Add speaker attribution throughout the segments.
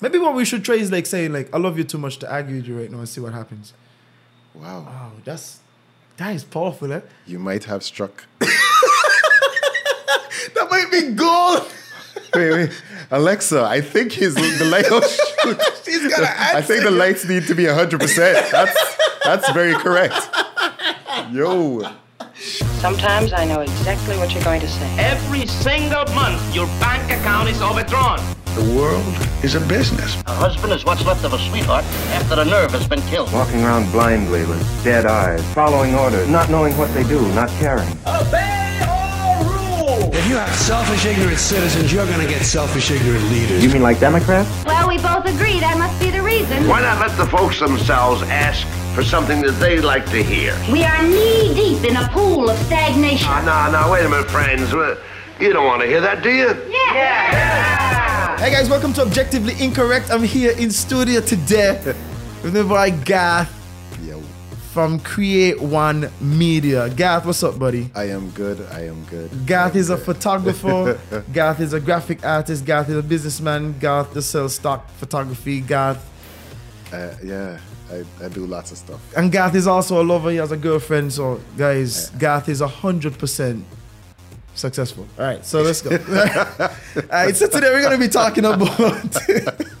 Speaker 1: Maybe what we should try is like saying like I love you too much to argue with you right now and see what happens.
Speaker 2: Wow.
Speaker 1: Wow, that's that is powerful, eh?
Speaker 2: You might have struck.
Speaker 1: That might be gold.
Speaker 2: wait, wait. Alexa, I think he's the light will shoot.
Speaker 1: She's gonna
Speaker 2: I think the
Speaker 1: answer.
Speaker 2: lights need to be 100%. That's that's very correct. Yo.
Speaker 3: Sometimes I know exactly what you're going to say.
Speaker 4: Every single month, your bank account is overdrawn.
Speaker 5: The world is a business.
Speaker 4: A husband is what's left of a sweetheart after a nerve has been killed.
Speaker 6: Walking around blindly with dead eyes, following orders, not knowing what they do, not caring.
Speaker 5: If you have selfish, ignorant citizens, you're going to get selfish, ignorant leaders.
Speaker 6: mean like Democrats?
Speaker 7: Well, we both agree that must be the reason.
Speaker 8: Why not let the folks themselves ask for something that they like to hear?
Speaker 7: We are knee deep in a pool of stagnation.
Speaker 8: Ah, now, now, wait a minute, friends. Uh, You don't want to hear that, do you?
Speaker 1: Hey guys, welcome to Objectively Incorrect. I'm here in studio today with my boy Garth
Speaker 2: Yo.
Speaker 1: from Create One Media. Garth, what's up, buddy?
Speaker 2: I am good. I am good.
Speaker 1: Garth is a
Speaker 2: Okay.
Speaker 1: photographer. Garth is a graphic artist. Garth is a businessman. Garth just sells stock photography. Garth
Speaker 2: Uh, yeah, I, I do lots of stuff.
Speaker 1: and Garth is also a lover. He has a girlfriend. So guys, Garth is hundred percent successful. All right, so let's go. All right, so today we're gonna be talking about.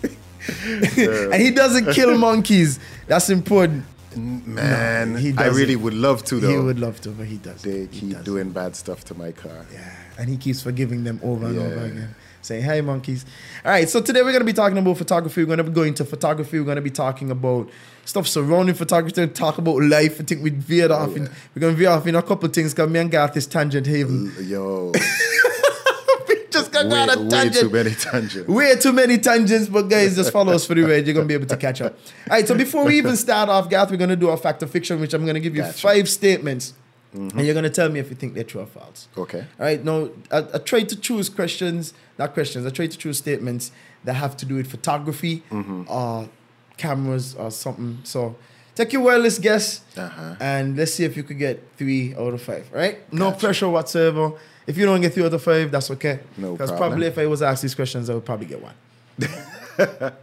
Speaker 1: and he doesn't kill monkeys. That's important.
Speaker 2: Man,
Speaker 1: he
Speaker 2: I
Speaker 1: doesn't.
Speaker 2: really would love to though.
Speaker 1: He would love to, but he does.
Speaker 2: They
Speaker 1: he
Speaker 2: keep
Speaker 1: does.
Speaker 2: doing bad stuff to my car.
Speaker 1: Yeah, and he keeps forgiving them over and over
Speaker 2: Yeah.
Speaker 1: again. Saying, hey, monkeys. All right, so today we're going to be talking about photography. We're going to be going to photography. We're going to be talking about stuff surrounding photography. We're gonna talk about life. I think we veered off.
Speaker 2: Oh,
Speaker 1: in, we're going to veer off in a couple of things because me and Garth is tangent haven.
Speaker 2: L- Yo,
Speaker 1: Just got
Speaker 2: way,
Speaker 1: on a
Speaker 2: way too
Speaker 1: tangent.
Speaker 2: many tangents.
Speaker 1: Way too many tangents, but guys, just follow us for the ride. You're gonna be able to catch up. All right, so before we even start off, Garth, we're gonna do a fact or fiction, which I'm gonna give you
Speaker 2: Gotcha. Mm-hmm.
Speaker 1: five statements, and you're gonna tell me if you think they're true or false.
Speaker 2: Okay.
Speaker 1: All right. Now, I, I try to choose questions, not questions. I try to choose statements that have to do with photography
Speaker 2: Mm-hmm.
Speaker 1: or cameras or something. So. Take your wireless guess,
Speaker 2: Uh-huh.
Speaker 1: and let's see if you could get three out of five. All right, no pressure whatsoever. If you don't get three out of five, that's okay.
Speaker 2: No
Speaker 1: because
Speaker 2: problem.
Speaker 1: probably if I was asked these questions, I would probably get one.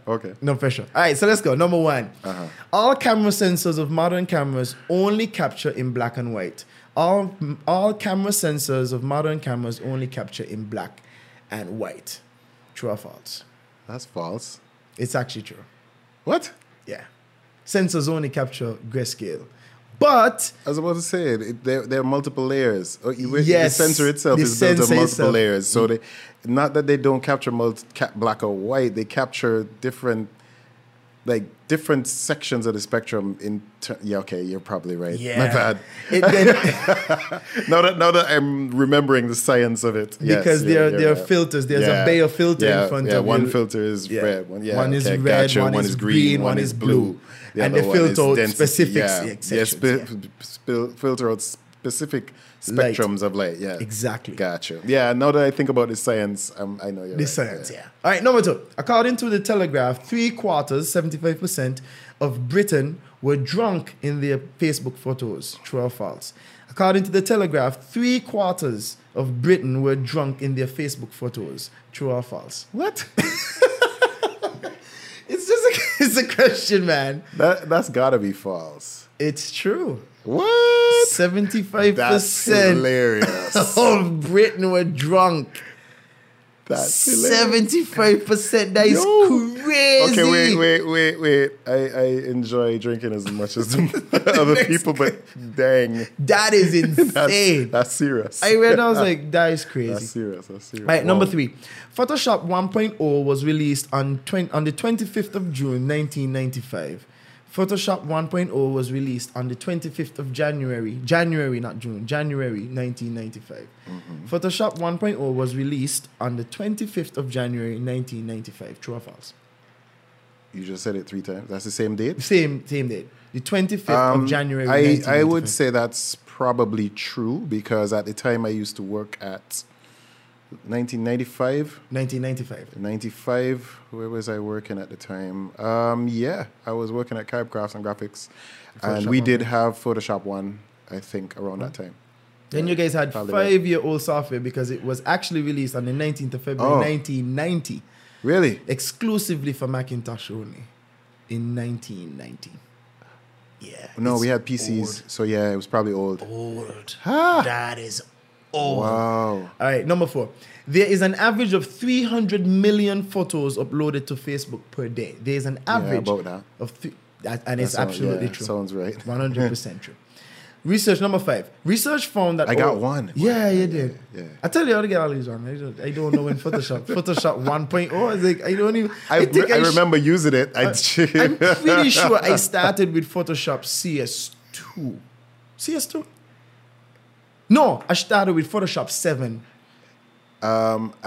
Speaker 2: Okay.
Speaker 1: No pressure. All right, so let's go. Number one.
Speaker 2: Uh-huh.
Speaker 1: All camera sensors of modern cameras only capture in black and white. All all camera sensors of modern cameras only capture in black and white. True or false?
Speaker 2: That's false.
Speaker 1: It's actually true.
Speaker 2: What?
Speaker 1: Yeah. Sensors only capture grayscale. But
Speaker 2: I was about to say it. it- there, there are multiple layers. Oh, you-
Speaker 1: Yes,
Speaker 2: the sensor itself
Speaker 1: the
Speaker 2: is built of
Speaker 1: sensor
Speaker 2: multiple
Speaker 1: itself.
Speaker 2: layers. So they, not that they don't capture multi, ca- black or white, they capture different, like different sections of the spectrum. In ter- yeah, okay, you're probably right.
Speaker 1: yeah.
Speaker 2: My bad.
Speaker 1: It, then,
Speaker 2: Now that now that I'm remembering the science of it, Yes,
Speaker 1: because
Speaker 2: you're-
Speaker 1: there are
Speaker 2: you're
Speaker 1: there are
Speaker 2: right.
Speaker 1: filters. There's
Speaker 2: Yeah,
Speaker 1: a bay of filter
Speaker 2: yeah,
Speaker 1: in front
Speaker 2: yeah,
Speaker 1: of
Speaker 2: one
Speaker 1: you.
Speaker 2: filter is
Speaker 1: Yeah.
Speaker 2: red, one, yeah,
Speaker 1: One is
Speaker 2: okay,
Speaker 1: red,
Speaker 2: gotcha.
Speaker 1: one is green, one is blue.
Speaker 2: The
Speaker 1: And they
Speaker 2: other one is
Speaker 1: filter out
Speaker 2: density,
Speaker 1: specific
Speaker 2: yeah,
Speaker 1: se-
Speaker 2: yeah,
Speaker 1: sections,
Speaker 2: spe-
Speaker 1: yeah.
Speaker 2: p- spil- filter out specific
Speaker 1: Light.
Speaker 2: spectrums of light. Yeah,
Speaker 1: Exactly.
Speaker 2: Gotcha. Yeah, now that I think about the science, um, I know you're
Speaker 1: The
Speaker 2: right,
Speaker 1: science, yeah. All right, number two. According to the Telegraph, three quarters, 75% of Britain were drunk in their Facebook photos. True or false? According to the Telegraph, three quarters of Britain were drunk in their Facebook photos. True or false?
Speaker 2: What?
Speaker 1: It's just a, it's a question, man.
Speaker 2: that that's gotta be false.
Speaker 1: It's true.
Speaker 2: What?
Speaker 1: 75%
Speaker 2: That's hilarious.
Speaker 1: of Britain were drunk.
Speaker 2: That's hilarious.
Speaker 1: 75%. That is
Speaker 2: Yo.
Speaker 1: crazy.
Speaker 2: Okay, wait, wait, wait, wait. I, I enjoy drinking as much as the other people, but dang,
Speaker 1: That is
Speaker 2: that's,
Speaker 1: insane.
Speaker 2: that's serious.
Speaker 1: I read and I was like, that is
Speaker 2: that's
Speaker 1: crazy.
Speaker 2: serious. That's serious.
Speaker 1: All right, number
Speaker 2: Wow.
Speaker 1: three. Photoshop 1.0 was released on, 20, on the 25th of June 1995. Photoshop 1.0 was released on the 25th of January, January, not June, January 1995.
Speaker 2: Mm-hmm.
Speaker 1: Photoshop 1.0 was released on the 25th of January 1995. True or false?
Speaker 2: You just said it three times. That's the same date.
Speaker 1: Same same date. The 25th
Speaker 2: Um,
Speaker 1: of January.
Speaker 2: I I would
Speaker 1: 1995.
Speaker 2: say that's probably true because at the time I used to work at 1995.
Speaker 1: 1995.
Speaker 2: 95 where was i working at the time um yeah i was working at Kybe crafts and graphics and
Speaker 1: Photoshop
Speaker 2: we
Speaker 1: one.
Speaker 2: did have photoshop one i think around that time
Speaker 1: Then you guys had
Speaker 2: Probably right.
Speaker 1: five year old software because it was actually released on the 19th of February
Speaker 2: Oh.
Speaker 1: 1990.
Speaker 2: Really?
Speaker 1: exclusively for Macintosh only in 1990. Yeah.
Speaker 2: No,
Speaker 1: it's
Speaker 2: we had PCs, so yeah, it was probably old.
Speaker 1: Old. That is old.
Speaker 2: Wow.
Speaker 1: All right, number four. There is an average of 300 million photos uploaded to Facebook per day. There is an average
Speaker 2: about that.
Speaker 1: of th- that, and it's
Speaker 2: sound-
Speaker 1: absolutely
Speaker 2: yeah,
Speaker 1: true.
Speaker 2: sounds right.
Speaker 1: 100% true. Research number five. Research found that
Speaker 2: I got one.
Speaker 1: Yeah, you did.
Speaker 2: yeah, yeah.
Speaker 1: I tell you how to get all these wrong. I don't, I don't know in Photoshop. Photoshop 1.0 is like I don't even.
Speaker 2: I,
Speaker 1: think
Speaker 2: re- I
Speaker 1: sh-
Speaker 2: remember using it. I,
Speaker 1: I'm pretty sure I started with Photoshop CS2. CS2? No, I started with Photoshop 7.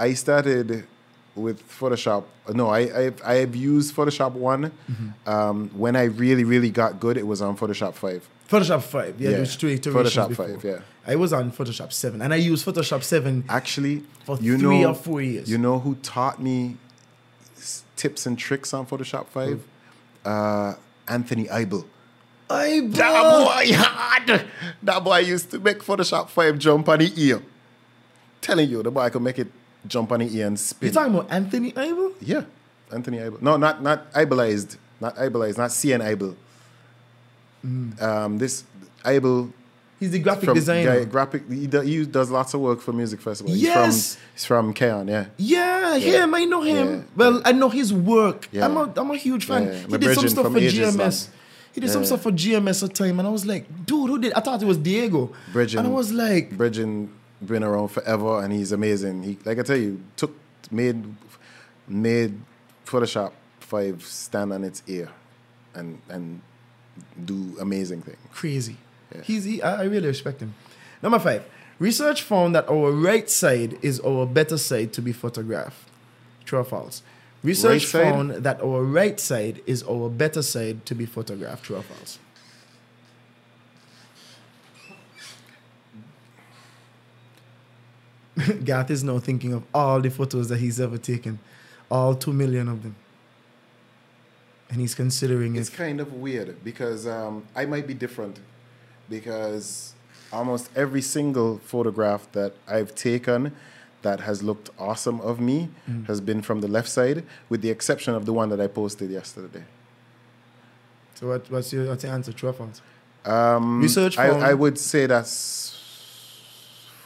Speaker 2: I started with Photoshop. No, I I, I have used Photoshop one.
Speaker 1: Mm-hmm.
Speaker 2: Um, when I really really got good, it was on Photoshop five.
Speaker 1: Photoshop 5. Yeah,
Speaker 2: Yeah,
Speaker 1: there's two iterations.
Speaker 2: Photoshop
Speaker 1: before.
Speaker 2: 5, yeah.
Speaker 1: I was on Photoshop 7, and I used Photoshop 7.
Speaker 2: Actually,
Speaker 1: For
Speaker 2: you
Speaker 1: three
Speaker 2: know,
Speaker 1: or four years.
Speaker 2: You know who taught me s- tips and tricks on Photoshop five? Uh, Anthony Eibel.
Speaker 1: I
Speaker 2: That boy hard. That boy used to make Photoshop five jump on the ear. Telling you, the boy could make it jump on the ear and spin.
Speaker 1: You're talking about Anthony Abel?
Speaker 2: Yeah, Anthony Eibel. No, not not Eibelized, not Eibelized, not CN Eibel. Um, this Eibel
Speaker 1: He's the Hmm. graphic
Speaker 2: from
Speaker 1: designer.
Speaker 2: guy- graphic. He, do, he does lots of work for music festivals.
Speaker 1: Yes!
Speaker 2: he's from, he's from Cairn. Yeah,
Speaker 1: yeah, him. I know him.
Speaker 2: Yeah.
Speaker 1: Well, I know his work.
Speaker 2: Yeah.
Speaker 1: I'm, a, I'm a huge fan.
Speaker 2: Yeah.
Speaker 1: He
Speaker 2: My
Speaker 1: did some
Speaker 2: brethren
Speaker 1: stuff
Speaker 2: from
Speaker 1: for
Speaker 2: ages
Speaker 1: GMS.
Speaker 2: long.
Speaker 1: He did some stuff for GMS at time, and I was like, dude, who did? I thought it was Diego.
Speaker 2: Bridgen.
Speaker 1: And I was like,
Speaker 2: Bridgen been around forever, and he's amazing. He, like I tell you, took made made Photoshop Five stand on its ear, and and do amazing things.
Speaker 1: crazy. He's he, I, I really respect him. Number five. Research found that our right side is our better side to be photographed. True or false? Research
Speaker 2: Right side?
Speaker 1: found that our right side is our better side to be photographed. True or false? Garth is now thinking of all the photos that he's ever taken, all two million of them. And he's considering
Speaker 2: It's
Speaker 1: it.
Speaker 2: kind of weird because um, I might be different because almost every single photograph that I've taken that has looked awesome of me has been from the left side, with the exception of the one that I posted yesterday.
Speaker 1: So what, what's your what's your answer? True or false? Um, Research
Speaker 2: I,
Speaker 1: found
Speaker 2: I would say that's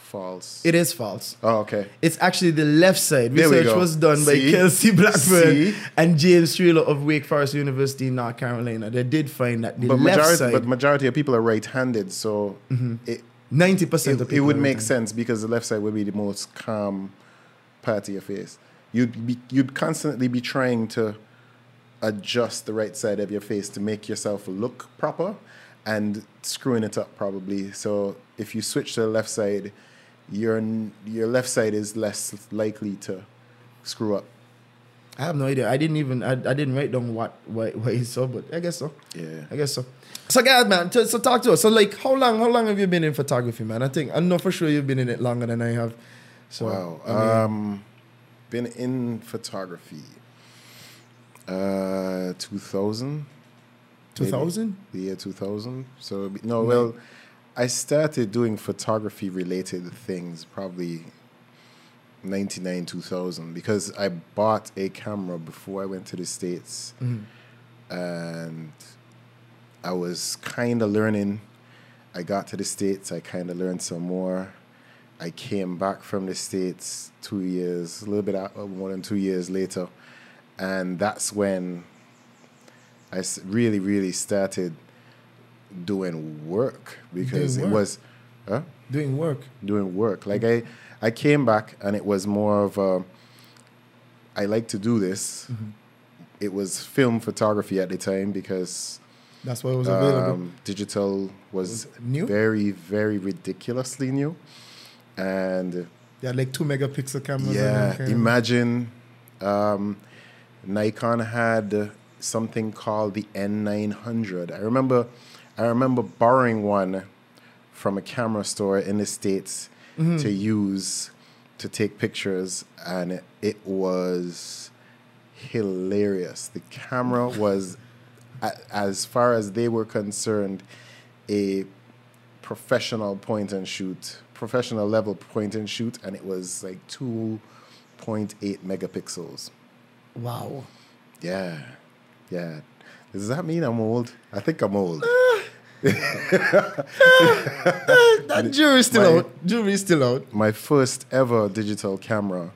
Speaker 2: false.
Speaker 1: it is false.
Speaker 2: oh, okay.
Speaker 1: It's actually the left side.
Speaker 2: There we
Speaker 1: Research
Speaker 2: go.
Speaker 1: was done by
Speaker 2: See?
Speaker 1: Kelsey Blackburn
Speaker 2: See?
Speaker 1: and James Shriller of Wake Forest University in North Carolina. They did find that the
Speaker 2: But
Speaker 1: left
Speaker 2: majority, but
Speaker 1: side,
Speaker 2: majority of people are right-handed, so it,
Speaker 1: ninety percent of
Speaker 2: it, it
Speaker 1: people
Speaker 2: would
Speaker 1: are
Speaker 2: make
Speaker 1: written.
Speaker 2: sense because the left side would be the most calm part of your face. You'd be, you'd constantly be trying to adjust the right side of your face to make yourself look proper and screwing it up probably. So if you switch to the left side, your n- your left side is less likely to screw up.
Speaker 1: I have no idea. I didn't even I, I didn't write down what what what he saw, but I guess so.
Speaker 2: Yeah.
Speaker 1: I guess so. So guys, man, t- so talk to us. So like, how long how long have you been in photography, man? I think I know for sure you've been in it longer than I have. So
Speaker 2: Wow.
Speaker 1: I mean,
Speaker 2: Um, been in photography. Uh, 2000.
Speaker 1: 2000?
Speaker 2: the year 2000 so it'd be- no well i started doing photography related things probably 99 2000 because i bought a camera before i went to the states
Speaker 1: Mm-hmm.
Speaker 2: and i was kind of learning i got to the states i kind of learned some more i came back from the states two years a little bit out, more than two years later and that's when I s- really, really started doing work because
Speaker 1: Doing
Speaker 2: it
Speaker 1: work.
Speaker 2: was huh?
Speaker 1: doing work.
Speaker 2: doing work. Like I, I came back and it was more of a, I like to do this.
Speaker 1: Mm-hmm.
Speaker 2: It was film photography at the time because
Speaker 1: That's what was available.
Speaker 2: um, digital was
Speaker 1: new?
Speaker 2: very, very ridiculously new. And
Speaker 1: They had like two megapixel cameras.
Speaker 2: yeah,
Speaker 1: and everything.
Speaker 2: imagine um, Nikon had something called the N900. I remember, I remember borrowing one from a camera store in the states to use to take pictures, and it, it was hilarious. The camera was, a- as far as they were concerned, a professional point and shoot, professional level point and shoot, and it was like 2.8 megapixels.
Speaker 1: Wow.
Speaker 2: Yeah, yeah. Does that mean I'm old? I think I'm old.
Speaker 1: That jury's still
Speaker 2: my-
Speaker 1: out. Jury's still out.
Speaker 2: my first ever digital camera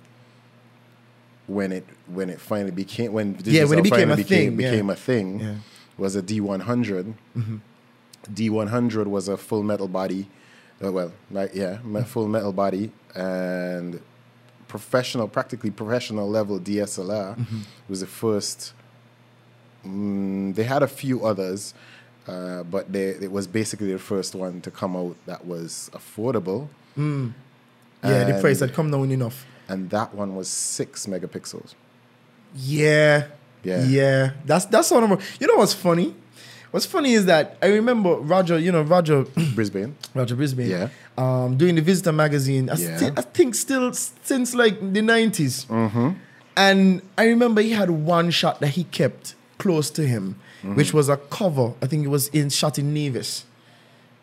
Speaker 2: when it when it finally became when digital
Speaker 1: when it became
Speaker 2: finally
Speaker 1: a
Speaker 2: became,
Speaker 1: thing, yeah.
Speaker 2: became a thing
Speaker 1: Yeah. Mm-hmm.
Speaker 2: was a D100 D100 was a full metal body uh, well like yeah me- full metal body and professional practically professional level DSLR
Speaker 1: Mm-hmm.
Speaker 2: was the first mm, they had a few others uh, but they, it was basically the first one to come out that was affordable
Speaker 1: Mm. Yeah, the price
Speaker 2: And-
Speaker 1: had come down enough.
Speaker 2: and that one was six megapixels.
Speaker 1: Yeah.
Speaker 2: Yeah.
Speaker 1: Yeah. That's that's one of my, you know what's funny? What's funny is that I remember Roger, you know, Roger
Speaker 2: Brisbane.
Speaker 1: Roger Brisbane.
Speaker 2: Yeah.
Speaker 1: Um, doing the Visitor magazine. I,
Speaker 2: Yeah.
Speaker 1: sti- I think still s- since like the 90s
Speaker 2: Mm-hmm.
Speaker 1: And I remember he had one shot that he kept close to him,
Speaker 2: Mm-hmm.
Speaker 1: which was a cover. I think it was in shot in Nevis,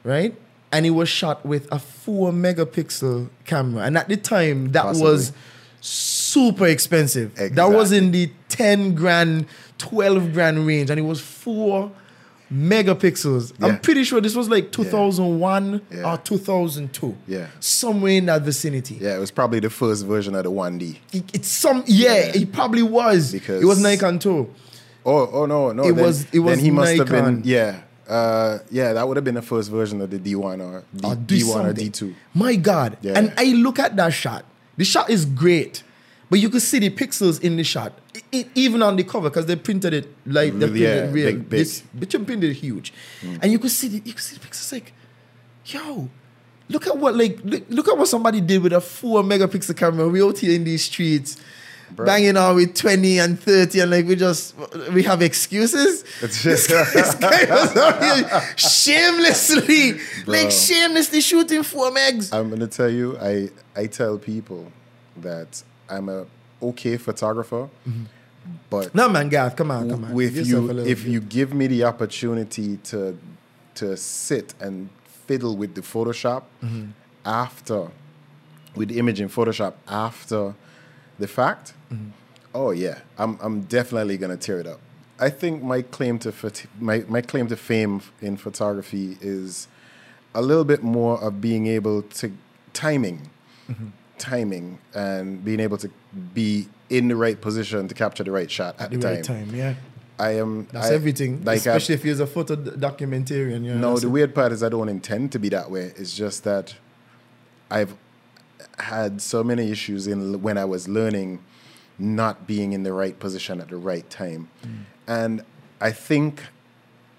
Speaker 1: right? And it was shot with a four megapixel camera. And at the time, that was
Speaker 2: Possibly.
Speaker 1: super expensive. That
Speaker 2: Exactly.
Speaker 1: was in the 10 grand, 12 grand range. And it was four megapixels.
Speaker 2: Yeah.
Speaker 1: I'm pretty sure this was like 2001
Speaker 2: Yeah.
Speaker 1: or 2002.
Speaker 2: Yeah.
Speaker 1: Somewhere in that vicinity.
Speaker 2: Yeah, it was probably the first version of the 1D.
Speaker 1: It- it's some, yeah,
Speaker 2: Yeah.
Speaker 1: it probably was.
Speaker 2: Because-
Speaker 1: it was Nikon too.
Speaker 2: Oh, oh no, no.
Speaker 1: It
Speaker 2: then-
Speaker 1: was- it was
Speaker 2: Then he must have
Speaker 1: Nikon.
Speaker 2: been. Yeah, uh, yeah. That would have been the first version of the D1 or, D,
Speaker 1: Or Oh, do
Speaker 2: D1 or
Speaker 1: something.
Speaker 2: D2.
Speaker 1: My God.
Speaker 2: Yeah.
Speaker 1: And I look at that shot. The shot is great. But you could see the pixels in the shot, I- I- even on the cover, because they printed it like they printed
Speaker 2: Mm, Yeah,
Speaker 1: it real.
Speaker 2: big, Mm. big.
Speaker 1: This- They printed it huge, and you could see the you could see the pixels like, yo, look at what like look, look at what somebody did with a four megapixel camera. We out here in these streets, banging on with twenty and thirty, and like we just we have excuses. this guy, this guy was out here shamelessly, like shamelessly shooting four megs.
Speaker 2: I'm gonna tell you, I I tell people that I'm a okay photographer, but
Speaker 1: no man, God, come on, come on.
Speaker 2: w-
Speaker 1: Give
Speaker 2: if
Speaker 1: yourself a
Speaker 2: you
Speaker 1: little
Speaker 2: if
Speaker 1: bit.
Speaker 2: you give me the opportunity to to sit and fiddle with the Photoshop
Speaker 1: Mm-hmm.
Speaker 2: after with the image in Photoshop after the fact,
Speaker 1: Mm-hmm.
Speaker 2: oh yeah, I'm I'm definitely gonna tear it up. I think my claim to phot- my my claim to fame in photography is a little bit more of being able to timing,
Speaker 1: Mm-hmm.
Speaker 2: timing, and being able to be in the right position to capture the right shot at the,
Speaker 1: the
Speaker 2: time.
Speaker 1: right time, yeah.
Speaker 2: I am.
Speaker 1: That's
Speaker 2: I-
Speaker 1: everything.
Speaker 2: Like
Speaker 1: Especially
Speaker 2: I,
Speaker 1: if you're a photo d- documentarian. You know,
Speaker 2: no,
Speaker 1: that's
Speaker 2: the
Speaker 1: it.
Speaker 2: weird part is I don't intend to be that way. It's just that I've had so many issues in when I was learning, not being in the right position at the right time,
Speaker 1: Mm.
Speaker 2: and I think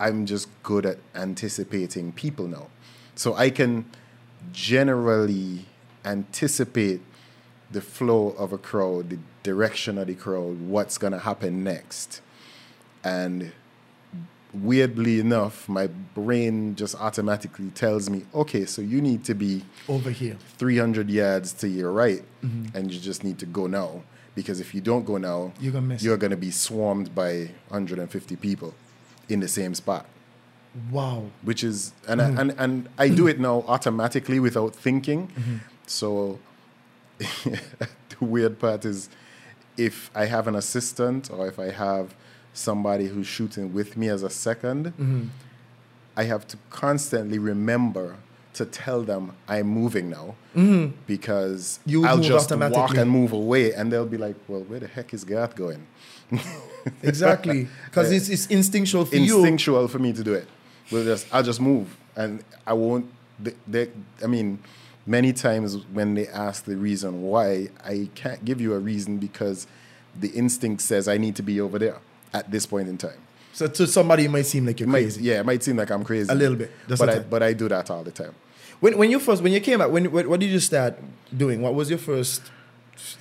Speaker 2: I'm just good at anticipating people now, so I can generally anticipate the flow of a crowd, the direction of the crowd, what's gonna happen next, and weirdly enough, my brain just automatically tells me, okay, so you need to be
Speaker 1: over here.
Speaker 2: 300 yards to your right and you just need to go now. Because if you don't go now,
Speaker 1: Mm-hmm. You're gonna miss.
Speaker 2: you're gonna be swarmed by 150 people in the same spot.
Speaker 1: Wow.
Speaker 2: Which is, and,
Speaker 1: Mm-hmm.
Speaker 2: I, and, and I do it now automatically without thinking.
Speaker 1: Mm-hmm.
Speaker 2: So the weird part is if I have an assistant or if I have somebody who's shooting with me as a 2nd
Speaker 1: Mm-hmm.
Speaker 2: I have to constantly remember to tell them I'm moving now because
Speaker 1: Mm-hmm. You
Speaker 2: I'll
Speaker 1: move
Speaker 2: just walk
Speaker 1: automatically.
Speaker 2: and move away, and they'll be like, "Well, where the heck is Garth going?"
Speaker 1: Exactly.
Speaker 2: Uh,
Speaker 1: Because it's, it's instinctual for you.
Speaker 2: Instinctual for me to do it. We'll just I'll just move, and I won't. They, they, I mean, many times when they ask the reason why, I can't give you a reason because the instinct says I need to be over there at this point in time.
Speaker 1: So to somebody, it might seem like you're
Speaker 2: It might,
Speaker 1: crazy.
Speaker 2: yeah, it might seem like I'm crazy
Speaker 1: A little bit. That's
Speaker 2: but I,
Speaker 1: okay.
Speaker 2: but I do that all the time.
Speaker 1: When, when you first, when you came out, when, when what did you start doing? What was your first?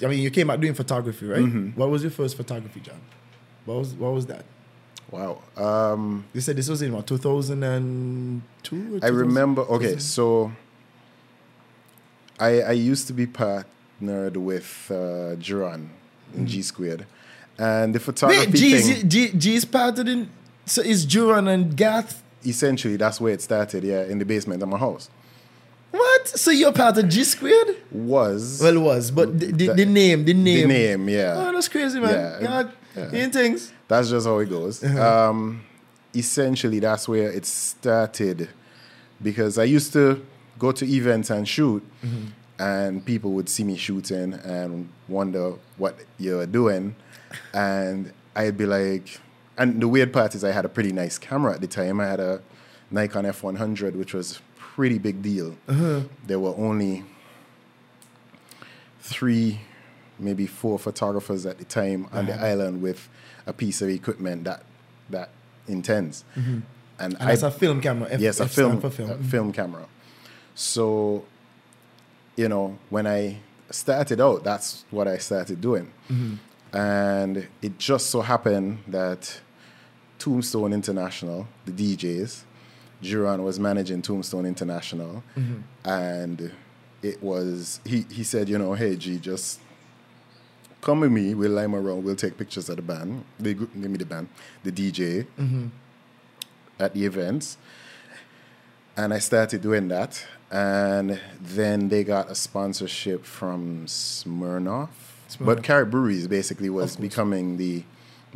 Speaker 1: I mean, you came out doing photography, right?
Speaker 2: Mm-hmm.
Speaker 1: What was your first photography job? What was what was that?
Speaker 2: Wow. Um,
Speaker 1: You said this was in what 2002.
Speaker 2: I remember. Okay, so I I used to be partnered with uh, Duran in G Squared, and the photography
Speaker 1: Mm-hmm. Wait, G's,
Speaker 2: thing.
Speaker 1: G, G's pattern in. So is Duran and Gath.
Speaker 2: Essentially, that's where it started. Yeah, in the basement of my house
Speaker 1: What? So you're part of G squared?
Speaker 2: was
Speaker 1: Well, it was, but the, the, the name, the name,
Speaker 2: the name. Yeah.
Speaker 1: Oh, that's crazy, man.
Speaker 2: Yeah.
Speaker 1: God. You things.
Speaker 2: That's just how it goes. Um, essentially, that's where it started because I used to go to events and shoot,
Speaker 1: Mm-hmm.
Speaker 2: and people would see me shooting and wonder what you're doing. And I'd be like, and the weird part is, I had a pretty nice camera at the time. I had a Nikon F100, which was pretty big deal.
Speaker 1: Uh-huh.
Speaker 2: There were only three, maybe four photographers at the time on the island with a piece of equipment that that intense. And,
Speaker 1: And
Speaker 2: I,
Speaker 1: that's a film camera. F-
Speaker 2: yes, a
Speaker 1: F stand
Speaker 2: film,
Speaker 1: For film.
Speaker 2: a film camera. So, you know, when I started out, that's what I started doing,
Speaker 1: Mm-hmm.
Speaker 2: and it just so happened that Tombstone International, the DJs, Duran was managing Tombstone International,
Speaker 1: Mm-hmm.
Speaker 2: and it was he he said, you know, hey G, just come with me. We'll lime around. We'll take pictures of the band. The group, name me the band, the DJ at the events. And I started doing that. And then they got a sponsorship from Smirnoff. But Carrot Breweries basically was becoming the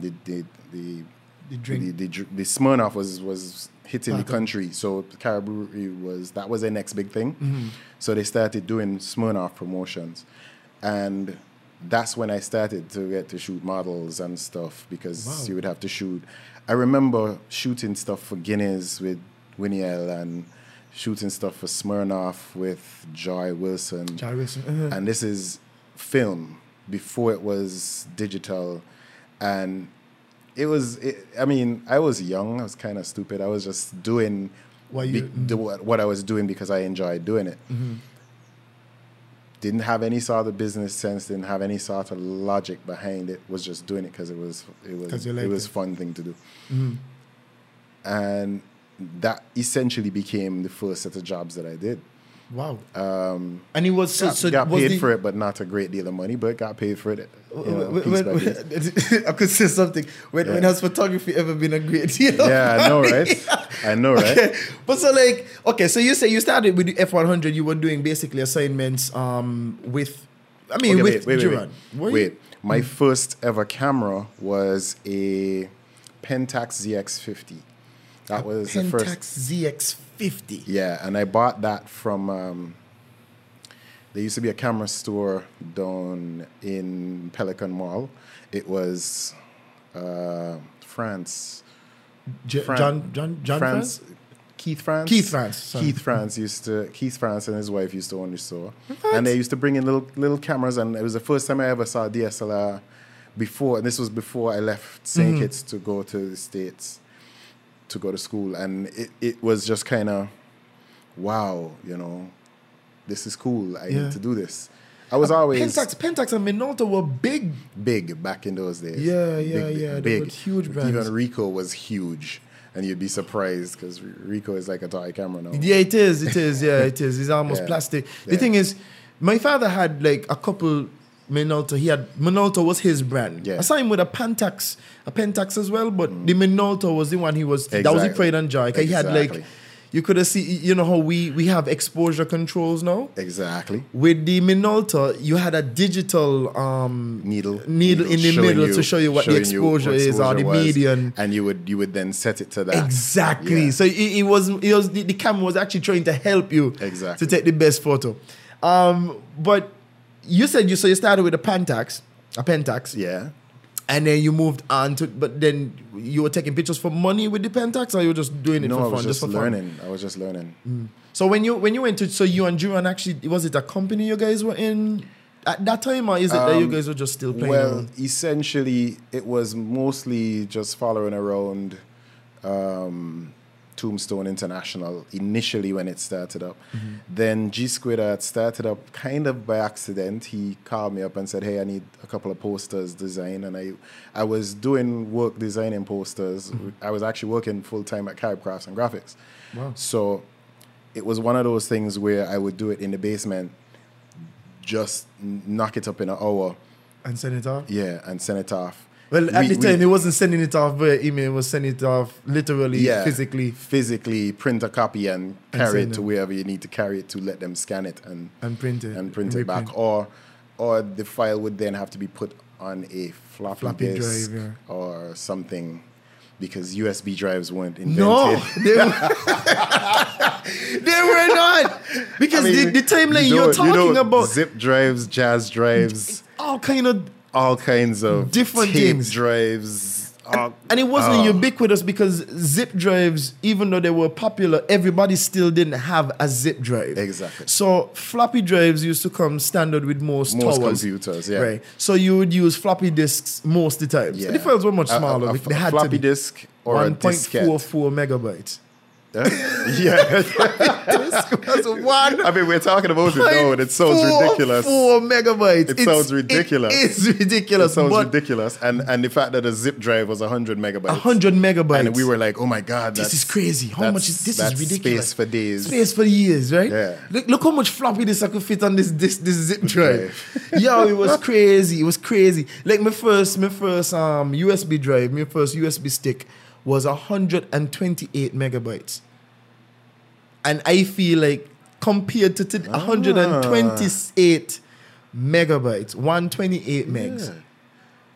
Speaker 2: the the the
Speaker 1: The drink.
Speaker 2: the, the, dr- the Smirnoff was was hitting the country. So Carrot Brewery was that was their next big thing.
Speaker 1: Mm-hmm.
Speaker 2: So they started doing Smirnoff promotions. And that's when I started to get to shoot models and stuff because you would have to shoot. I remember shooting stuff for Guinness with Winnie L and shooting stuff for Smirnoff with Joy Wilson.
Speaker 1: Jai Wilson, uh-huh.
Speaker 2: And this is film before it was digital. And it was, it, I mean, I was young. I was kind of stupid. I was just doing
Speaker 1: What
Speaker 2: be-
Speaker 1: you- Mm-hmm.
Speaker 2: do what, what I was doing because I enjoyed doing it didn't have any sort of business sense, didn't have any sort of logic behind it. Was just doing it because it was it
Speaker 1: 'Cause
Speaker 2: was
Speaker 1: you
Speaker 2: it
Speaker 1: liked
Speaker 2: was
Speaker 1: it. Mm-hmm.
Speaker 2: fun thing to do. And that essentially became the first set of jobs that I did.
Speaker 1: Wow. Um, and it was so,
Speaker 2: got,
Speaker 1: so
Speaker 2: got
Speaker 1: was
Speaker 2: paid
Speaker 1: the-
Speaker 2: for it, but not a great deal of money. But got paid for it. You know,
Speaker 1: When-
Speaker 2: piece by
Speaker 1: when-
Speaker 2: piece.
Speaker 1: I could say something. When, when
Speaker 2: Yeah.
Speaker 1: has photography ever been a great deal? of
Speaker 2: Yeah, I know,
Speaker 1: money?
Speaker 2: right? I know, right?
Speaker 1: Okay. But so like, okay, so you say you started with the F one hundred. You were doing basically assignments um with, I mean
Speaker 2: Okay,
Speaker 1: with
Speaker 2: wait, wait,
Speaker 1: Duran.
Speaker 2: wait,
Speaker 1: Were
Speaker 2: wait.
Speaker 1: you- Hmm.
Speaker 2: Wait, my first ever camera was a Pentax ZX50. That was the first.
Speaker 1: Pentax ZX fifty.
Speaker 2: Yeah, and I bought that from. Um, there used to be a camera store down in Pelican Mall. It was uh, France.
Speaker 1: J-
Speaker 2: Fran-
Speaker 1: John John John France.
Speaker 2: Keith France.
Speaker 1: Keith France, sorry.
Speaker 2: Keith France used to. Keith France and his wife used to own the store, and they used to bring in little little cameras. And it was the first time I ever saw a DSLR. Before and this was before I left Saint
Speaker 1: Mm-hmm.
Speaker 2: Kitts to go to the states, to go to school, and it, it was just kind of, wow, you know, this is cool. I
Speaker 1: Yeah. Uh,
Speaker 2: need to do this. I was always
Speaker 1: Pentax Pentax and Minolta were big.
Speaker 2: big back in those days.
Speaker 1: Yeah, yeah, yeah, they were huge brands.
Speaker 2: Even Rico was huge, and you'd be surprised because Rico is like a toy camera now.
Speaker 1: Yeah, it is. It is. Yeah, it is. It's almost
Speaker 2: Yeah.
Speaker 1: plastic. The
Speaker 2: Yeah.
Speaker 1: thing is, my father had like a couple Minolta. He had Minolta was his brand.
Speaker 2: Yeah.
Speaker 1: I saw him with a Pentax, a Pentax as well, but the Minolta was the one he was. That was the
Speaker 2: Exactly.
Speaker 1: pride and joy. 'Cause He had like,
Speaker 2: Exactly.
Speaker 1: you could have see. You know how we we have exposure controls now.
Speaker 2: Exactly.
Speaker 1: With the Minolta, you had a digital um,
Speaker 2: Needle,
Speaker 1: needle in the
Speaker 2: showing
Speaker 1: middle to show you what the
Speaker 2: showing what
Speaker 1: exposure is or the
Speaker 2: exposure was,
Speaker 1: median.
Speaker 2: and you would you would then set it to that
Speaker 1: Exactly.
Speaker 2: Yeah.
Speaker 1: So it, it was it was the, the camera was actually trying to help you
Speaker 2: Exactly.
Speaker 1: to take the best photo. Um, but you said you so you started with a Pentax, a Pentax,
Speaker 2: yeah,
Speaker 1: and then you moved on to. But then you were taking pictures for money with the Pentax, or you were just doing it
Speaker 2: no,
Speaker 1: for
Speaker 2: I
Speaker 1: fun,
Speaker 2: was just,
Speaker 1: for fun.
Speaker 2: learning. I was just learning.
Speaker 1: So when you when you went to so you and Duran actually was it a company you guys were in at that time, or is it that you guys were just still playing?
Speaker 2: Um, Well,
Speaker 1: around?
Speaker 2: essentially, it was mostly just following around um, Tombstone International initially when it started up.
Speaker 1: Mm-hmm.
Speaker 2: Then G Squid had started up kind of by accident. He called me up and said, "Hey, I need a couple of posters designed," and I I was doing work designing posters.
Speaker 1: Mm-hmm.
Speaker 2: I was actually working full time at Carib Crafts and Graphics. Wow. So it was one of those things where I would do it in the basement, just n- knock it up in an hour.
Speaker 1: and send it off.
Speaker 2: Yeah, and send it off.
Speaker 1: Well, at
Speaker 2: We-
Speaker 1: the
Speaker 2: we-
Speaker 1: time, it wasn't sending it off via email; it was sending it off literally,
Speaker 2: yeah,
Speaker 1: physically.
Speaker 2: physically print a copy and carry
Speaker 1: send
Speaker 2: it to
Speaker 1: them.
Speaker 2: wherever you need to carry it to. Let them scan it and
Speaker 1: And print it,
Speaker 2: and print
Speaker 1: and
Speaker 2: it back,
Speaker 1: reprint.
Speaker 2: or or the file would then have to be put on a floppy,
Speaker 1: Floppy
Speaker 2: disk
Speaker 1: drive,
Speaker 2: or something because USB drives weren't invented.
Speaker 1: No, they were, they were not because
Speaker 2: I mean,
Speaker 1: the, the timeline
Speaker 2: you
Speaker 1: you are
Speaker 2: don't- you
Speaker 1: talking
Speaker 2: don't-
Speaker 1: about
Speaker 2: zip drives, jazz drives,
Speaker 1: all kind of,
Speaker 2: all kinds of
Speaker 1: Different
Speaker 2: tape
Speaker 1: things.
Speaker 2: drives. all-
Speaker 1: and it wasn't
Speaker 2: Oh.
Speaker 1: ubiquitous because zip drives, even though they were popular, everybody still didn't have a zip drive.
Speaker 2: Exactly.
Speaker 1: So floppy drives used to come standard with most
Speaker 2: Most
Speaker 1: towers,
Speaker 2: computers, yeah.
Speaker 1: Right. So you would use floppy disks most of the time.
Speaker 2: Yeah.
Speaker 1: So the files were much
Speaker 2: A- a-
Speaker 1: smaller.
Speaker 2: A,
Speaker 1: but they had
Speaker 2: floppy
Speaker 1: to be.
Speaker 2: disk or a diskette.
Speaker 1: 1.44 megabytes.
Speaker 2: yeah,
Speaker 1: That's one.
Speaker 2: I mean, we're talking about it now, and it sounds ridiculous.
Speaker 1: Four megabytes.
Speaker 2: It sounds ridiculous.
Speaker 1: It is ridiculous.
Speaker 2: It sounds
Speaker 1: but
Speaker 2: ridiculous, and and the fact that a zip drive was hundred megabytes,
Speaker 1: 100 megabytes.
Speaker 2: and we were like, oh my god,
Speaker 1: this is
Speaker 2: that's-
Speaker 1: crazy. How much
Speaker 2: that's-
Speaker 1: is this? Is
Speaker 2: that's
Speaker 1: ridiculous.
Speaker 2: Space for days.
Speaker 1: Space for years, right?
Speaker 2: Yeah.
Speaker 1: Look, look how much floppy this I could fit on this this this zip drive. Yo, it was crazy. It was crazy. Like my first my first um USB drive, my first USB stick was 128 megabytes. And I feel like compared to
Speaker 2: Ah.
Speaker 1: today, 128 megabytes, 128 megs.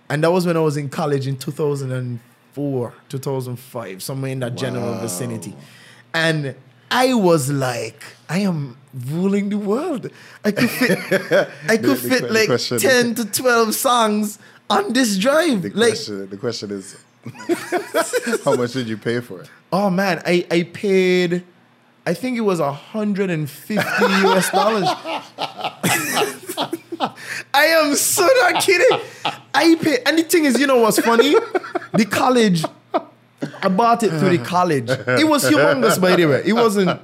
Speaker 1: And that was when I was in college in 2004, 2005, somewhere in that general vicinity. And I was like, I am ruling the world. I could fit, I could
Speaker 2: the
Speaker 1: fit
Speaker 2: que- the
Speaker 1: like
Speaker 2: question-
Speaker 1: 10 to 12 songs on this drive.
Speaker 2: The
Speaker 1: Like,
Speaker 2: question, the question is, how much did you pay for it?
Speaker 1: oh man, I, I paid, I think it was 150 US dollars. I am so not kidding. I paid, and the thing is, you know what's funny? The college, I bought it through the college. It was humongous, by the way. It wasn't,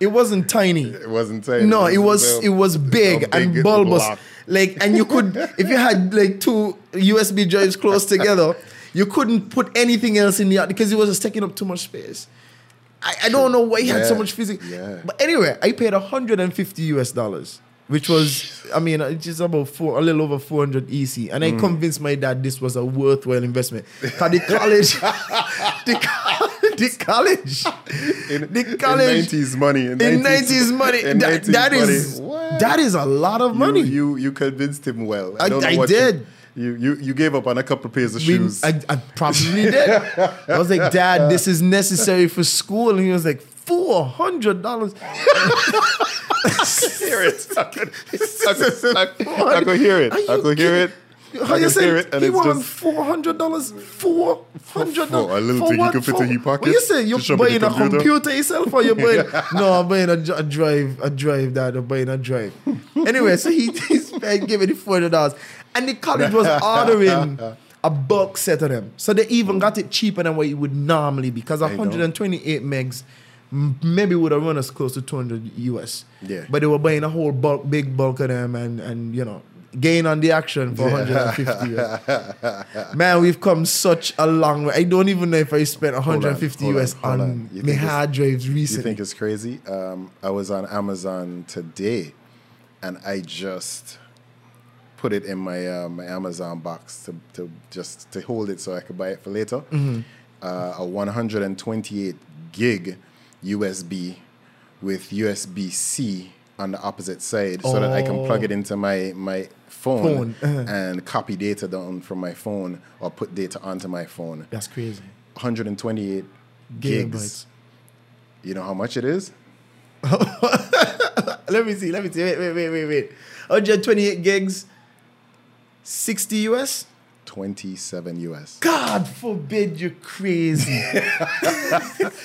Speaker 1: it wasn't tiny.
Speaker 2: It wasn't tiny.
Speaker 1: No, it was it was big
Speaker 2: a
Speaker 1: and
Speaker 2: big
Speaker 1: bulbous.
Speaker 2: block.
Speaker 1: Like, and you could if you had like two USB drives close together, you couldn't put anything else in the because it was just taking up too much space. I, I don't know why he had so
Speaker 2: Yeah,
Speaker 1: much physics.
Speaker 2: yeah.
Speaker 1: But anyway, I paid 150 US dollars, which was I mean it's just about four a little over 400 EC, and
Speaker 2: Mm.
Speaker 1: I convinced my dad this was a worthwhile investment. 'Cause the college, the, co- the college,
Speaker 2: in,
Speaker 1: the college.
Speaker 2: nineties money. In
Speaker 1: In nineties money,
Speaker 2: in
Speaker 1: that,
Speaker 2: 90s
Speaker 1: that is
Speaker 2: money. What?
Speaker 1: that is a lot of money.
Speaker 2: You, you you convinced him well.
Speaker 1: I- I
Speaker 2: you-
Speaker 1: did.
Speaker 2: You, you you gave up on a couple of pairs of
Speaker 1: We-
Speaker 2: shoes.
Speaker 1: I, I probably did. I was like, Dad, this is necessary for school, and he was like, four hundred dollars.
Speaker 2: hear it. I could, I could, I could- I could hear it.
Speaker 1: Are
Speaker 2: I
Speaker 1: you
Speaker 2: could hear it. I
Speaker 1: How you
Speaker 2: could hear
Speaker 1: say
Speaker 2: it, and
Speaker 1: he
Speaker 2: it's
Speaker 1: won
Speaker 2: just
Speaker 1: four hundred dollars? Four hundred dollars
Speaker 2: For a little thing you can fit in your pocket?
Speaker 1: What you say? You're
Speaker 2: Just shove it
Speaker 1: buying
Speaker 2: in the
Speaker 1: a
Speaker 2: computer?
Speaker 1: computer yourself, or you're buying? no, I'm buying a, dr- a drive, a drive, Dad. I'm buying a drive. anyway, so he, he spent giving it four hundred dollars, and the college was ordering. A bulk set of them, so they even got it cheaper than what it would normally be. Because
Speaker 2: know.
Speaker 1: 128 megs m- maybe would have run us close to 200 US.
Speaker 2: Yeah.
Speaker 1: But they were buying a whole bulk, big bulk of them, and and you know, gain on the action for 150 US. Man, we've come such a long way. I don't even know if I spent 150
Speaker 2: hold on,
Speaker 1: US
Speaker 2: hold
Speaker 1: on,
Speaker 2: on. You
Speaker 1: my
Speaker 2: think it's-
Speaker 1: hard drives
Speaker 2: You
Speaker 1: recently.
Speaker 2: think it's crazy? Um, I was on Amazon today, and I just put it in my uh, my Amazon box to, to just to hold it so I could buy it for later.
Speaker 1: Mm-hmm.
Speaker 2: Uh, a 128 gig USB with USB C on the opposite side, so that I can plug it into my my phone,
Speaker 1: Oh. Phone, uh-huh.
Speaker 2: and copy data down from my phone or put data onto my phone.
Speaker 1: That's crazy.
Speaker 2: 128
Speaker 1: Gigabytes.
Speaker 2: gigs. You know how much it is?
Speaker 1: Let me see. Let me see. Wait, wait, wait, wait, wait. 128 gigs, 60 US.
Speaker 2: 27 US.
Speaker 1: God forbid you're crazy.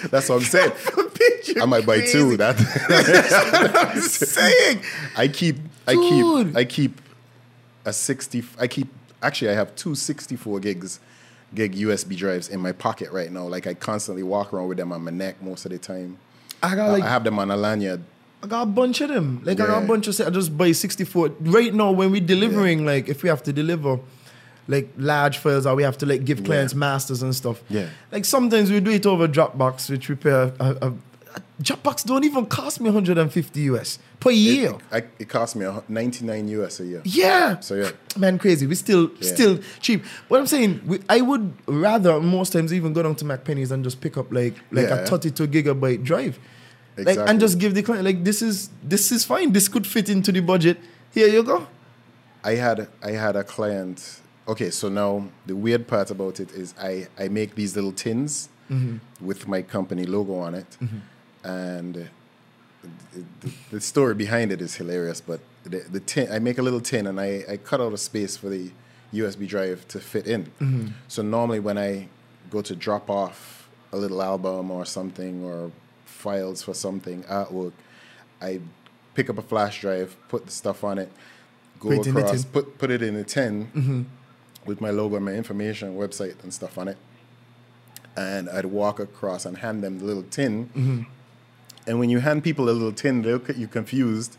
Speaker 2: That's what I'm saying.
Speaker 1: forbid you're
Speaker 2: I might buy
Speaker 1: crazy.
Speaker 2: two. That
Speaker 1: I'm saying.
Speaker 2: I keep I
Speaker 1: Dude.
Speaker 2: keep I keep a 60 I keep actually I have two 64 gigs gig USB drives in my pocket right now. Like I constantly walk around with them on my neck most of the time.
Speaker 1: I got
Speaker 2: I-
Speaker 1: like
Speaker 2: I have them on a lanyard.
Speaker 1: I got a bunch of them. Like I got a
Speaker 2: Yeah.
Speaker 1: bunch of set. I just buy 64. Right now, when we're delivering, like if we have to deliver like large files or we have to like give clients masters and stuff.
Speaker 2: Yeah.
Speaker 1: Like sometimes we do it over Dropbox, which we pay a, a, a, Dropbox don't even cost me 150 US per year.
Speaker 2: I, it cost me a hu- 99 US a year.
Speaker 1: yeah.
Speaker 2: So, yeah.
Speaker 1: Man, crazy. We still
Speaker 2: Yeah.
Speaker 1: still cheap. What I'm saying, we, I would rather most times even go down to MacPennies and just pick up like like
Speaker 2: Yeah.
Speaker 1: a 32 gigabyte drive. Like and
Speaker 2: Exactly.
Speaker 1: just give the client like this is this is fine. This could fit into the budget. Here you go.
Speaker 2: I had I had a client Okay, so now the weird part about it is I, I make these little tins with my company logo on it, and the, the story behind it is hilarious. But the, the tin, I make a little tin and I, I cut out a space for the USB drive to fit in.
Speaker 1: Mm-hmm.
Speaker 2: So normally when I go to drop off a little album or something or files for something artwork, I pick up a flash drive, put the stuff on it, go
Speaker 1: Put it in the
Speaker 2: across,
Speaker 1: tin. Mm-hmm.
Speaker 2: put put it in a tin with my logo and my information, website and stuff on it. And I'd walk across and hand them the little tin.
Speaker 1: Mm-hmm.
Speaker 2: And when you hand people a little tin, they look at you confused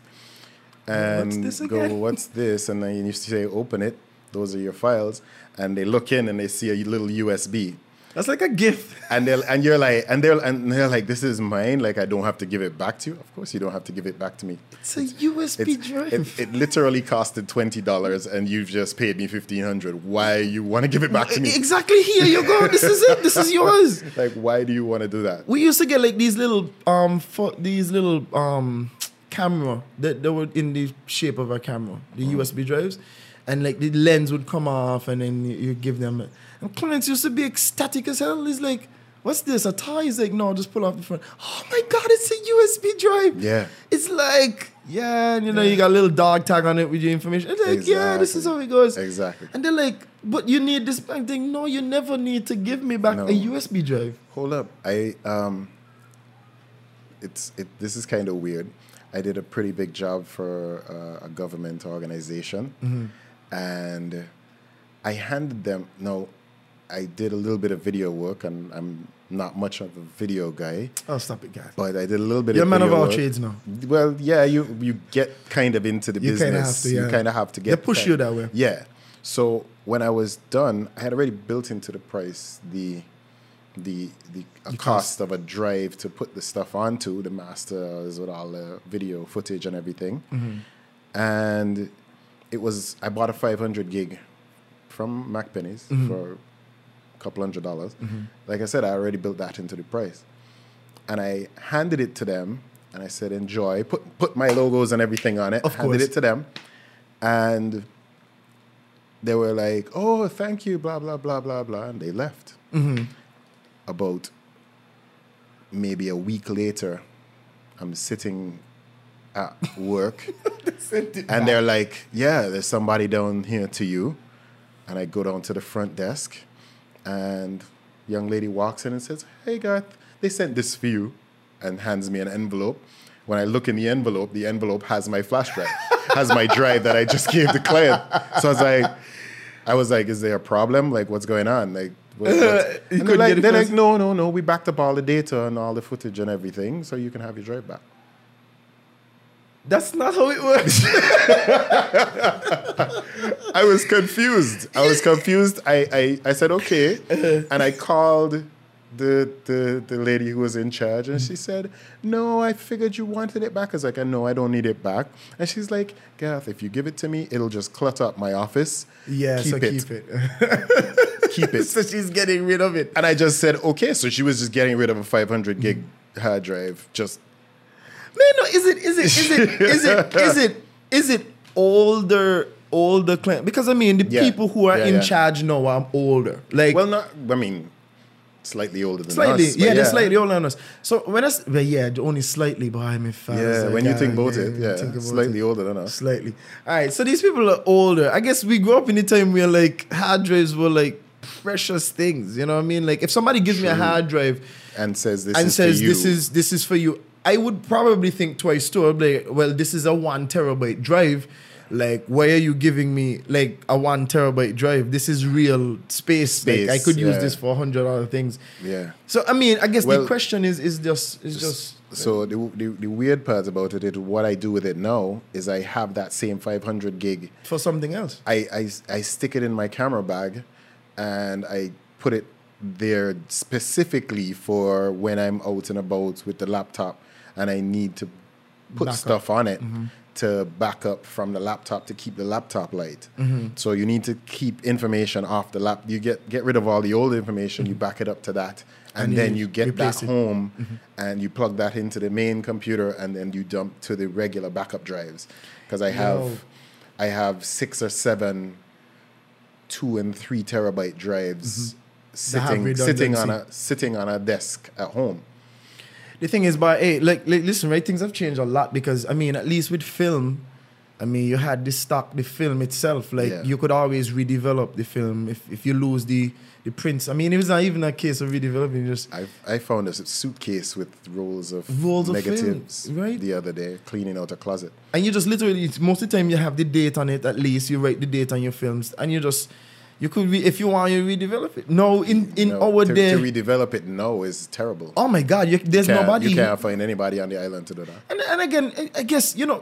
Speaker 2: and
Speaker 1: this
Speaker 2: go,
Speaker 1: again?
Speaker 2: What's this? And then you used to say, Open it. Those are your files. And they look in and they see a little USB.
Speaker 1: That's like a gift.
Speaker 2: And they'll and you're like and they're and they're like, This is mine, like I don't have to give it back to you. Of course you don't have to give it back to me.
Speaker 1: It's a USB
Speaker 2: It's-
Speaker 1: drive.
Speaker 2: It, it literally costed twenty dollars and you've just paid me fifteen hundred. Why you wanna give it back to me?
Speaker 1: E-, Exactly here you go. This is it. This is yours.
Speaker 2: Like why do you wanna do that?
Speaker 1: We used to get like these little um for these little um camera that they were in the shape of a camera, the
Speaker 2: Mm.
Speaker 1: USB drives, and like the lens would come off, and then you, you give them. it. And clients used to be ecstatic as hell. It's like, what's this? A tie? He's like, no, just pull off the front. Oh my god, it's a USB drive.
Speaker 2: Yeah.
Speaker 1: It's like. Yeah, and you know, you got a little dog tag on it with your information. It's like, yeah, this is
Speaker 2: Exactly.
Speaker 1: how it goes.
Speaker 2: Exactly.
Speaker 1: And they're like, but you need this back thing. No, you never need to give me back
Speaker 2: No.
Speaker 1: a USB drive.
Speaker 2: Hold up. I um it's it this is kind of weird. I did a pretty big job for uh, a government organization and I handed them no I did a little bit of video work and I'm not much of a video guy,
Speaker 1: Oh, stop it, guys.
Speaker 2: but I did a little bit
Speaker 1: You're a
Speaker 2: of
Speaker 1: man of
Speaker 2: video
Speaker 1: all
Speaker 2: work.
Speaker 1: trades now.
Speaker 2: Well, yeah, you you get kind of into the
Speaker 1: You
Speaker 2: business.
Speaker 1: kinda have to, yeah.
Speaker 2: You kind of have to
Speaker 1: They
Speaker 2: get
Speaker 1: push you that way.
Speaker 2: Yeah. So when I was done, I had already built into the price the the the a cost of a drive to put the stuff onto the masters with all the video footage and everything.
Speaker 1: Mm-hmm.
Speaker 2: And it was I bought a 500 gig from MacPennies
Speaker 1: Mm-hmm.
Speaker 2: for a couple hundred dollars. Like I said, I already built that into the price and I handed it to them and I said, enjoy. Put put my logos and everything on it.
Speaker 1: Of
Speaker 2: handed
Speaker 1: course.
Speaker 2: it to them. And they were like, oh, thank you, blah, blah, blah, blah, blah. And they left.
Speaker 1: Mm-hmm.
Speaker 2: About maybe a week later, I'm sitting at work and they're like, yeah, there's somebody down here to you. And I go down to the front desk and young lady walks in and says, hey, Garth, they sent this for you and hands me an envelope. When I look in the envelope, the envelope has my flash drive, has my drive that I just gave the client. So I was like, I was like, is there a problem? Like, what's going on? Like, what, what's-"
Speaker 1: You couldn't
Speaker 2: And they're
Speaker 1: get
Speaker 2: like,
Speaker 1: it
Speaker 2: they're
Speaker 1: close.
Speaker 2: like, no, no, no, we backed up all the data and all the footage and everything, so you can have your drive back.
Speaker 1: That's not how it works.
Speaker 2: I was confused. I was confused. I, I, I said, okay.
Speaker 1: Uh-huh.
Speaker 2: And I called the, the the lady who was in charge and she said, No, I figured you wanted it back. I was like, No, I don't need it back. And she's like, Gareth, if you give it to me, it'll just clutter up my office.
Speaker 1: yeah,
Speaker 2: keep
Speaker 1: so
Speaker 2: it.
Speaker 1: keep it.
Speaker 2: Keep it.
Speaker 1: so she's getting rid of it.
Speaker 2: and I just said, Okay. So she was just getting rid of a 500 gig hard drive. Just,
Speaker 1: No, no, is it is it is it is it is it is it older older client? Because I mean the
Speaker 2: Yeah.
Speaker 1: people who are
Speaker 2: Yeah,
Speaker 1: in
Speaker 2: yeah.
Speaker 1: charge now are older. Like
Speaker 2: well, not, I mean, slightly older than
Speaker 1: slightly.
Speaker 2: us. but
Speaker 1: yeah, they're slightly older than us. So when I s- well, yeah, only slightly behind me. fam. It's
Speaker 2: Yeah,
Speaker 1: like,
Speaker 2: when you
Speaker 1: ah,
Speaker 2: think about
Speaker 1: yeah,
Speaker 2: it,
Speaker 1: when you
Speaker 2: yeah,
Speaker 1: think about
Speaker 2: slightly
Speaker 1: it.
Speaker 2: older than us.
Speaker 1: Slightly. All right. So these people are older. I guess we grew up in a time where like hard drives were like precious things. You know what I mean? Like if somebody gives me a hard drive
Speaker 2: and says this
Speaker 1: and
Speaker 2: is
Speaker 1: says
Speaker 2: for you.
Speaker 1: this is this is for you, I would probably think twice too. I'd be like, well, this is a one terabyte drive. Like, why are you giving me like a one terabyte drive? This is real space.
Speaker 2: Space,
Speaker 1: like I could use
Speaker 2: yeah.
Speaker 1: this for a hundred other things.
Speaker 2: Yeah.
Speaker 1: So I mean, I guess the
Speaker 2: Well,
Speaker 1: question is is just is just
Speaker 2: So the, the, the weird part about it is what I do with it now is I have that same 500 gig.
Speaker 1: for something else.
Speaker 2: I, I, I stick it in my camera bag and I put it there specifically for when I'm out and about with the laptop and I need to put
Speaker 1: Back up. Mm-hmm.
Speaker 2: stuff on it to back up from the laptop to keep the laptop light.
Speaker 1: Mm-hmm.
Speaker 2: So you need to keep information off the lap. You get, get rid of all the old information, you back it up to that. And,
Speaker 1: Mm-hmm. And
Speaker 2: then
Speaker 1: you
Speaker 2: you get that
Speaker 1: replace it.
Speaker 2: home home
Speaker 1: Mm-hmm.
Speaker 2: and you plug that into the main computer and then you dump to the regular backup drives because i have
Speaker 1: Yo.
Speaker 2: i have six or seven two and three terabyte
Speaker 1: That
Speaker 2: drives
Speaker 1: Mm-hmm. have
Speaker 2: sitting sitting on a
Speaker 1: redundancy.
Speaker 2: sitting on a desk at home.
Speaker 1: The thing is, but hey, like, like listen, right? Things have changed a lot because I mean, at least with film, I mean, you had the stock, the film itself. Like
Speaker 2: Yeah.
Speaker 1: you could always redevelop the film if, if you lose the the prints. I mean, it was not even a case of redeveloping. Just
Speaker 2: I I found a suitcase with rolls of
Speaker 1: Rolls of
Speaker 2: negatives
Speaker 1: films, right?
Speaker 2: the other day cleaning out a closet.
Speaker 1: and you just literally it's- most of the time you have the date on it. At least you write the date on your films, and you just you could re- if you want you redevelop it. No, in in
Speaker 2: No,
Speaker 1: our
Speaker 2: to,
Speaker 1: day,
Speaker 2: to redevelop it now is terrible.
Speaker 1: oh my God, you, there's
Speaker 2: Can't-
Speaker 1: nobody.
Speaker 2: you can't find anybody on the island to do that.
Speaker 1: And, and again, I- I guess, you know,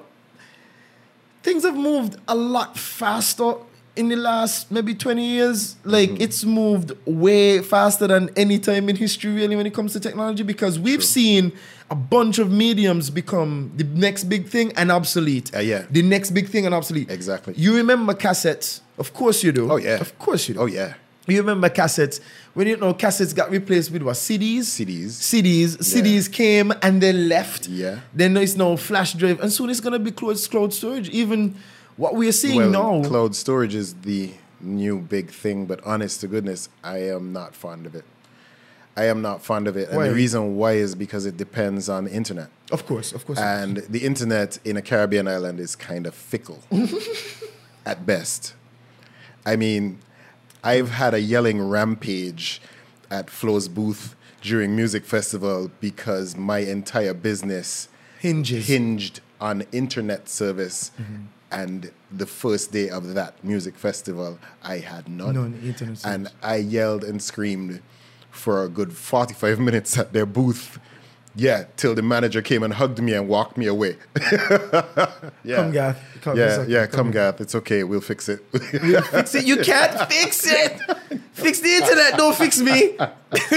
Speaker 1: things have moved a lot faster in the last maybe 20 years. Like,
Speaker 2: Mm-hmm.
Speaker 1: it's moved way faster than any time in history, really, when it comes to technology, because we've seen a bunch of mediums become the next big thing and obsolete.
Speaker 2: Uh, yeah.
Speaker 1: The next big thing and obsolete.
Speaker 2: Exactly.
Speaker 1: You remember cassettes? Of course you do.
Speaker 2: Oh yeah,
Speaker 1: Of course you do.
Speaker 2: Oh yeah,
Speaker 1: You remember cassettes? When you know cassettes got replaced with what CDs?
Speaker 2: CDs.
Speaker 1: CDs. CDs came and they left.
Speaker 2: Yeah.
Speaker 1: Then there's no flash drive, and soon it's gonna be cloud cloud storage. Even what we are
Speaker 2: well,
Speaker 1: seeing now.
Speaker 2: cloud storage is the new big thing, but honest to goodness, I am not fond of it. I am not fond of it, and
Speaker 1: Why?
Speaker 2: the reason why is because it depends on the internet,
Speaker 1: of course, of course.
Speaker 2: and the internet in a Caribbean island is kind of fickle, at best. I mean, I've had a yelling rampage at Flo's booth during music festival because my entire business
Speaker 1: Hinges.
Speaker 2: hinged on internet service. And the first day of that music festival, I had none.
Speaker 1: None, internet service.
Speaker 2: And I yelled and screamed for a good 45 minutes at their booth. Yeah, till the manager came and hugged me and walked me away. yeah.
Speaker 1: Come, Gath. Come,
Speaker 2: yeah,
Speaker 1: it's okay.
Speaker 2: yeah,
Speaker 1: Come,
Speaker 2: come, Gath. It's okay. We'll fix it.
Speaker 1: fix it. You can't fix it. Fix the internet. Don't fix me.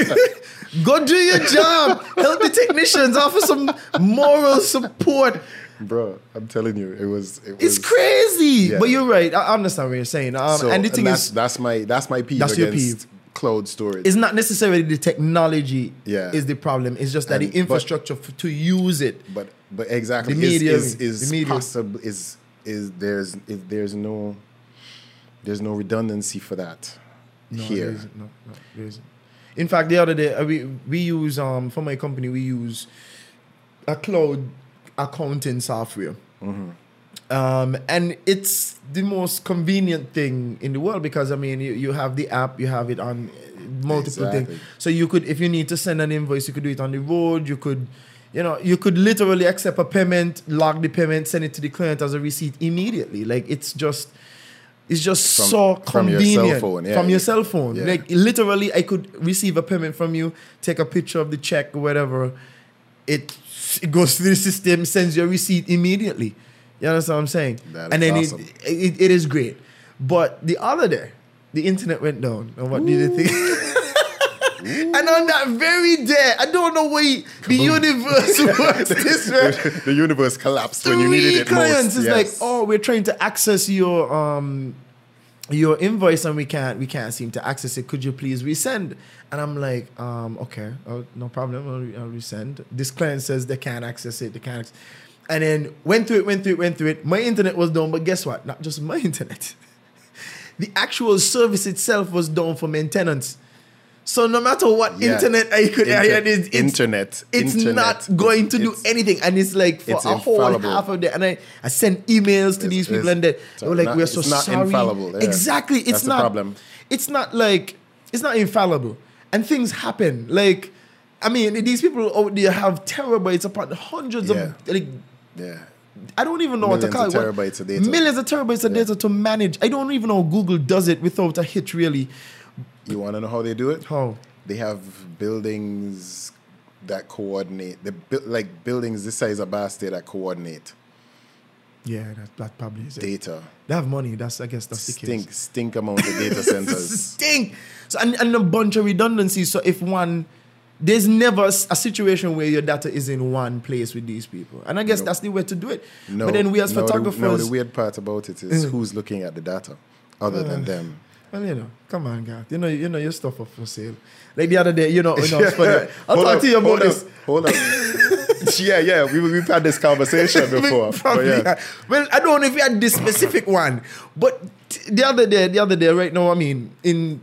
Speaker 1: Go do your job. Help the technicians. Offer some moral support.
Speaker 2: Bro, I'm telling you, it was. It
Speaker 1: It's
Speaker 2: was,
Speaker 1: crazy.
Speaker 2: Yeah.
Speaker 1: But you're right. I I understand what you're saying. Um,
Speaker 2: So,
Speaker 1: and the thing
Speaker 2: that's,
Speaker 1: is,
Speaker 2: that's my that's my peeve
Speaker 1: That's your
Speaker 2: against cloud storage.
Speaker 1: it's not necessarily the technology
Speaker 2: Yeah.
Speaker 1: is the problem. It's just that
Speaker 2: And-
Speaker 1: the
Speaker 2: but-
Speaker 1: infrastructure f- to use it.
Speaker 2: But but exactly
Speaker 1: The media,
Speaker 2: is is, is
Speaker 1: the media.
Speaker 2: possible is is there's is, there's no there's no redundancy for that here.
Speaker 1: No, no, there isn't. In fact, the other day uh, we we use um for my company we use a cloud accounting software.
Speaker 2: Mm-hmm.
Speaker 1: Um, and it's the most convenient thing in the world because I mean you, you have the app, you have it on uh, multiple
Speaker 2: Exactly.
Speaker 1: things. So you could if you need to send an invoice, you could do it on the road, you could you know, you could literally accept a payment, log the payment, send it to the client as a receipt immediately. Like it's just it's just
Speaker 2: From-
Speaker 1: so
Speaker 2: from your
Speaker 1: convenient.
Speaker 2: cell phone, yeah,
Speaker 1: from your
Speaker 2: yeah.
Speaker 1: cell phone.
Speaker 2: Yeah.
Speaker 1: Like literally I could receive a payment from you, take a picture of the check or whatever. It, it goes through the system, sends your receipt immediately. You understand what I'm saying?
Speaker 2: That
Speaker 1: and
Speaker 2: is
Speaker 1: then
Speaker 2: awesome.
Speaker 1: it, it it is great. But the other day, the internet went down. And what did you think? And on that very day, I don't know why the universe works this way
Speaker 2: the universe collapsed when you
Speaker 1: three
Speaker 2: needed it
Speaker 1: clients
Speaker 2: most.
Speaker 1: is
Speaker 2: yes.
Speaker 1: like, oh, we're trying to access your um your invoice and we can't we can't seem to access it. Could you please resend? And I'm like, um, okay, oh, no problem. I'll, re- I'll resend. This client says they can't access it. They can't. Access. And then went through it, went through it, went through it. My internet was down, but guess what? Not just my internet. the actual service itself was down for maintenance. So no matter what
Speaker 2: Yeah.
Speaker 1: internet I could, I
Speaker 2: Inter-
Speaker 1: had it- it's-
Speaker 2: internet,
Speaker 1: it's
Speaker 2: internet.
Speaker 1: not going to do
Speaker 2: It's-
Speaker 1: anything. And it's like for
Speaker 2: It's
Speaker 1: a whole
Speaker 2: infallible.
Speaker 1: half of the and I, I sent emails to
Speaker 2: It's-
Speaker 1: these people
Speaker 2: it's-
Speaker 1: and they, they were like,
Speaker 2: not-
Speaker 1: "We're so
Speaker 2: it's not
Speaker 1: sorry."
Speaker 2: infallible, yeah.
Speaker 1: Exactly, it's
Speaker 2: That's the
Speaker 1: not.
Speaker 2: problem.
Speaker 1: It's not like it's not infallible, and things happen. Like, I mean, these people out there have terabytes upon hundreds
Speaker 2: Yeah.
Speaker 1: of like.
Speaker 2: yeah.
Speaker 1: I don't even know what to call
Speaker 2: Millions
Speaker 1: it.
Speaker 2: of
Speaker 1: What-
Speaker 2: terabytes of data.
Speaker 1: Millions of terabytes of
Speaker 2: Yeah.
Speaker 1: data to manage. I don't even know how Google does it without a hitch, really.
Speaker 2: You want to know how they do it?
Speaker 1: How?
Speaker 2: They have buildings that coordinate. They built like buildings this size of Bastille that coordinate
Speaker 1: Yeah, that, that probably is it.
Speaker 2: data.
Speaker 1: They have money. That's I guess that's the case.
Speaker 2: Stink, stink amount of data centers.
Speaker 1: stink. So and, and a bunch of redundancies. So if one, there's never s- a situation where your data is in one place with these people, and I guess
Speaker 2: No.
Speaker 1: that's the way to do it.
Speaker 2: No,
Speaker 1: but then we as
Speaker 2: no, the-
Speaker 1: photographers,
Speaker 2: no, the weird part about it is who's looking at the data other than them.
Speaker 1: well, you know, come on, guys, you know, you know, your stuff up for sale. Like the other day, you know, you know it's funny. I'll
Speaker 2: Hold
Speaker 1: talk
Speaker 2: up,
Speaker 1: to you about
Speaker 2: hold up,
Speaker 1: this.
Speaker 2: Hold up. yeah, yeah, we, we've had this conversation before. but
Speaker 1: Probably,
Speaker 2: yeah.
Speaker 1: yeah. Well, I don't know if you had this specific one, but t- the other day, the other day, right now, I mean, in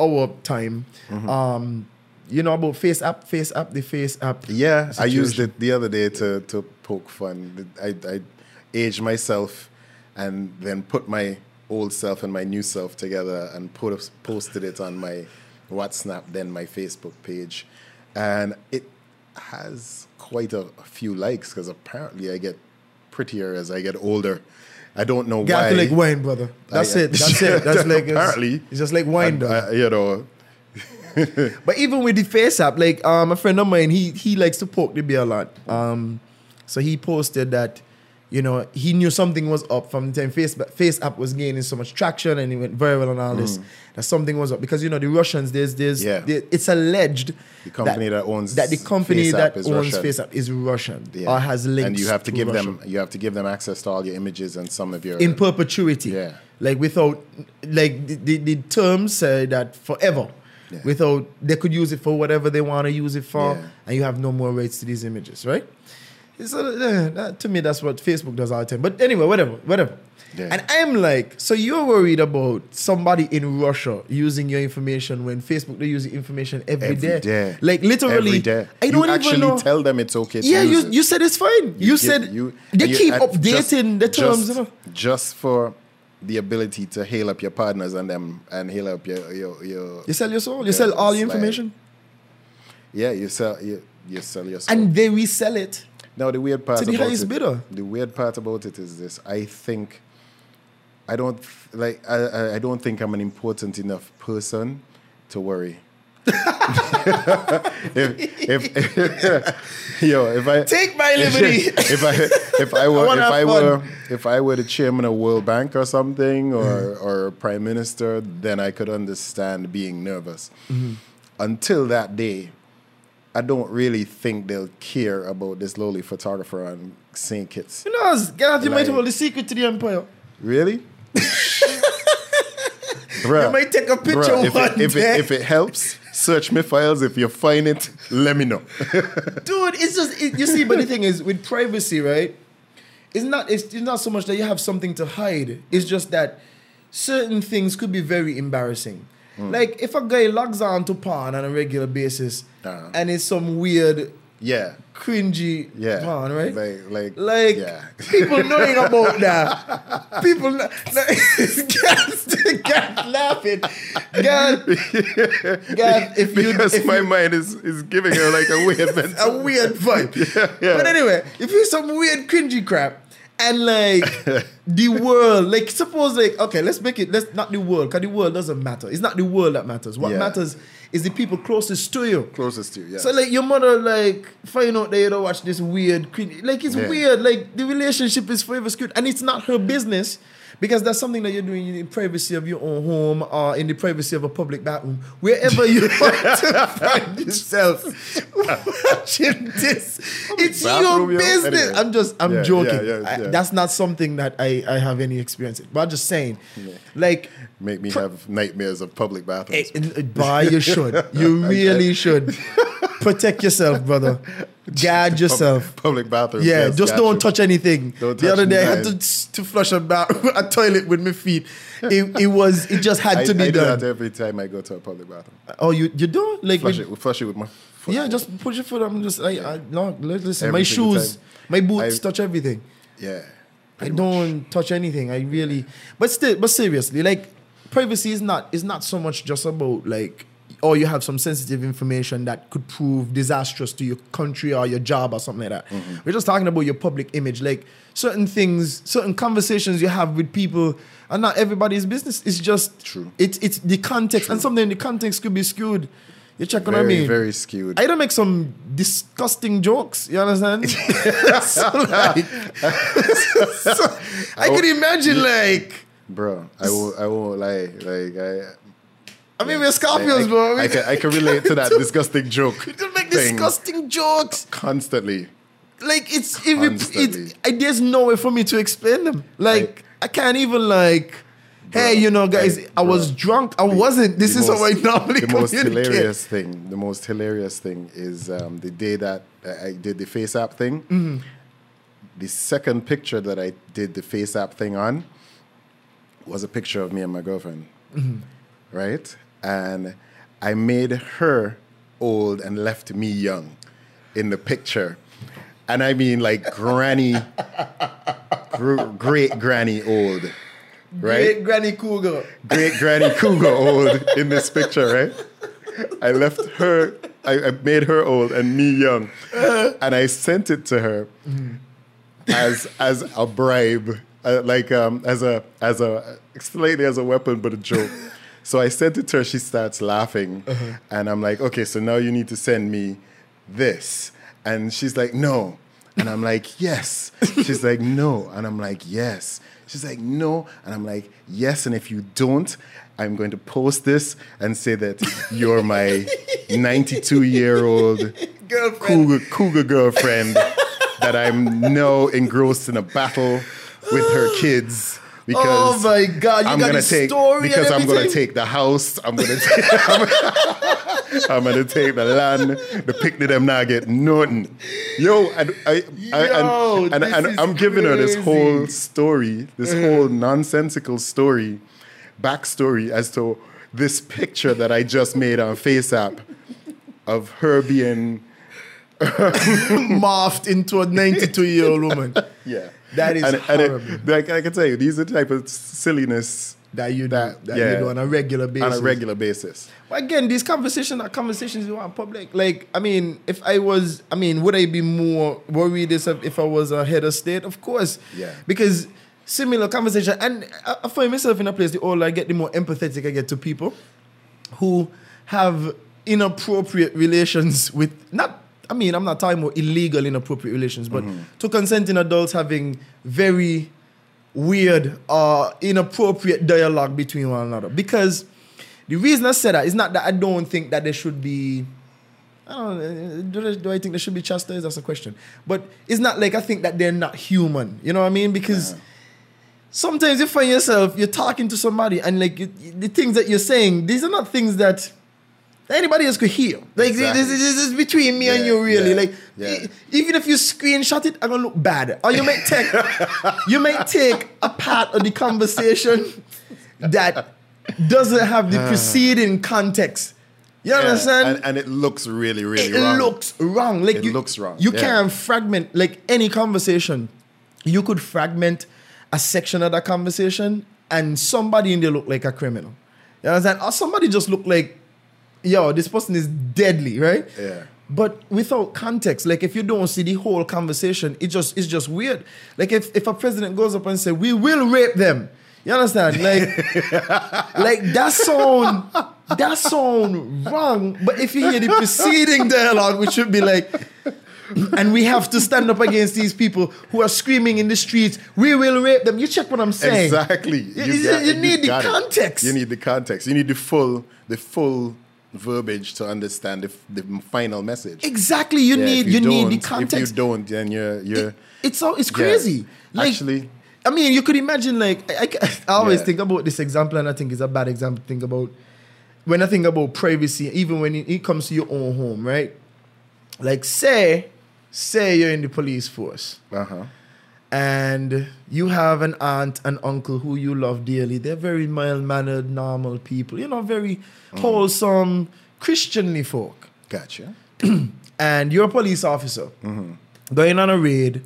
Speaker 1: our time,
Speaker 2: Mm-hmm.
Speaker 1: um, you know about face app, face app, the face app.
Speaker 2: Yeah, I used
Speaker 1: situation.
Speaker 2: it the other day to, to poke fun. I, I aged myself and then put my old self and my new self together and put up, posted it on my WhatsApp, then my Facebook page. And it has quite a, a few likes because apparently I get prettier as I get older. I don't know
Speaker 1: Got
Speaker 2: why.
Speaker 1: to like wine, brother. That's
Speaker 2: I-
Speaker 1: it. That's it. That's like it's-
Speaker 2: Apparently.
Speaker 1: it's just like wine,
Speaker 2: And,
Speaker 1: though.
Speaker 2: uh, you know,
Speaker 1: But even with the face app, like um, a friend of mine, he he likes to poke the bear a lot. Um, so he posted that, you know, he knew something was up from the time face face app was gaining so much traction and it went viral and all this. That something was up because you know the Russians, there's there's
Speaker 2: Mm. Yeah.
Speaker 1: there- it's alleged
Speaker 2: The company that owns
Speaker 1: that the company
Speaker 2: Face App
Speaker 1: that
Speaker 2: is
Speaker 1: owns
Speaker 2: Russian.
Speaker 1: face app is Russian
Speaker 2: Yeah.
Speaker 1: or has links.
Speaker 2: and you have to, give
Speaker 1: Russia
Speaker 2: them you have to give them access to all your images and some of your
Speaker 1: in perpetuity.
Speaker 2: Yeah.
Speaker 1: Like without, like the, the, the term said that forever.
Speaker 2: Yeah.
Speaker 1: Without, they could use it for whatever they want to use it for,
Speaker 2: Yeah.
Speaker 1: and you have no more rights to these images, right? So uh, that, to me, that's what Facebook does all the time. But anyway, whatever, whatever.
Speaker 2: Yeah.
Speaker 1: And I'm like, so you're worried about somebody in Russia using your information when Facebook they use your information
Speaker 2: every day.
Speaker 1: Like literally,
Speaker 2: Every day.
Speaker 1: I don't
Speaker 2: you
Speaker 1: even
Speaker 2: actually
Speaker 1: know.
Speaker 2: tell them it's okay. To
Speaker 1: yeah,
Speaker 2: use
Speaker 1: you
Speaker 2: it.
Speaker 1: you said it's fine. You,
Speaker 2: give-
Speaker 1: said
Speaker 2: you-
Speaker 1: they
Speaker 2: and you-
Speaker 1: keep
Speaker 2: and just-
Speaker 1: updating the terms.
Speaker 2: Just,
Speaker 1: you know?
Speaker 2: just for the ability to hail up your partners and them and hail up your your, your
Speaker 1: You sell your soul. You
Speaker 2: Yeah,
Speaker 1: sell all your
Speaker 2: it's like-
Speaker 1: information,
Speaker 2: yeah you sell you, you sell your soul.
Speaker 1: and they resell it.
Speaker 2: Now the weird part
Speaker 1: To the
Speaker 2: about
Speaker 1: highest
Speaker 2: it,
Speaker 1: bidder.
Speaker 2: The weird part about it is this: I think I don't th- like I- I, I don't think I'm an important enough person to worry. if, if, yo, if I
Speaker 1: Take my liberty.
Speaker 2: if I if I were
Speaker 1: wanna
Speaker 2: if I
Speaker 1: have
Speaker 2: were
Speaker 1: fun.
Speaker 2: if I were the chairman of World Bank or something or
Speaker 1: Mm-hmm.
Speaker 2: or prime minister, then I could understand being nervous.
Speaker 1: Mm-hmm.
Speaker 2: Until that day, I don't really think they'll care about this lowly photographer on St. Kitts.
Speaker 1: You know, us, get out your mind
Speaker 2: Like-
Speaker 1: about the secret to the empire.
Speaker 2: Really? Bruh,
Speaker 1: You might take a picture
Speaker 2: bruh, if,
Speaker 1: one
Speaker 2: it, if,
Speaker 1: day.
Speaker 2: it, if it helps, search my files. If you find it, let me know.
Speaker 1: Dude, it's just it, you see. But the thing is, with privacy, right? It's not. It's, it's not so much that you have something to hide. It's just that certain things could be very embarrassing.
Speaker 2: Hmm.
Speaker 1: Like if a guy logs on to porn on a regular basis,
Speaker 2: Uh-huh.
Speaker 1: and it's some weird,
Speaker 2: yeah,
Speaker 1: cringy
Speaker 2: yeah.
Speaker 1: porn, right?
Speaker 2: Like, like,
Speaker 1: Like
Speaker 2: yeah.
Speaker 1: people knowing about that. People kn- like, God laughing. God, God, if you
Speaker 2: because
Speaker 1: if
Speaker 2: my
Speaker 1: you-
Speaker 2: mind is, is giving her like a weird
Speaker 1: a
Speaker 2: mental.
Speaker 1: weird vibe.
Speaker 2: yeah.
Speaker 1: But anyway, if you some weird cringy crap and like the world, like suppose like okay, let's make it let's not the world, because the world doesn't matter. It's not the world that matters. What
Speaker 2: Yeah.
Speaker 1: matters is the people closest to you.
Speaker 2: Closest to you, yeah.
Speaker 1: So like your mother like find out that you don't watch this weird cringy like it's
Speaker 2: Yeah.
Speaker 1: weird like the relationship is forever screwed and it's not her business because that's something that you're doing in the privacy of your own home or in the privacy of a public bathroom wherever you want to find yourself watching this it's your
Speaker 2: bathroom, yo.
Speaker 1: business
Speaker 2: Anyway.
Speaker 1: I'm just I'm
Speaker 2: Yeah,
Speaker 1: joking
Speaker 2: yeah, yeah,
Speaker 1: I-
Speaker 2: yeah.
Speaker 1: that's not something that I, I have any experience in but I'm just saying like
Speaker 2: Make me have nightmares of public bathrooms.
Speaker 1: Eh, eh, Boy, you should. You really should. Protect yourself, brother. Guard yourself.
Speaker 2: Public bathrooms.
Speaker 1: Yeah,
Speaker 2: yes,
Speaker 1: just
Speaker 2: got
Speaker 1: don't
Speaker 2: you.
Speaker 1: touch anything.
Speaker 2: Don't
Speaker 1: the
Speaker 2: touch
Speaker 1: other day, I had
Speaker 2: mine.
Speaker 1: to, to flush a, ba- a toilet with my feet. It, it was, it just had
Speaker 2: I,
Speaker 1: to be
Speaker 2: I
Speaker 1: done.
Speaker 2: do that every time I go to a public bathroom.
Speaker 1: oh, you you do like
Speaker 2: Flush
Speaker 1: with-
Speaker 2: it, flush it with my. foot.
Speaker 1: yeah, just put your foot. I'm just like, I, no, li- listen,
Speaker 2: Every
Speaker 1: my
Speaker 2: single
Speaker 1: shoes,
Speaker 2: time.
Speaker 1: my boots
Speaker 2: I-
Speaker 1: touch everything.
Speaker 2: yeah.
Speaker 1: I don't touch anything. I really, but still, but seriously, like privacy is not is not so much just about like or you have some sensitive information that could prove disastrous to your country or your job or something like that.
Speaker 2: Mm-hmm.
Speaker 1: We're just talking about your public image, like certain things, certain conversations you have with people, are not everybody's business. It's just
Speaker 2: True.
Speaker 1: It's it's the context, and something in the context could be skewed. You check what I
Speaker 2: Very,
Speaker 1: mean?
Speaker 2: very skewed.
Speaker 1: I don't make some disgusting jokes. You understand? so like, so I could imagine like
Speaker 2: Bro, I won't, I won't lie. Like, I.
Speaker 1: I mean we're
Speaker 2: I,
Speaker 1: scorpions, bro.
Speaker 2: I, I, can, I can relate to that disgusting joke.
Speaker 1: We just make
Speaker 2: thing
Speaker 1: disgusting jokes.
Speaker 2: Constantly.
Speaker 1: Like it's if it,
Speaker 2: Constantly.
Speaker 1: it, I there's no way for me to explain them. Like I can't even like. Hey, you know, guys,
Speaker 2: Hey,
Speaker 1: I was
Speaker 2: bro.
Speaker 1: drunk. I wasn't. This
Speaker 2: The
Speaker 1: is
Speaker 2: most-
Speaker 1: how I normally
Speaker 2: The most
Speaker 1: communicate.
Speaker 2: hilarious thing. The most hilarious thing is um, the day that I I did the face app thing.
Speaker 1: Mm-hmm.
Speaker 2: The second picture that I did the face app thing on was a picture of me and my girlfriend,
Speaker 1: Mm-hmm.
Speaker 2: right? And I made her old and left me young in the picture. And I mean like granny, gr- great granny old, right?
Speaker 1: Great Granny Cougar.
Speaker 2: great granny cougar old in this picture, right? I left her, I, I made her old and me young, and I sent it to her as as a bribe, uh, like um, as a as a slightly as a weapon, but a joke. So I sent it to her. She starts laughing, and I'm like, okay, so now you need to send me this, and she's like, no. And I'm like, yes. She's like, no. And I'm like, yes. She's like, no. And I'm like, yes. And if you don't, I'm going to post this and say that you're my 92 year old
Speaker 1: Girlfriend.
Speaker 2: cougar, cougar girlfriend that I'm now engrossed in a battle with her kids. Because
Speaker 1: Oh my God, you
Speaker 2: I'm
Speaker 1: got
Speaker 2: gonna
Speaker 1: his
Speaker 2: take
Speaker 1: story and
Speaker 2: because I'm gonna
Speaker 1: everything?
Speaker 2: take the house. I'm gonna take, I'm, gonna take the land. The picnic I'm not getting nothing. Yo, and I, I
Speaker 1: Yo,
Speaker 2: and, and,
Speaker 1: this
Speaker 2: and
Speaker 1: is
Speaker 2: I'm giving her this whole
Speaker 1: crazy.
Speaker 2: story, this whole nonsensical story, backstory as to this picture that I just made on FaceApp of her being
Speaker 1: Morphed into a 92 year old woman.
Speaker 2: Yeah,
Speaker 1: That is
Speaker 2: and, and it-
Speaker 1: horrible.
Speaker 2: like I can tell you, these are the type of silliness
Speaker 1: That you that, that
Speaker 2: yeah.
Speaker 1: you do on a regular basis.
Speaker 2: on a regular basis.
Speaker 1: But again, these conversations are conversations you want public. Like, I mean, if I was, I mean, would I be more worried as if if I was a head of state? Of course.
Speaker 2: Yeah.
Speaker 1: Because similar conversation, and I, I find myself in a place the older I get, the more empathetic I get to people who have inappropriate relations with not. I mean, I'm not talking about illegal inappropriate relations, but to consenting adults having very weird or inappropriate dialogue between one another. Because the reason I said that is not that I don't think that there should be. I don't, uh, do, they- do I think there should be chastised? That's a question. But it's not like I think that they're not human. You know what I mean? Because sometimes you find yourself you're talking to somebody and like you, you- the things that you're saying, these are not things that anybody else could hear. Like this-
Speaker 2: Exactly.
Speaker 1: this, is- this is between me and
Speaker 2: Yeah,
Speaker 1: you, really.
Speaker 2: yeah,
Speaker 1: like
Speaker 2: yeah.
Speaker 1: e- even if you screenshot it, I'm gonna look bad. Or you might take you might take a part of the conversation that doesn't have the preceding context. You
Speaker 2: Ah. Yeah,
Speaker 1: understand?
Speaker 2: And, and it looks really, really
Speaker 1: it
Speaker 2: wrong.
Speaker 1: looks wrong. Like
Speaker 2: It
Speaker 1: you,
Speaker 2: looks wrong,
Speaker 1: You
Speaker 2: yeah.
Speaker 1: can fragment like any conversation. You could fragment a section of that conversation, and somebody in there look like a criminal. You understand? Or somebody just look like, yo, this person is deadly, right?
Speaker 2: Yeah.
Speaker 1: But without context, like if you don't see the whole conversation, it just it's just weird. Like if, if a president goes up and say, "We will rape them," you understand? Like like that sound that sound wrong but if you hear the preceding dialogue which should be like and we have to stand up against these people who are screaming in the streets we will rape them you check what i'm saying
Speaker 2: exactly.
Speaker 1: you, you- you need the
Speaker 2: got it.
Speaker 1: context
Speaker 2: You need the context. You need the full, the full verbiage to understand the, f- the final message.
Speaker 1: exactly you
Speaker 2: Yeah,
Speaker 1: need
Speaker 2: if
Speaker 1: you, need the
Speaker 2: don't- If
Speaker 1: context
Speaker 2: you don't, then you're you're.
Speaker 1: it's so it's crazy like
Speaker 2: Actually-
Speaker 1: i mean you could imagine like i, I- I always
Speaker 2: Yeah.
Speaker 1: think about this example and i think it's a bad example to think about when i think about privacy even when it, it comes to your own home right like say say you're in the police force
Speaker 2: Uh huh.
Speaker 1: and you have an aunt and uncle who you love dearly. They're very mild mannered, normal people, you know, very wholesome, Christianly folk.
Speaker 2: Gotcha.
Speaker 1: And you're a police officer
Speaker 2: Mm-hmm.
Speaker 1: going on a raid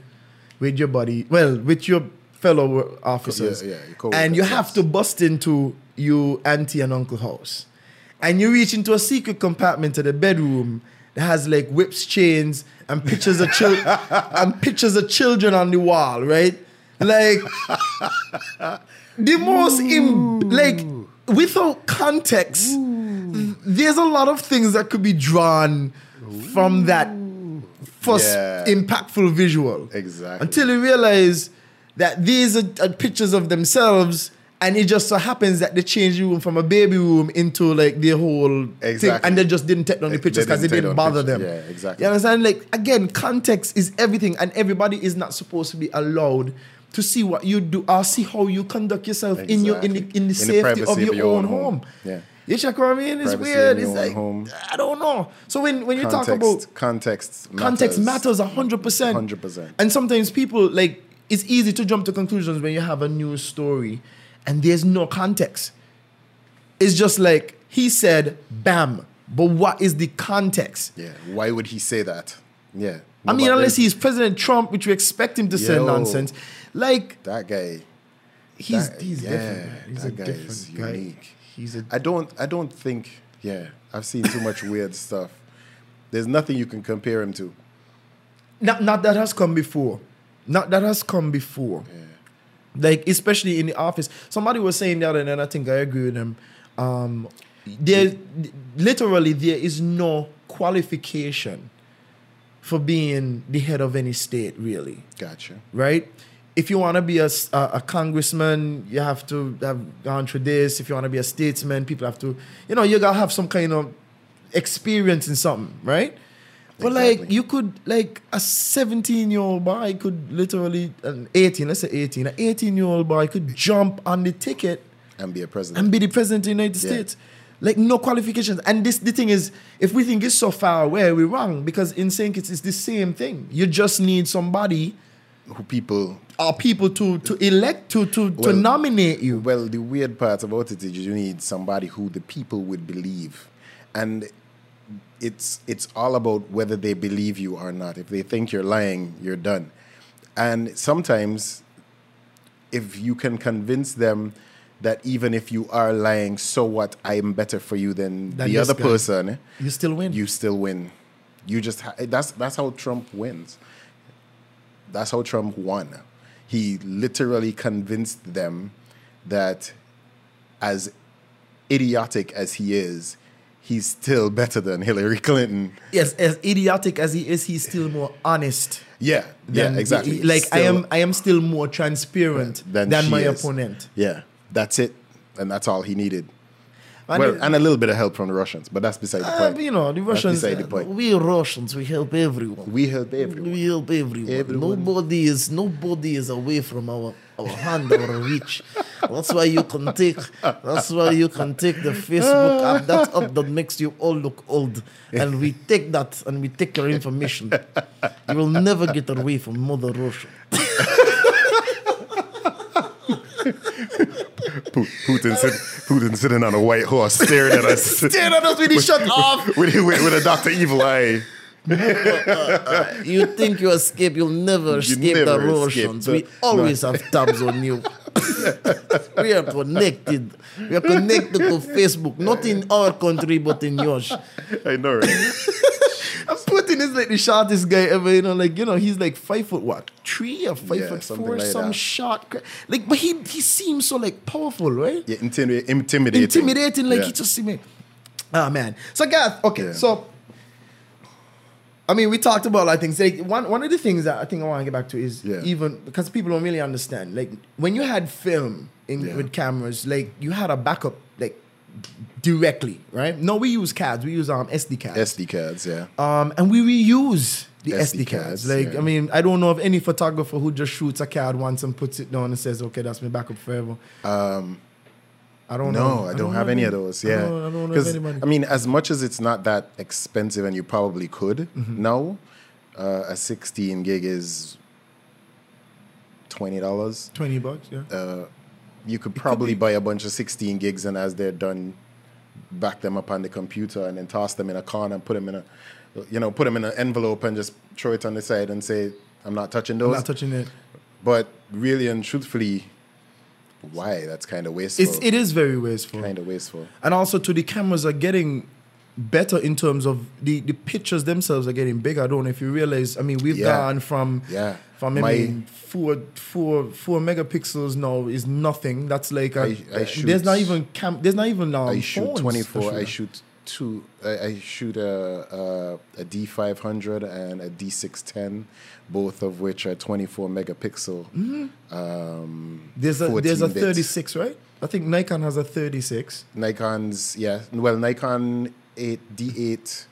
Speaker 1: with your buddy, well, with your fellow wo- officers.
Speaker 2: yeah, your coworkers,
Speaker 1: and you
Speaker 2: yes.
Speaker 1: have to bust into your auntie and uncle house. And you reach into a secret compartment of the bedroom that has like whips, chains, and pictures of children and pictures of children on the wall, right? Like the most Im- like without context, th- there's a lot of things that could be drawn from that first
Speaker 2: Yeah.
Speaker 1: impactful visual.
Speaker 2: Exactly.
Speaker 1: Until you realize that these are, are pictures of themselves, and it just so happens that they changed the room from a baby room into like their whole thing,
Speaker 2: Exactly.
Speaker 1: and they just didn't take down the
Speaker 2: They-
Speaker 1: pictures
Speaker 2: they
Speaker 1: because they
Speaker 2: didn't take
Speaker 1: didn't
Speaker 2: down
Speaker 1: bother them.
Speaker 2: pictures. Yeah, exactly.
Speaker 1: You understand? Like again, context is everything, and everybody is not supposed to be allowed. To see what you do, or see how you conduct yourself in your in the,
Speaker 2: Exactly.
Speaker 1: in
Speaker 2: In
Speaker 1: the
Speaker 2: the
Speaker 1: safety of
Speaker 2: privacy
Speaker 1: your, own, home.
Speaker 2: Yeah.
Speaker 1: you check what I mean. It's
Speaker 2: Privacy
Speaker 1: weird.
Speaker 2: in
Speaker 1: It's
Speaker 2: your own
Speaker 1: like
Speaker 2: home.
Speaker 1: I don't know. So when when you
Speaker 2: Context,
Speaker 1: talk about
Speaker 2: context. Matters.
Speaker 1: context matters a hundred percent.
Speaker 2: 100%.
Speaker 1: And sometimes people like it's easy to jump to conclusions when you have a news story and there's no context. It's just like he said, bam. But what is the context?
Speaker 2: Yeah. Why would he say that? Yeah.
Speaker 1: I mean,
Speaker 2: Nobody-
Speaker 1: unless he's President Trump, which we expect him to say
Speaker 2: Yo.
Speaker 1: nonsense. Like
Speaker 2: that guy.
Speaker 1: he's
Speaker 2: That-
Speaker 1: he's
Speaker 2: yeah,
Speaker 1: different. man. He's
Speaker 2: that
Speaker 1: a
Speaker 2: guy
Speaker 1: different
Speaker 2: is
Speaker 1: guy.
Speaker 2: unique.
Speaker 1: He's a
Speaker 2: I don't. I don't think. Yeah, I've seen too much weird stuff. There's nothing you can compare him to.
Speaker 1: not not that has come before. Not that has come before. Like especially in the office, somebody was saying that, and then I think I agree with him. Um, there, literally, there is no qualification for being the head of any state, really
Speaker 2: Gotcha.
Speaker 1: right? If you want to be a, s- a- a congressman, you have to have gone through this. If you want to be a statesman, people have to, you know, you gotta have some kind of experience in something, right? But like
Speaker 2: Exactly.
Speaker 1: you could like a 17 year old boy could literally an 18, let's say 18, an 18 year old boy could jump on the ticket
Speaker 2: And be a president.
Speaker 1: and be the president of the United
Speaker 2: Yeah.
Speaker 1: States. Like no qualifications. And this the thing is, if we think it's so far away, we're wrong because in St. Kitts it's the same thing. You just need somebody
Speaker 2: who people.
Speaker 1: are people to to elect to to to
Speaker 2: Well-
Speaker 1: nominate you.
Speaker 2: Well, the weird part about it is you need somebody who the people would believe, and it's it's all about whether they believe you or not. If they think you're lying, you're done. And sometimes if you can convince them that even if you are lying, so what? I am better for you than,
Speaker 1: Than
Speaker 2: the
Speaker 1: this
Speaker 2: other
Speaker 1: guy.
Speaker 2: person.
Speaker 1: You still win.
Speaker 2: You still win. You just ha- eh, that's that's how Trump wins. That's how Trump won. He literally convinced them that, as idiotic as he is, he's still better than Hillary Clinton.
Speaker 1: yes, as idiotic as he is, he's still more honest.
Speaker 2: Yeah,
Speaker 1: than
Speaker 2: yeah, exactly.
Speaker 1: he- like I
Speaker 2: Still-
Speaker 1: am, I am still more transparent than,
Speaker 2: she
Speaker 1: my
Speaker 2: is.
Speaker 1: opponent.
Speaker 2: Yeah, that's it, and that's all he needed.
Speaker 1: And
Speaker 2: well,
Speaker 1: it-
Speaker 2: and a little bit of help from the Russians, but that's beside the
Speaker 1: uh,
Speaker 2: point.
Speaker 1: you know, the
Speaker 2: That's
Speaker 1: Russians. uh,
Speaker 2: beside the point.
Speaker 1: We Russians, we help everyone.
Speaker 2: We help everyone.
Speaker 1: We help everyone.
Speaker 2: Everyone.
Speaker 1: Nobody is nobody is away from our our hand or reach. That's why you can take. That's why you can take the Facebook app. That app that makes you all look old, and we take that and we take your information. You will never get away from Mother Russia.
Speaker 2: Pu- Putin, sit, Putin sitting on a white horse, staring at us.
Speaker 1: Staring at us with his shirt off.
Speaker 2: with, with, with a Doctor Evil eye.
Speaker 1: You think you escape? You'll never escape the
Speaker 2: never escape
Speaker 1: Russians.
Speaker 2: the-
Speaker 1: we always have tabs on you. we are connected. We are connected to Facebook, not in our country but in yours.
Speaker 2: I know, right?
Speaker 1: Putin is like the shortest guy ever. You know, like you know, he's like five foot what, three or five
Speaker 2: Yeah,
Speaker 1: foot
Speaker 2: something
Speaker 1: four,
Speaker 2: like
Speaker 1: some
Speaker 2: that.
Speaker 1: short. cra- Like, but he he seems so like powerful, right?
Speaker 2: Yeah, intimi- intimidating.
Speaker 1: intimidating. Like
Speaker 2: yeah.
Speaker 1: he just see me. Ah man. So guys, okay,
Speaker 2: Yeah.
Speaker 1: so I mean we talked about a lot of things. Like one one of the things that I think I want to get back to is
Speaker 2: Yeah.
Speaker 1: even because people don't really understand. Like when you had film in
Speaker 2: Yeah.
Speaker 1: with cameras, like you had a backup like directly, right? No, we use cards, we use um SD cards.
Speaker 2: SD cards. Yeah,
Speaker 1: Um, and we reuse the SD,
Speaker 2: SD
Speaker 1: cards.
Speaker 2: cards,
Speaker 1: Like,
Speaker 2: yeah.
Speaker 1: I mean, I don't know of any photographer who just shoots a card once and puts it down and says, "Okay, that's my backup forever." Um, I don't know.
Speaker 2: no, I don't, have any of those.
Speaker 1: I
Speaker 2: Yeah,
Speaker 1: don't, I don't know
Speaker 2: 'Cause,
Speaker 1: of anybody.
Speaker 2: I mean, as much as it's not that expensive, and you probably could
Speaker 1: Mm-hmm.
Speaker 2: now, uh, a 16 gig is twenty dollars.
Speaker 1: twenty bucks. Yeah.
Speaker 2: You could probably buy a bunch of 16 gigs, and as they're done, back them up on the computer, and then toss them in a corner and put them in a, you know, put them in an envelope and just throw it on the side and say, "I'm not touching those."
Speaker 1: I'm not touching it.
Speaker 2: But really and truthfully, why? That's kind of wasteful.
Speaker 1: It's it is very wasteful.
Speaker 2: kind of wasteful.
Speaker 1: And also, too, the cameras are getting better in terms of the the pictures themselves are getting bigger. I don't know if you realize. I mean, we've
Speaker 2: Yeah.
Speaker 1: gone from
Speaker 2: Yeah.
Speaker 1: from I
Speaker 2: My-
Speaker 1: mean, four four four megapixels now is nothing. That's like a,
Speaker 2: I- I
Speaker 1: there's
Speaker 2: shoot-
Speaker 1: not even cam. There's not even um,
Speaker 2: I shoot
Speaker 1: phones to
Speaker 2: 24.
Speaker 1: shoot
Speaker 2: I
Speaker 1: on.
Speaker 2: shoot two. I, I shoot a, a a D500 and a D610, both of which are 24 megapixel.
Speaker 1: Mm-hmm.
Speaker 2: Um,
Speaker 1: There's a there's a
Speaker 2: 14 bit.
Speaker 1: 36, right? I think Nikon has a 36.
Speaker 2: Nikon's yeah. Well, Nikon 8 D8.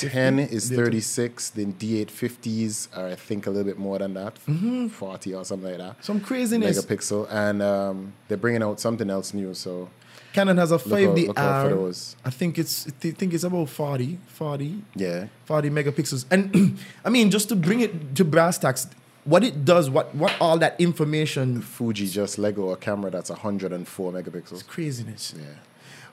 Speaker 2: 10 is
Speaker 1: D8.
Speaker 2: 36, then D850s are, I think, a little bit more than that,
Speaker 9: Mm-hmm.
Speaker 2: 40 or something like that.
Speaker 1: Some craziness.
Speaker 2: megapixel, and um, they're bringing out something else new. So
Speaker 1: Canon has a
Speaker 2: out-
Speaker 1: 5D
Speaker 2: look out for
Speaker 1: R.
Speaker 2: those.
Speaker 1: I think it's I think it's about 40, 40,
Speaker 2: yeah,
Speaker 1: 40 megapixels. And I mean, just to bring it to brass tacks,
Speaker 9: what it does, what what all that information
Speaker 2: Fuji just Lego a camera that's 104 megapixels.
Speaker 9: craziness.
Speaker 2: Yeah.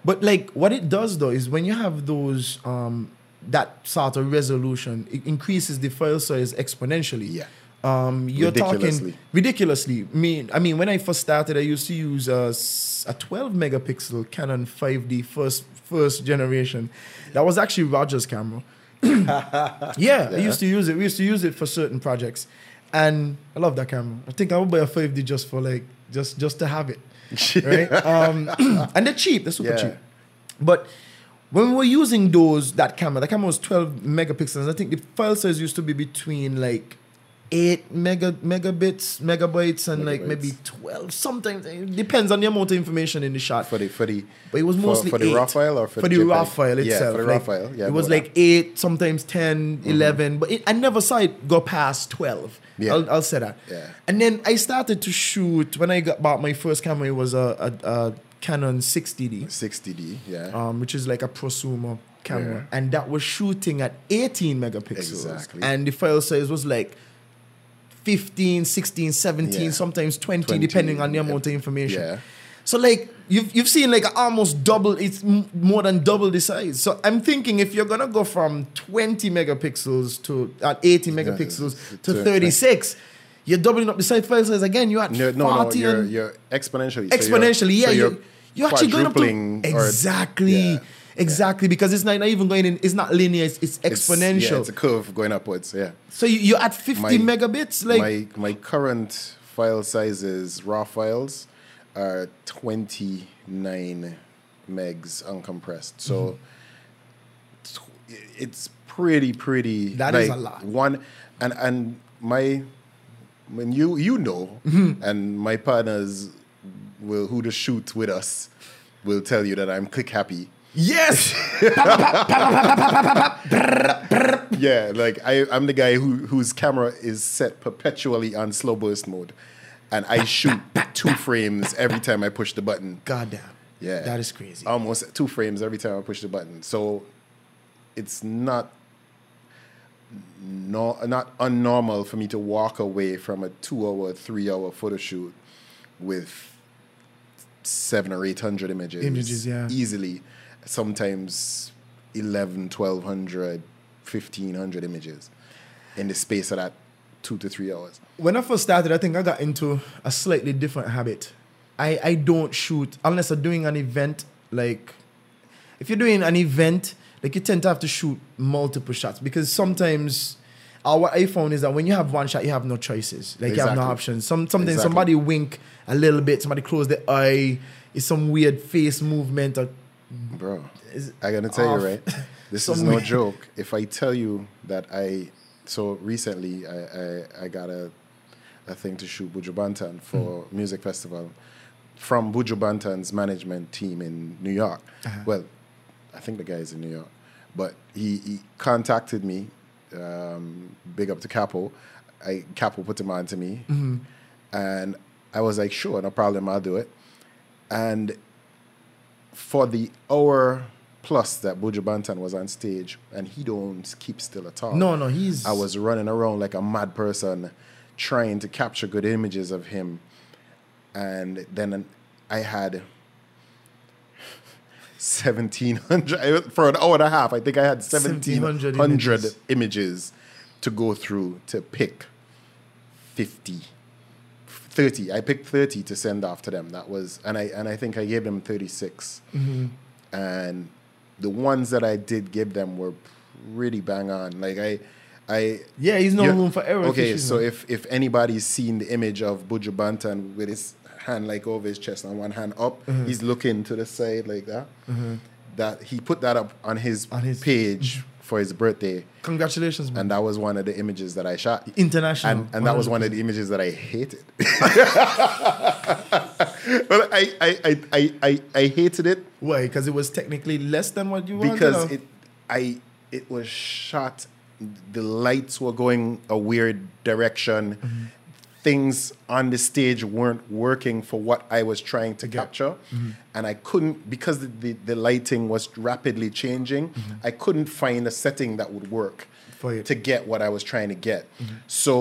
Speaker 9: But like what it does though is when you have those um that sort of resolution, it increases the file size exponentially.
Speaker 2: Yeah.
Speaker 9: Um, you're
Speaker 2: Ridiculously.
Speaker 9: talking ridiculously. Mean, I mean, when I first started, I used to use a, s- a 12 megapixel Canon 5D first first generation. That was actually Roger's camera. yeah, I used to use it. We used to use it for certain projects, and I love that camera. I think I would buy a 5D just for like just just to have it, right? Um, and they're cheap. They're super
Speaker 2: Yeah.
Speaker 9: cheap. But when we were using those, that camera, the camera was 12 megapixels. I think the file size used to be between like eight mega megabits, megabytes, and like maybe 12, sometimes. It depends on the amount of information in the shot.
Speaker 2: For the for the
Speaker 9: but it was
Speaker 2: for-
Speaker 9: mostly
Speaker 2: for, the
Speaker 9: eight.
Speaker 2: raw file or for,
Speaker 9: the,
Speaker 2: JPEG?
Speaker 9: raw file itself.
Speaker 2: Yeah, for the raw
Speaker 9: like,
Speaker 2: file. Yeah, Mm-hmm.
Speaker 9: it was
Speaker 2: but-
Speaker 9: like eight, sometimes 10, 11, but it, I never saw it go past 12.
Speaker 2: Yeah.
Speaker 9: I'll, I'll say that.
Speaker 2: Yeah.
Speaker 9: And then I started to shoot when I got bought my first camera, it was a, a, a Canon 6DD
Speaker 2: 60D. Yeah.
Speaker 9: um, which is like a prosumer camera, and that was shooting at 18 megapixels.
Speaker 2: Exactly.
Speaker 9: And the file size was like 15, 16, 17,
Speaker 2: Yeah.
Speaker 9: sometimes 20,
Speaker 2: 20,
Speaker 9: depending on the amount of
Speaker 2: yeah.
Speaker 9: information.
Speaker 2: Yeah.
Speaker 9: So like you've you've seen like almost double it's m- more than double the size. So I'm thinking if you're gonna go from 20 megapixels to at 80 megapixels to
Speaker 2: to-
Speaker 9: 36, you're doubling up the size file size again. You're at
Speaker 2: no, no, no,
Speaker 9: 40
Speaker 2: you're,
Speaker 9: and-
Speaker 2: you're exponentially. so you're-
Speaker 9: exponentially. yeah,
Speaker 2: so
Speaker 9: you're, you're, actually going up to
Speaker 2: quadrupling or-
Speaker 9: exactly,
Speaker 2: yeah.
Speaker 9: exactly because it's not, not even going in. It's not linear. It's, it's
Speaker 2: It's-
Speaker 9: exponential.
Speaker 2: Yeah, it's a curve going upwards. Yeah.
Speaker 9: so you, you're at fifty
Speaker 2: My-
Speaker 9: megabits. Like
Speaker 2: my my current file sizes, raw files, are twenty nine megs uncompressed. So tw- it's pretty pretty.
Speaker 9: Mm-hmm. That
Speaker 2: That is
Speaker 9: is a lot.
Speaker 2: One and and my when you you know
Speaker 9: Mm-hmm.
Speaker 2: and my partners will who to shoot with us will tell you that I'm click happy.
Speaker 9: yes,
Speaker 2: Yeah, like I, I'm the guy who whose camera is set perpetually on slow burst mode, and I shoot two frames every time I push the button.
Speaker 9: goddamn.
Speaker 2: Yeah,
Speaker 9: that is crazy.
Speaker 2: Almost two frames every time I push the button. So it's not no not unnormal for me to walk away from a two-hour, three-hour photo shoot with seven or eight hundred images.
Speaker 9: Images, yeah.
Speaker 2: Easily. Sometimes 11, 1200, 1500 images in the space of that two to three hours.
Speaker 9: when I first started, I think I got into a slightly different habit. I, I don't shoot unless I'm doing an event. Like, if you're doing an event, like you tend to have to shoot multiple shots because sometimes our what I found is that when you have one shot, you have no choices. Like you have no
Speaker 2: Exactly.
Speaker 9: options. Some something
Speaker 2: Exactly.
Speaker 9: somebody wink a little bit, somebody close their eye, it's some weird face movement or
Speaker 2: Bro, I gotta tell
Speaker 9: off
Speaker 2: you, right? This is
Speaker 9: somewhere.
Speaker 2: no joke. If I tell you that I, so recently I, I, I got a, a thing to shoot Bujubantan for music festival from Bujubantan's management team in New York. Well, I think the guy's in New York, but he, he contacted me. Um, big up to Capo. I Capo put him on to me, and I was like, sure, no problem, I'll do it. And for the hour plus that Bojo Bantan was on stage, and he don't keep still at all.
Speaker 9: No, no, he's-
Speaker 2: I was running around like a mad person, trying to capture good images of him, and then I had. 1700 for an hour and a half. I think I had 1700
Speaker 9: 1700
Speaker 2: images.
Speaker 9: images.
Speaker 2: to go through to pick 50 30 i picked 30 to send off to them that was and i and i think i gave them 36 and the ones that i did give them were pretty bang on like i i
Speaker 9: Yeah, he's no
Speaker 2: you're-
Speaker 9: room for error if
Speaker 2: okay
Speaker 9: you shoot
Speaker 2: so
Speaker 9: him.
Speaker 2: if if anybody's seen the image of Buju Bantan with his hand like over his chest and one hand up
Speaker 9: Mm-hmm.
Speaker 2: he's looking to the side like that that he put that up on his,
Speaker 9: On his- Mm-hmm.
Speaker 2: page for his birthday
Speaker 9: congratulations, man.
Speaker 2: and that was one of the images that I shot.
Speaker 9: International,
Speaker 2: And, and that was one of the images that I hated. but I, I, I, I, I, I hated it
Speaker 9: Why? Because it was technically less than what you wanted.
Speaker 2: because
Speaker 9: or-
Speaker 2: it, I, it was shot. The lights were going a weird direction. things on the stage weren't working for what I was trying to capture. And I couldn't, because the, the, the lighting was rapidly changing, I couldn't find a setting that would work
Speaker 1: For it.
Speaker 2: to get what I was trying to get. So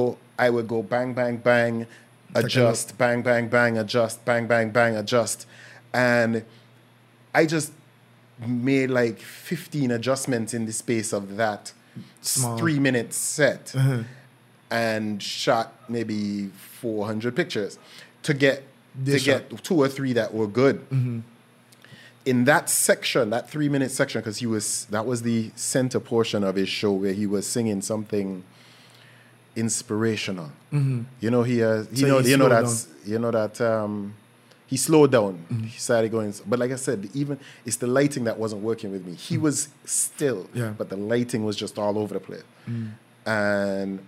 Speaker 2: I would go bang, bang, bang, adjust, bang, bang, bang, adjust, bang, bang, bang, adjust. And I just made like 15 adjustments in the space of that
Speaker 1: Small.
Speaker 2: three minute set and shot maybe 400 pictures to get
Speaker 1: They
Speaker 2: to get two or three that were good
Speaker 1: Mm-hmm.
Speaker 2: in that section, that three minute section, because he was that was the center portion of his show where he was singing something inspirational. You know, he uh, you
Speaker 1: Mm-hmm. So
Speaker 2: know
Speaker 1: he
Speaker 2: you know
Speaker 1: slowed Mm-hmm.
Speaker 2: that's you know that um, he slowed down. He started going, but like I said, even it's the lighting that wasn't working with me. He was still,
Speaker 1: Mm. Yeah. Mm.
Speaker 2: but the lighting was just all over the place. And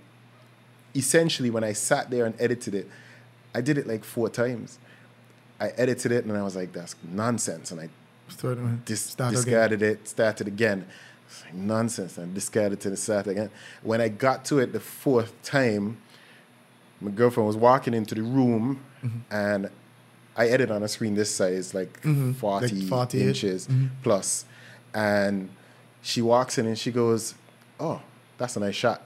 Speaker 2: essentially, when I sat there and edited it, I did it like four times. I edited it and I was like, that's nonsense. And I
Speaker 1: Throw it away.
Speaker 2: dis-
Speaker 1: Start again.
Speaker 2: discarded it, started again. It's like nonsense. And discarded it and started again. When I got to it the fourth time, my girlfriend was walking into the room
Speaker 1: Mm-hmm.
Speaker 2: and I edit on a screen this size, like 40
Speaker 1: Mm-hmm. Like Mm-hmm. 40.
Speaker 2: inches plus. And she walks in and she goes, Oh, that's a nice shot.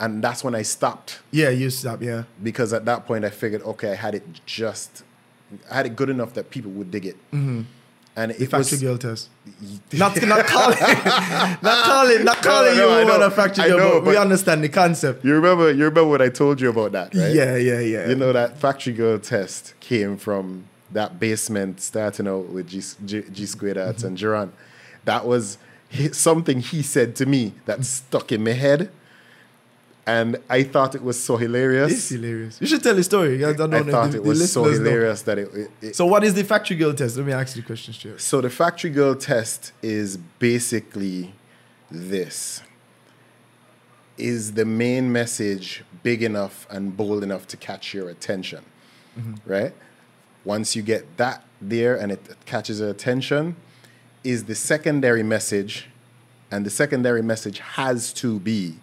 Speaker 2: And that's when I stopped
Speaker 1: Yeah, you stop. Yeah,
Speaker 2: because at that point I figured, okay, I had it just, I had it good enough that people would dig it. And
Speaker 1: Mm-hmm. the
Speaker 2: it
Speaker 1: factory
Speaker 2: was
Speaker 1: girl test. not not calling, not calling, not calling
Speaker 2: no, I
Speaker 1: you
Speaker 2: know.
Speaker 1: on a factory
Speaker 2: I
Speaker 1: girl,
Speaker 2: know,
Speaker 1: but, we
Speaker 2: but-
Speaker 1: understand the concept.
Speaker 2: You remember? You remember what I told you about that, right?
Speaker 1: Yeah, yeah, yeah.
Speaker 2: You know that factory girl test came from that basement starting out with G, G, G squared arts
Speaker 1: Mm-hmm.
Speaker 2: and Duran. That was hi- something he said to me
Speaker 1: Mm.
Speaker 2: that stuck in my head, and I thought it was so hilarious.
Speaker 1: it's hilarious. You should tell the story. guys. I,
Speaker 2: I
Speaker 1: don't know
Speaker 2: thought
Speaker 1: the-
Speaker 2: it
Speaker 1: the
Speaker 2: was so
Speaker 1: listeners know.
Speaker 2: hilarious that it. it, it
Speaker 1: So, what is the factory girl test? Let me ask you the question straight.
Speaker 2: So the factory girl test is basically this. Is the main message big enough and bold enough to catch your attention? Right? Once you get that there and it catches your attention, is the secondary message, and the secondary message has to be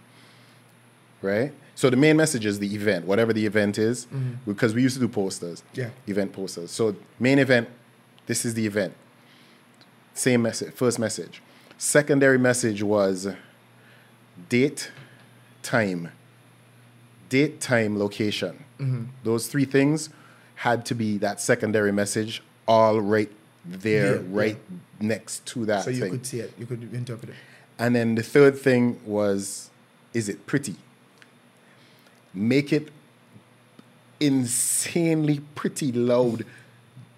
Speaker 2: right? So the main message is the event, whatever the event is, because we used to do posters,
Speaker 1: Mm-hmm. Yeah.
Speaker 2: event posters. So main event, this is the event. Same message, first message. Secondary message was date, time, date, time, location.
Speaker 1: Mm-hmm.
Speaker 2: Those three things had to be that secondary message, all right there,
Speaker 1: Yeah,
Speaker 2: right next to that
Speaker 1: So you
Speaker 2: thing.
Speaker 1: could see it. You could interpret it.
Speaker 2: And then the third thing was, is it pretty? Make it insanely pretty loud,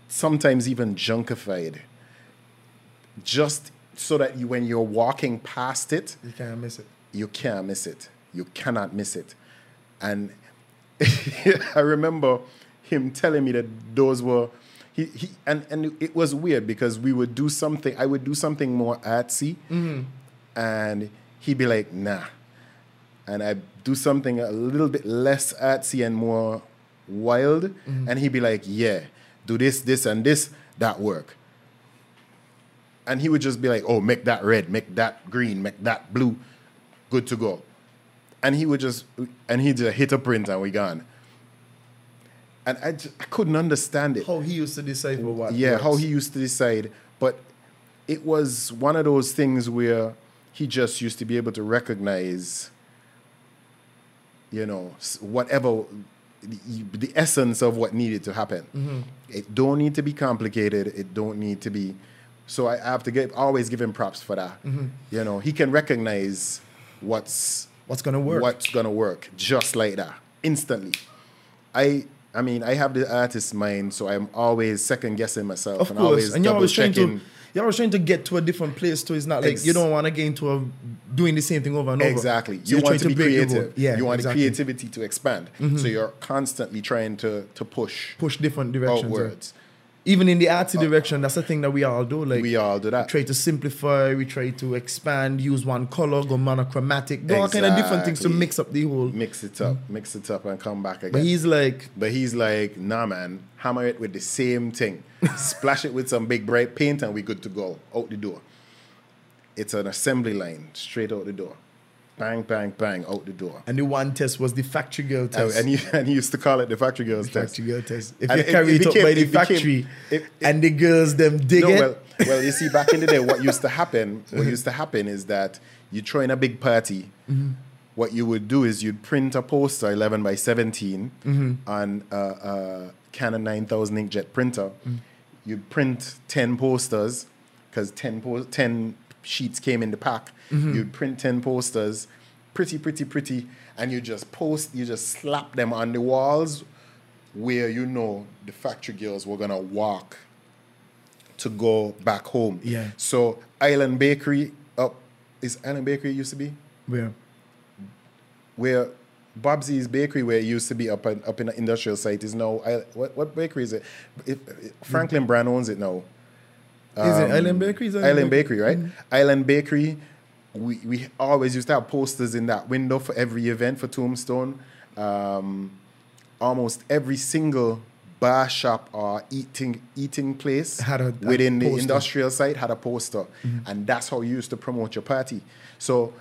Speaker 2: sometimes even junkified. Just so that you, when you're walking past it,
Speaker 1: You can't miss it.
Speaker 2: you can't miss it. You cannot miss it. And I remember him telling me that those were he, he and, and it was weird because we would do something I would do something more artsy and he'd be like, nah. And I'd do something a little bit less artsy and more wild. And he'd be like, yeah, do this, this, and this, that work and he would just be like, "Oh, make that red, make that green, make that blue, good to go." And he would just and he'd just hit a print and we gone. And I, just, I couldn't understand it.
Speaker 1: How he used to decipher what.
Speaker 2: yeah,
Speaker 1: works.
Speaker 2: how he used to decide, but it was one of those things where he just used to be able to recognize, you know, s- whatever the, the essence of what needed to happen.
Speaker 1: Mm-hmm.
Speaker 2: It don't need to be complicated. It don't need to be. So I have to give always give him props for that.
Speaker 1: Mm-hmm.
Speaker 2: You know, he can recognize what's
Speaker 1: What's gonna work.
Speaker 2: What's gonna work just like that instantly. I. I mean, I have the artist mind, so I'm always second guessing myself
Speaker 1: Of
Speaker 2: and
Speaker 1: course,
Speaker 2: always
Speaker 1: and you're
Speaker 2: double
Speaker 1: always trying
Speaker 2: checking.
Speaker 1: to. You're always trying to get to a different place, too. It's not like
Speaker 2: Ex-
Speaker 1: you don't want to get into a, doing the same thing over and over.
Speaker 2: Exactly.
Speaker 1: So
Speaker 2: you
Speaker 1: you're trying
Speaker 2: want to be
Speaker 1: break the mold.
Speaker 2: creative.
Speaker 1: Yeah,
Speaker 2: you want
Speaker 1: exactly. Mm-hmm.
Speaker 2: the creativity to expand. So you're constantly trying to to push,
Speaker 1: push uh, different directions. yeah.
Speaker 2: outwards.
Speaker 1: Even in the artsy direction, that's the thing that we all do. Like
Speaker 2: We all do that.
Speaker 1: try to simplify, we try to expand, use one color, go monochromatic, do all kind of different things to
Speaker 2: Exactly.
Speaker 1: mix up the whole.
Speaker 2: Mix it up, mix it up, and come back again.
Speaker 1: But he's like,
Speaker 2: But he's like, nah, man, hammer it with the same thing. Splash it with some big bright paint and we good to go. Out the door. It's an assembly line, straight out the door. bang, bang, bang, out the door.
Speaker 1: And the one test was the factory girl
Speaker 2: And,
Speaker 1: test.
Speaker 2: and, you, and you used to call it the factory girls
Speaker 1: The
Speaker 2: test.
Speaker 1: factory girl test. If
Speaker 2: And
Speaker 1: you
Speaker 2: it-
Speaker 1: carry
Speaker 2: it
Speaker 1: it,
Speaker 2: became-
Speaker 1: up by the
Speaker 2: it became-
Speaker 1: factory
Speaker 2: it- it-
Speaker 1: and the girls them dig
Speaker 2: No,
Speaker 1: it.
Speaker 2: well, well, you see, back in the day, what used to happen, what used to happen is that you throw in a big party.
Speaker 1: Mm-hmm.
Speaker 2: What you would do is you'd print a poster, eleven by 17
Speaker 1: Mm-hmm.
Speaker 2: on a, a Canon nine thousand inkjet printer.
Speaker 1: Mm.
Speaker 2: You'd print ten posters because 10, po- 10 sheets came in the pack.
Speaker 1: Mm-hmm.
Speaker 2: You'd print ten posters, pretty, pretty, pretty, and you just post, you just slap them on the walls where you know the factory girls were gonna walk to go back home.
Speaker 1: Yeah.
Speaker 2: So Island Bakery up is Island Bakery used to be
Speaker 1: Where?
Speaker 2: where Bobsey's Bakery where it used to be up in, up in the industrial site is now I, what what bakery is it? If, if Franklin Brand owns it now. Um,
Speaker 1: Is it Island Bakery? Mm-hmm. Is it
Speaker 2: Island Bakery, right? Island Bakery. We, we always used to have posters in that window for every event for Tombstone. Um, almost every single bar shop or eating eating place
Speaker 1: Had a- a
Speaker 2: within
Speaker 1: poster.
Speaker 2: the
Speaker 1: Mm-hmm.
Speaker 2: industrial site had a poster, and that's how you used to promote your party. So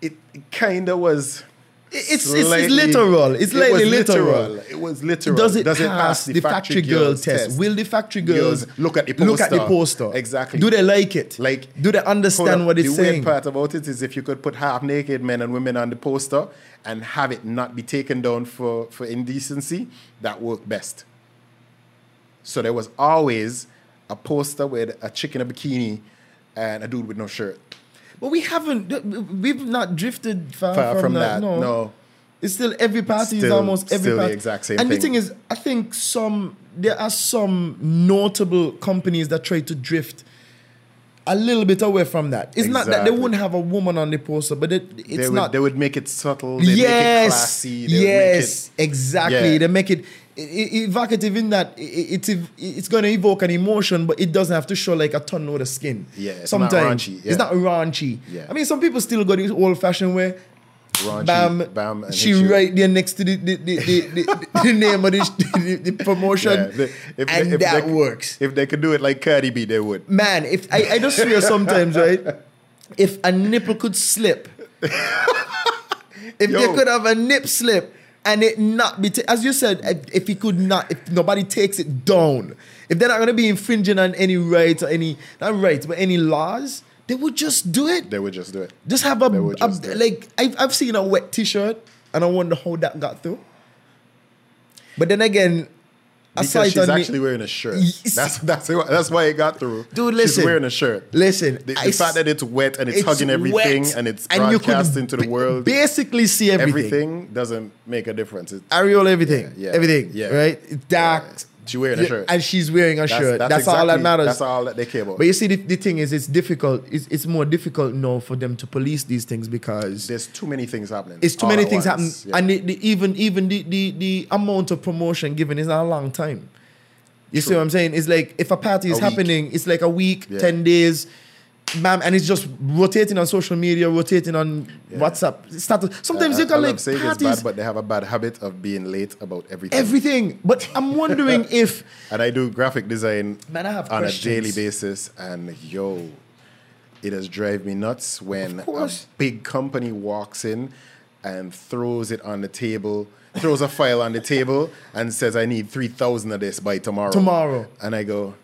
Speaker 2: it, it kind of was.
Speaker 1: It's- it's- it's literal. It's
Speaker 2: it was
Speaker 1: slightly literal.
Speaker 2: It was literal.
Speaker 1: Does it pass the factory girl
Speaker 2: girls
Speaker 1: test? Will the factory girls
Speaker 2: look at the poster?
Speaker 1: Look at the poster.
Speaker 2: Exactly.
Speaker 1: Do they like it?
Speaker 2: Like,
Speaker 1: do they understand
Speaker 2: Hold up.
Speaker 1: what it's
Speaker 2: the
Speaker 1: saying?
Speaker 2: weird part about it is if you could put half naked men and women on the poster and have it not be taken down for, for indecency, that worked best. So there was always a poster with a chick in a bikini and a dude with no shirt.
Speaker 1: But we haven't. We've not drifted far,
Speaker 2: Far
Speaker 1: Oh, from,
Speaker 2: from
Speaker 1: that.
Speaker 2: that,
Speaker 1: No.
Speaker 2: no.
Speaker 1: It's still every party is
Speaker 2: Still-
Speaker 1: almost every
Speaker 2: still the
Speaker 1: party.
Speaker 2: exact same
Speaker 1: and the
Speaker 2: thing.
Speaker 1: thing is, I think some there are some notable companies that try to drift a little bit away from that. It's not that they
Speaker 2: Exactly.
Speaker 1: wouldn't have a woman on the poster, but it, it's
Speaker 2: they would,
Speaker 1: not.
Speaker 2: They would make it subtle. They make it
Speaker 1: yes,
Speaker 2: classy. They
Speaker 1: yes,
Speaker 2: Would make it,
Speaker 1: exactly.
Speaker 2: Yeah.
Speaker 1: They make it e- e- evocative in that i- i- it's ev- it's going to evoke an emotion, but it doesn't have to show like a ton load of skin.
Speaker 2: Yeah, it's not raunchy, yeah.
Speaker 1: it's not raunchy.
Speaker 2: Yeah.
Speaker 1: I mean, some people still go the old fashioned way.
Speaker 2: raunchy,
Speaker 1: Bam,
Speaker 2: bam. and
Speaker 1: she
Speaker 2: hit you.
Speaker 1: right there next to the the, the, the, the, the name of the, the, the promotion,
Speaker 2: Yeah, they- if they-
Speaker 1: and
Speaker 2: if they
Speaker 1: that
Speaker 2: c-
Speaker 1: works
Speaker 2: If they could do it like Cardi B, they would.
Speaker 1: man, if I, I just swear sometimes, right? If a nipple could slip, if
Speaker 2: Yo.
Speaker 1: they could have a nip slip and it not be, ta- as you said, if- if he could not, if nobody takes it down, if they're not going to be infringing on any rights or any, not rights, but any laws, they would just do it.
Speaker 2: They would just do it.
Speaker 1: Just have a,
Speaker 2: They would
Speaker 1: a-
Speaker 2: just do it.
Speaker 1: like I've, I've seen a wet T-shirt, and I wonder how that got through. But then again, I saw
Speaker 2: Because
Speaker 1: it
Speaker 2: she's
Speaker 1: on the-
Speaker 2: actually wearing a shirt.
Speaker 1: Yes.
Speaker 2: That's that's that's why it got through.
Speaker 1: Dude, listen.
Speaker 2: she's wearing a shirt.
Speaker 1: Listen,
Speaker 2: the,
Speaker 1: I
Speaker 2: the
Speaker 1: s-
Speaker 2: fact that it's wet and it's,
Speaker 1: it's
Speaker 2: hugging everything
Speaker 1: wet,
Speaker 2: and it's
Speaker 1: and you could
Speaker 2: broadcast into the
Speaker 1: ba-
Speaker 2: world,
Speaker 1: Basically, see everything.
Speaker 2: everything doesn't make a difference. It,
Speaker 1: Ariel, everything.
Speaker 2: Yeah, yeah,
Speaker 1: everything.
Speaker 2: yeah.
Speaker 1: right? It's dark.
Speaker 2: Yeah. She wearing a
Speaker 1: Yeah,
Speaker 2: shirt.
Speaker 1: And she's wearing a
Speaker 2: That's-
Speaker 1: shirt. That's,
Speaker 2: that's
Speaker 1: all that
Speaker 2: exactly-
Speaker 1: matters.
Speaker 2: that's all that they care about.
Speaker 1: But you see, the, the thing is, it's difficult. It's, it's more difficult now for them to police these things because
Speaker 2: there's too many things happening.
Speaker 1: it's too
Speaker 2: all
Speaker 1: many
Speaker 2: at
Speaker 1: things happen,
Speaker 2: once. Yeah.
Speaker 1: and the, the, even even the, the the amount of promotion given is not a long time. You see
Speaker 2: True.
Speaker 1: what I'm saying? It's like if a party is
Speaker 2: A week.
Speaker 1: happening, it's like a week,
Speaker 2: Yeah.
Speaker 1: ten days, bam, and it's just rotating on social media, rotating on WhatsApp. Status. Sometimes
Speaker 2: I-
Speaker 1: you can
Speaker 2: Uh, all I'm
Speaker 1: like
Speaker 2: saying is
Speaker 1: parties,
Speaker 2: bad, but they have a bad habit of being late about everything.
Speaker 1: everything. But I'm wondering if
Speaker 2: and I do graphic design
Speaker 1: Man, I have
Speaker 2: on
Speaker 1: questions.
Speaker 2: a daily basis, and yo, it has drive me nuts when
Speaker 1: Of
Speaker 2: a
Speaker 1: course.
Speaker 2: big company walks in and throws it on the table, throws a file on the table, and says, "I need three thousand of this by tomorrow."
Speaker 1: Tomorrow.
Speaker 2: and I go.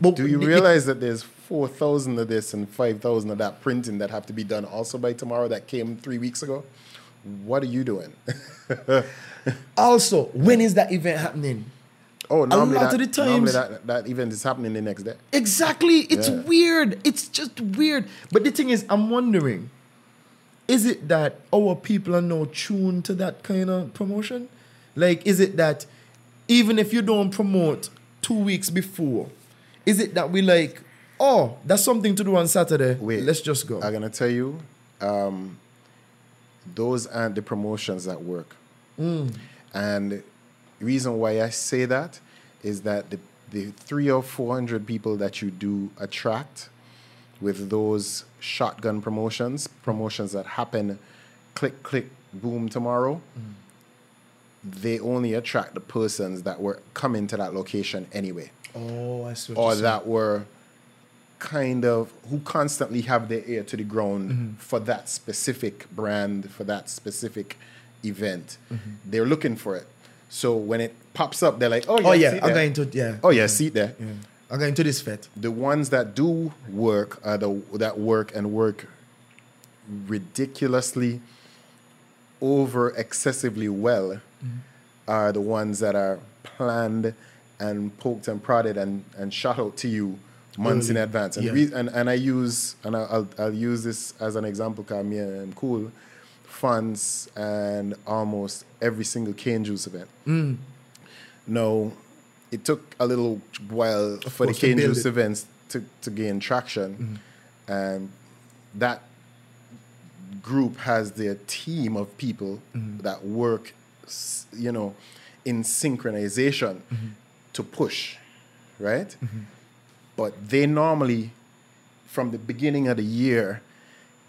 Speaker 1: but
Speaker 2: Do you
Speaker 1: the-
Speaker 2: realize that there's 4,000 of this and 5,000 of that printing that have to be done also by tomorrow that came three weeks ago? What are you doing?
Speaker 1: also when is that event happening?
Speaker 2: oh, normally,
Speaker 1: lot
Speaker 2: that,
Speaker 1: of the
Speaker 2: normally
Speaker 1: times-
Speaker 2: that, that event is happening the next day.
Speaker 1: Exactly. It's
Speaker 2: Yeah.
Speaker 1: weird. It's just weird. But the thing is, I'm wondering, is it that our people are now tuned to that kind of promotion? Like, is it that even if you don't promote two weeks before, is it that we like, oh, that's something to do on Saturday.
Speaker 2: Wait,
Speaker 1: let's just go.
Speaker 2: I'm gonna tell you, um, those aren't the promotions that work. And the reason why I say that is that the, the three or four hundred people that you do attract with those shotgun promotions, promotions that happen, click click boom tomorrow. They only attract the persons that were coming to that location anyway
Speaker 1: oh, I see. what
Speaker 2: or
Speaker 1: you're saying.
Speaker 2: that were kind of who constantly have their ear to the ground for that specific brand for that specific event. They're looking for it. So when it pops up, they're like, "Oh yeah,
Speaker 1: Oh yeah,
Speaker 2: see
Speaker 1: I'm
Speaker 2: there.
Speaker 1: going to yeah.
Speaker 2: oh yeah, see it there."
Speaker 1: I'm going to this fet.
Speaker 2: the ones that do work are the that work and work ridiculously over excessively well are the ones that are planned and poked and prodded and, and shot out to you months in advance and,
Speaker 1: yeah.
Speaker 2: re- and and I use and I- I'll, I'll use this as an example because me and cool funds and almost every single cane juice event
Speaker 1: Mm.
Speaker 2: no, it took a little while for the
Speaker 1: course, to
Speaker 2: Cane
Speaker 1: build
Speaker 2: Juice
Speaker 1: it. Mm-hmm.
Speaker 2: events to, to gain traction. And that group has their team of people
Speaker 1: Mm-hmm.
Speaker 2: that work, s- you know, in synchronization
Speaker 1: Mm-hmm.
Speaker 2: to push, right? But they normally, from the beginning of the year,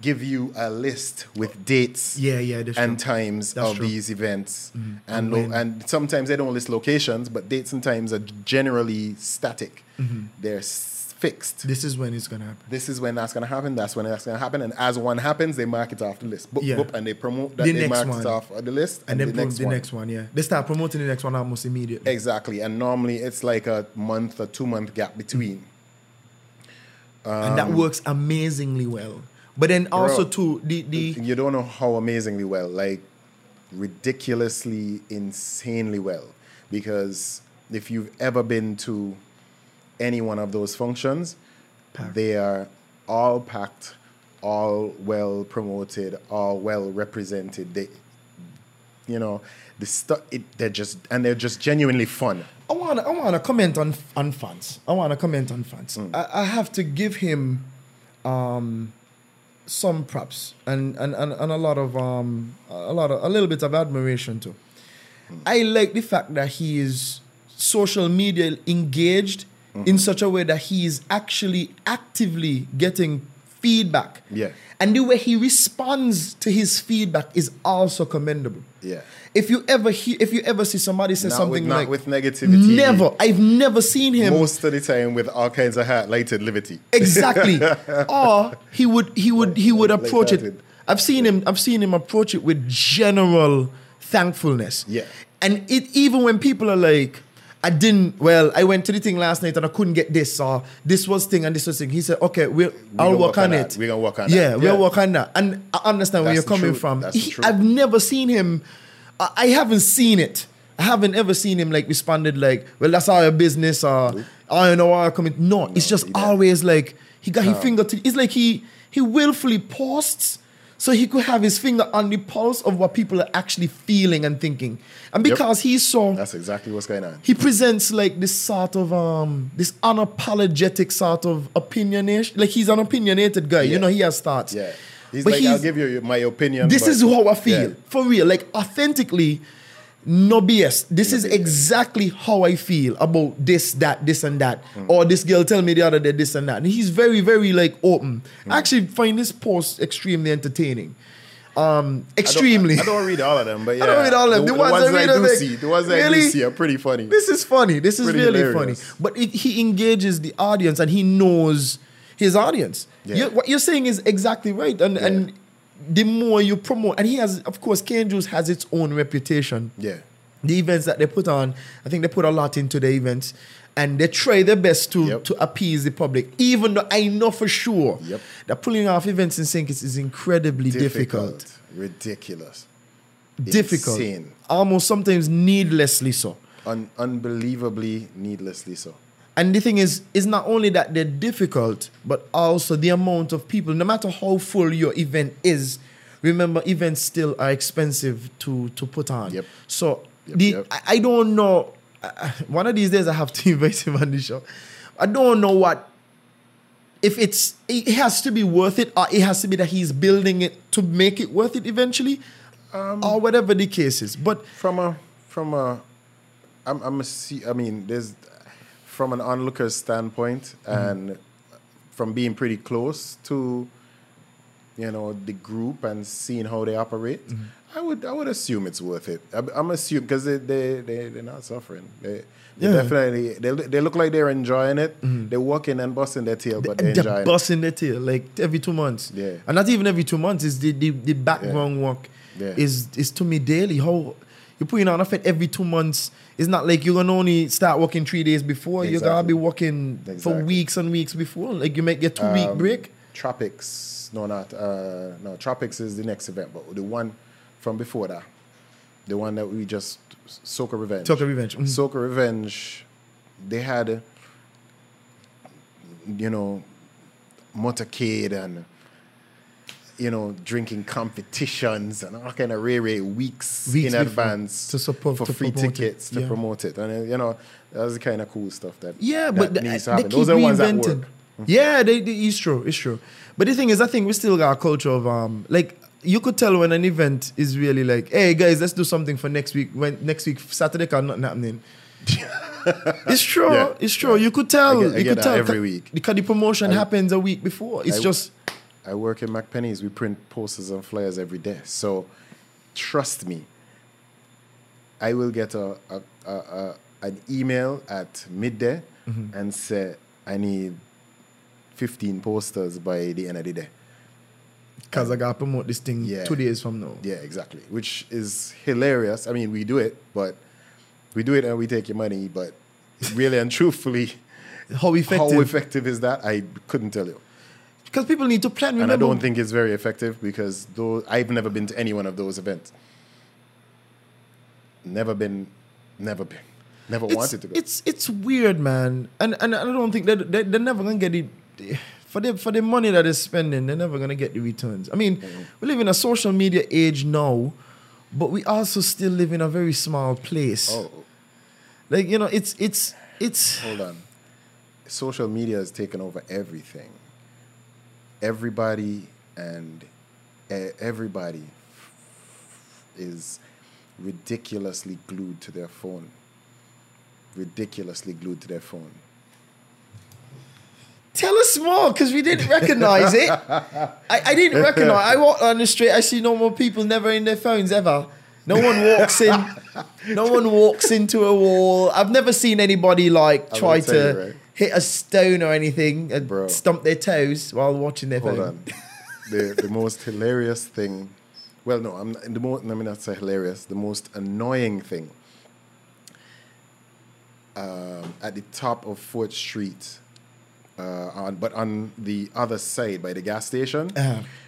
Speaker 2: give you a list with dates
Speaker 1: Yeah, yeah, that's
Speaker 2: and
Speaker 1: true.
Speaker 2: times
Speaker 1: That's
Speaker 2: of
Speaker 1: true. Mm-hmm.
Speaker 2: these events and lo- and sometimes they don't list locations but dates and times are generally static
Speaker 1: Mm-hmm.
Speaker 2: they're s- fixed
Speaker 1: This is when it's gonna happen.
Speaker 2: this is when that's going to happen that's when that's going to happen and as one happens they mark it off the list boop,
Speaker 1: Yeah.
Speaker 2: boop, and they promote that
Speaker 1: The
Speaker 2: they
Speaker 1: next
Speaker 2: marked
Speaker 1: one.
Speaker 2: it off of the list
Speaker 1: And, then
Speaker 2: the
Speaker 1: pro-
Speaker 2: next
Speaker 1: the
Speaker 2: one
Speaker 1: next one, yeah. They start promoting the next one almost immediately.
Speaker 2: exactly and normally it's like a month or two month gap between
Speaker 1: and
Speaker 2: Um,
Speaker 1: that works amazingly well. But then also
Speaker 2: Bro.
Speaker 1: too the the
Speaker 2: you don't know how amazingly well, like ridiculously, insanely well. Because if you've ever been to any one of those functions, they are all packed, all well promoted, all well represented. They, you know, the stuff. It they're just and they're just genuinely fun.
Speaker 1: I wanna I wanna comment on on fans. I wanna comment on fans.
Speaker 2: Mm.
Speaker 1: I, I have to give him um some props and and, and, and a lot of um a lot of a little bit of admiration too. I like the fact that he is social media engaged
Speaker 2: Mm-hmm.
Speaker 1: in such a way that he is actually actively getting feedback.
Speaker 2: Yeah.
Speaker 1: And the way he responds to his feedback is also commendable.
Speaker 2: Yeah.
Speaker 1: If you ever hear, if you ever see somebody say
Speaker 2: Not
Speaker 1: something
Speaker 2: with, not
Speaker 1: like
Speaker 2: with negativity.
Speaker 1: Never. I've never seen him.
Speaker 2: Most of the time with all kinds of lighted liberty.
Speaker 1: Exactly. or he would he would he would
Speaker 2: Like- like
Speaker 1: approach
Speaker 2: that
Speaker 1: it.
Speaker 2: did.
Speaker 1: I've seen him I've seen him approach it with general thankfulness.
Speaker 2: Yeah.
Speaker 1: And it even when people are like, I didn't well, I went to the thing last night and I couldn't get this or this was thing and this was thing. He said, Okay, we'll I'll
Speaker 2: gonna
Speaker 1: work
Speaker 2: work
Speaker 1: on
Speaker 2: on
Speaker 1: it.
Speaker 2: that. We gonna work on
Speaker 1: yeah,
Speaker 2: that.
Speaker 1: we'll
Speaker 2: Yeah.
Speaker 1: work on that. And I understand where
Speaker 2: That's
Speaker 1: you're
Speaker 2: the
Speaker 1: coming
Speaker 2: truth.
Speaker 1: from.
Speaker 2: That's the
Speaker 1: He-
Speaker 2: truth.
Speaker 1: I've never seen him. I, I haven't seen it. I haven't ever seen him like responded like, "Well, that's all your business," or "I don't know why I come in." No, it's just
Speaker 2: he didn't.
Speaker 1: always like he got his finger to. It's like he he willfully posts so he could have his finger on the pulse of what people are actually feeling and thinking, and
Speaker 2: Yep.
Speaker 1: because he's so
Speaker 2: That's exactly what's going on.
Speaker 1: he presents like this sort of um this unapologetic sort of opinionation. Like he's an opinionated guy, you
Speaker 2: Yeah.
Speaker 1: know. He has thoughts.
Speaker 2: Yeah. He's
Speaker 1: But
Speaker 2: like, I'll
Speaker 1: he's-
Speaker 2: give you my opinion.
Speaker 1: This
Speaker 2: but-
Speaker 1: is how I feel
Speaker 2: Yeah.
Speaker 1: for real, like authentically. No BS. This
Speaker 2: No
Speaker 1: is
Speaker 2: BS.
Speaker 1: exactly how I feel about this, that, this, and that.
Speaker 2: Hmm.
Speaker 1: Or this girl tell me the other day this and that. And he's very, very like open.
Speaker 2: Hmm.
Speaker 1: I actually find this post extremely entertaining. Um, extremely.
Speaker 2: I don't, I don't read all of them, but yeah.
Speaker 1: I don't read all of them. The ones I read
Speaker 2: I
Speaker 1: are
Speaker 2: do
Speaker 1: like,
Speaker 2: see, the ones I do
Speaker 1: really?
Speaker 2: see are pretty funny.
Speaker 1: This is funny. This is
Speaker 2: Pretty
Speaker 1: really
Speaker 2: hilarious.
Speaker 1: funny. But it, he engages the audience and he knows his audience.
Speaker 2: Yeah.
Speaker 1: You- what you're saying is exactly right. And and the more you promote, and he has, of course, Cane Juice has its own reputation.
Speaker 2: yeah,
Speaker 1: The events that they put on, I think they put a lot into the events. And they try their best to,
Speaker 2: Yep.
Speaker 1: to appease the public, even though I know for sure
Speaker 2: Yep.
Speaker 1: that pulling off events in St. Kitts is incredibly difficult
Speaker 2: ridiculous,
Speaker 1: difficult,
Speaker 2: Insane.
Speaker 1: almost sometimes needlessly so.
Speaker 2: Un- unbelievably needlessly so.
Speaker 1: And the thing is, it's not only that they're difficult, but also the amount of people. No matter how full your event is, remember events still are expensive to to put on.
Speaker 2: Yep.
Speaker 1: So
Speaker 2: Yep,
Speaker 1: the
Speaker 2: yep.
Speaker 1: I, I don't know. I- I- one of these days, I have to invite him on the show. I don't know what if it's it has to be worth it, or it has to be that he's building it to make it worth it eventually,
Speaker 2: Um,
Speaker 1: or whatever the case is. But
Speaker 2: From a from a, I'm I'm a see. I mean, there's from an onlooker's standpoint and from being pretty close to you know the group and seeing how they operate,
Speaker 1: Mm-hmm.
Speaker 2: I would I would assume it's worth it. I, I'm assume because they they they they're not suffering. They, they
Speaker 1: Yeah. Mm-hmm.
Speaker 2: definitely they, look- they look like they're enjoying it. They're working and busting their tail, but they're
Speaker 1: They're
Speaker 2: enjoying. it.
Speaker 1: busting their tail like every two months.
Speaker 2: Yeah.
Speaker 1: And not even every two months is the, the, the background work
Speaker 2: Yeah.
Speaker 1: is is to me daily. How you're putting on effort every two months. It's not like you're gonna only start working three days before. You're gonna
Speaker 2: Exactly.
Speaker 1: be working for
Speaker 2: Exactly. Um,
Speaker 1: weeks and weeks before. Like you might get two week break.
Speaker 2: Tropics, no, not uh, no. Tropics is the next event, but the one from before that, the one that we just Soca Revenge.
Speaker 1: Soca Revenge, mhm.
Speaker 2: Soca Revenge. They had, you know, motorcade and you know drinking competitions and all kind of rare rare weeks,
Speaker 1: Weeks
Speaker 2: in
Speaker 1: before,
Speaker 2: advance
Speaker 1: to support-
Speaker 2: for
Speaker 1: to
Speaker 2: free
Speaker 1: promote it,
Speaker 2: tickets to
Speaker 1: yeah.
Speaker 2: promote it, and uh, you know that's the kind of cool stuff that
Speaker 1: Yeah,
Speaker 2: that
Speaker 1: but th-
Speaker 2: needs to
Speaker 1: they
Speaker 2: happen.
Speaker 1: keep
Speaker 2: Those are the ones that
Speaker 1: reinventing.
Speaker 2: work.
Speaker 1: Yeah, they, they, it's true, it's true. But the thing is, I think we still got a culture of um, like you could tell when an event is really like, hey guys, let's do something for next week. When next week Saturday can nothing happening. it's true,
Speaker 2: Yeah,
Speaker 1: it's true. You could tell,
Speaker 2: I get- I
Speaker 1: you
Speaker 2: get
Speaker 1: could
Speaker 2: that
Speaker 1: tell
Speaker 2: every
Speaker 1: ca-
Speaker 2: week.
Speaker 1: because the promotion happens a week before. It's
Speaker 2: I-
Speaker 1: just
Speaker 2: I work in McPenny's. We print posters and flyers every day. So trust me, I will get a, a, a, a an email at midday and say I need fifteen posters by the end of the day.
Speaker 1: because I gotta promote this thing
Speaker 2: Yeah.
Speaker 1: two days from now.
Speaker 2: Yeah, exactly. Which is hilarious. I mean, we do it, but we do it and we take your money. But really and truthfully,
Speaker 1: How effective?
Speaker 2: how effective is that? I couldn't tell you.
Speaker 1: because people need to plan.
Speaker 2: and
Speaker 1: Remember,
Speaker 2: I don't think it's very effective because though I've never been to any one of those events. Never been, never been, never
Speaker 1: it's,
Speaker 2: wanted to go.
Speaker 1: It's it's weird, man, and and I don't think that they, they're never gonna get it for the for the money that they're spending. They're never gonna get the returns. I mean, we live in a social media age now, but we also still live in a very small place.
Speaker 2: oh,
Speaker 1: Like you know, it's it's it's
Speaker 2: hold on. Social media has taken over everything. Everybody and e- everybody is ridiculously glued to their phone. Ridiculously glued to their phone.
Speaker 1: tell us more because we didn't recognize it. I, I didn't recognize. I walk on the street. I see normal people never in their phones ever. No one walks in. No one walks into a wall. I've never seen anybody like
Speaker 2: will
Speaker 1: try
Speaker 2: tell you,
Speaker 1: to
Speaker 2: right?
Speaker 1: hit a stone or anything and
Speaker 2: Bro.
Speaker 1: stump their toes while watching their
Speaker 2: Hold
Speaker 1: phone.
Speaker 2: on. the the most hilarious thing. Well, no, I'm the most. Let me not say hilarious. The most annoying thing. Um, at the top of Fort Street, uh, on, but on the other side by the gas station,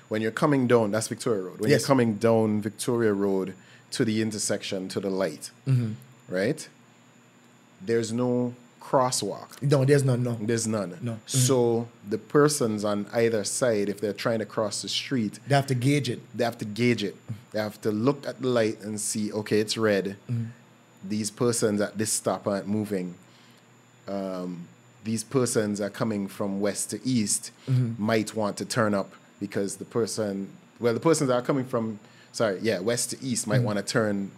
Speaker 2: when you're coming down, that's Victoria Road. When
Speaker 1: Yes.
Speaker 2: you're coming down Victoria Road to the intersection to the light, right? There's no crosswalk.
Speaker 1: No, there's none. No.
Speaker 2: There's none.
Speaker 1: No.
Speaker 2: So the persons on either side, if they're trying to cross the street,
Speaker 1: They have to gauge it.
Speaker 2: they have to gauge it. They have to look at the light and see, okay, it's red.
Speaker 1: Mm-hmm.
Speaker 2: These persons at this stop aren't moving. Um, these persons are coming from west to east,
Speaker 1: Mm-hmm.
Speaker 2: might want to turn up because the person, well, the persons that are coming from, sorry, yeah, west to east
Speaker 1: Mm-hmm.
Speaker 2: might want to turn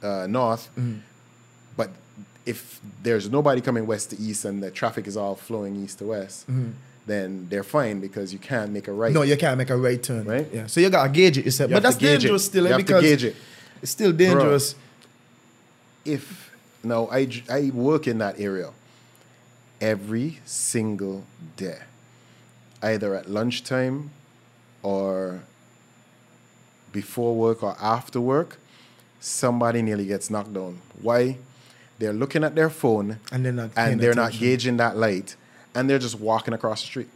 Speaker 2: uh, north. But if there's nobody coming west to east and the traffic is all flowing east to west, then they're fine because you can't make a right.
Speaker 1: Mm-hmm. No, you can't make a right turn.
Speaker 2: Right?
Speaker 1: Yeah. So you gotta gauge it yourself.
Speaker 2: You
Speaker 1: but
Speaker 2: have
Speaker 1: that's
Speaker 2: to gauge it.
Speaker 1: dangerous still. eh,
Speaker 2: You have to
Speaker 1: because
Speaker 2: gauge it.
Speaker 1: It's still dangerous.
Speaker 2: if now I, j- I work in that area every single day, either at lunchtime or before work or after work, somebody nearly gets knocked down. Why? They're looking at their phone
Speaker 1: And they're not paying
Speaker 2: and they're not
Speaker 1: attention.
Speaker 2: gauging that light and they're just walking across the street.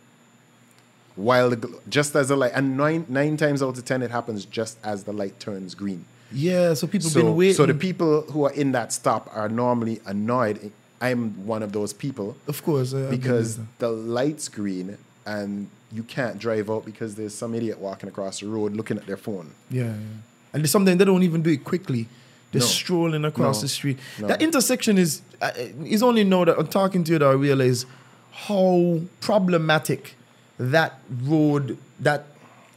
Speaker 2: While the, gl- just as the light, and nine, nine times out of ten, it happens just as the light turns green.
Speaker 1: Yeah. So people
Speaker 2: So,
Speaker 1: been waiting.
Speaker 2: so the people who are in that stop are normally annoyed. I'm one of those people
Speaker 1: of course. eh, I've been
Speaker 2: because
Speaker 1: there.
Speaker 2: the light's green and you can't drive out because there's some idiot walking across the road looking at their phone.
Speaker 1: Yeah, yeah. And sometimes they don't even do it quickly. They're
Speaker 2: No.
Speaker 1: strolling across
Speaker 2: No.
Speaker 1: the street.
Speaker 2: No.
Speaker 1: That intersection is uh, is only now that I'm talking to you that I realize how problematic that road that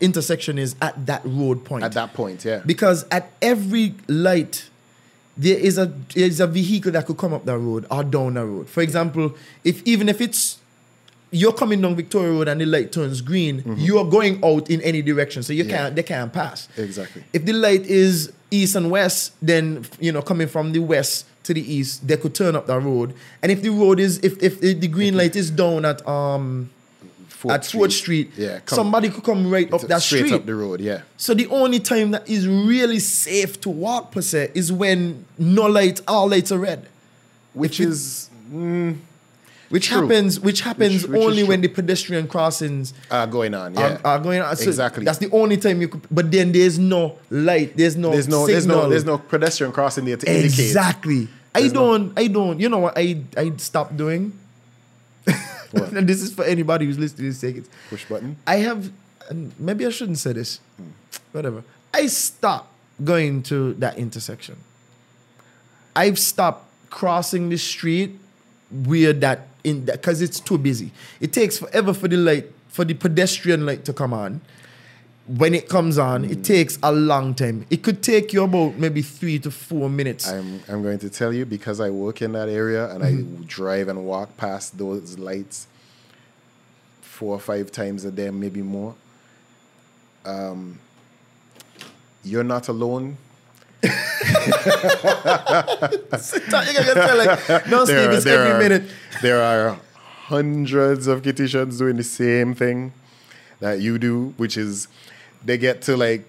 Speaker 1: intersection is at that road point.
Speaker 2: At that point, yeah.
Speaker 1: Because at every light, there is a there is a vehicle that could come up that road or down that road. For example, if even if it's you're coming down Victoria Road and the light turns green,
Speaker 2: Mm-hmm.
Speaker 1: you're going out in any direction, so you can't. They can't pass.
Speaker 2: Exactly.
Speaker 1: If the light is east and west, then you know coming from the west to the east, they could turn up that road. And if the road is if if the
Speaker 2: Mm-hmm.
Speaker 1: green light is down at um
Speaker 2: Fort
Speaker 1: at Fort Street,
Speaker 2: Yeah, come-
Speaker 1: somebody could come right up
Speaker 2: It's
Speaker 1: that
Speaker 2: straight
Speaker 1: street.
Speaker 2: up the road. Yeah,
Speaker 1: So the only time that is really safe to walk per se is when no light, all lights are red,
Speaker 2: which
Speaker 1: it-
Speaker 2: is
Speaker 1: which
Speaker 2: True.
Speaker 1: happens which happens
Speaker 2: which is
Speaker 1: only when the
Speaker 2: true.
Speaker 1: pedestrian crossings
Speaker 2: uh, going on. Yeah,
Speaker 1: are, are going on. So
Speaker 2: exactly.
Speaker 1: That's the only time you could. But then there's no light. There's no.
Speaker 2: there's no
Speaker 1: Signal.
Speaker 2: there's no there's no pedestrian crossing there to indicate.
Speaker 1: Exactly. I
Speaker 2: There's no-
Speaker 1: don't. I don't. You know what? I I stopped doing.
Speaker 2: What?
Speaker 1: and this is for anybody who's listening to this. Take it.
Speaker 2: Push button.
Speaker 1: I have, and maybe I shouldn't say this, whatever. I stopped going to that intersection. I've stopped crossing the street where that in that because it's too busy. It takes forever for the light for the pedestrian light to come on. When it comes on, it takes a long time. It could take you about maybe three to four minutes.
Speaker 2: I'm I'm going to tell you because I work in that area and
Speaker 1: Mm-hmm.
Speaker 2: I drive and walk past those lights four or five times a day, maybe more. Um, you're not alone.
Speaker 1: You're gonna feel like, no, Steve, it's every
Speaker 2: are,
Speaker 1: minute.
Speaker 2: There are hundreds of kitchens doing the same thing that you do, which is they get to like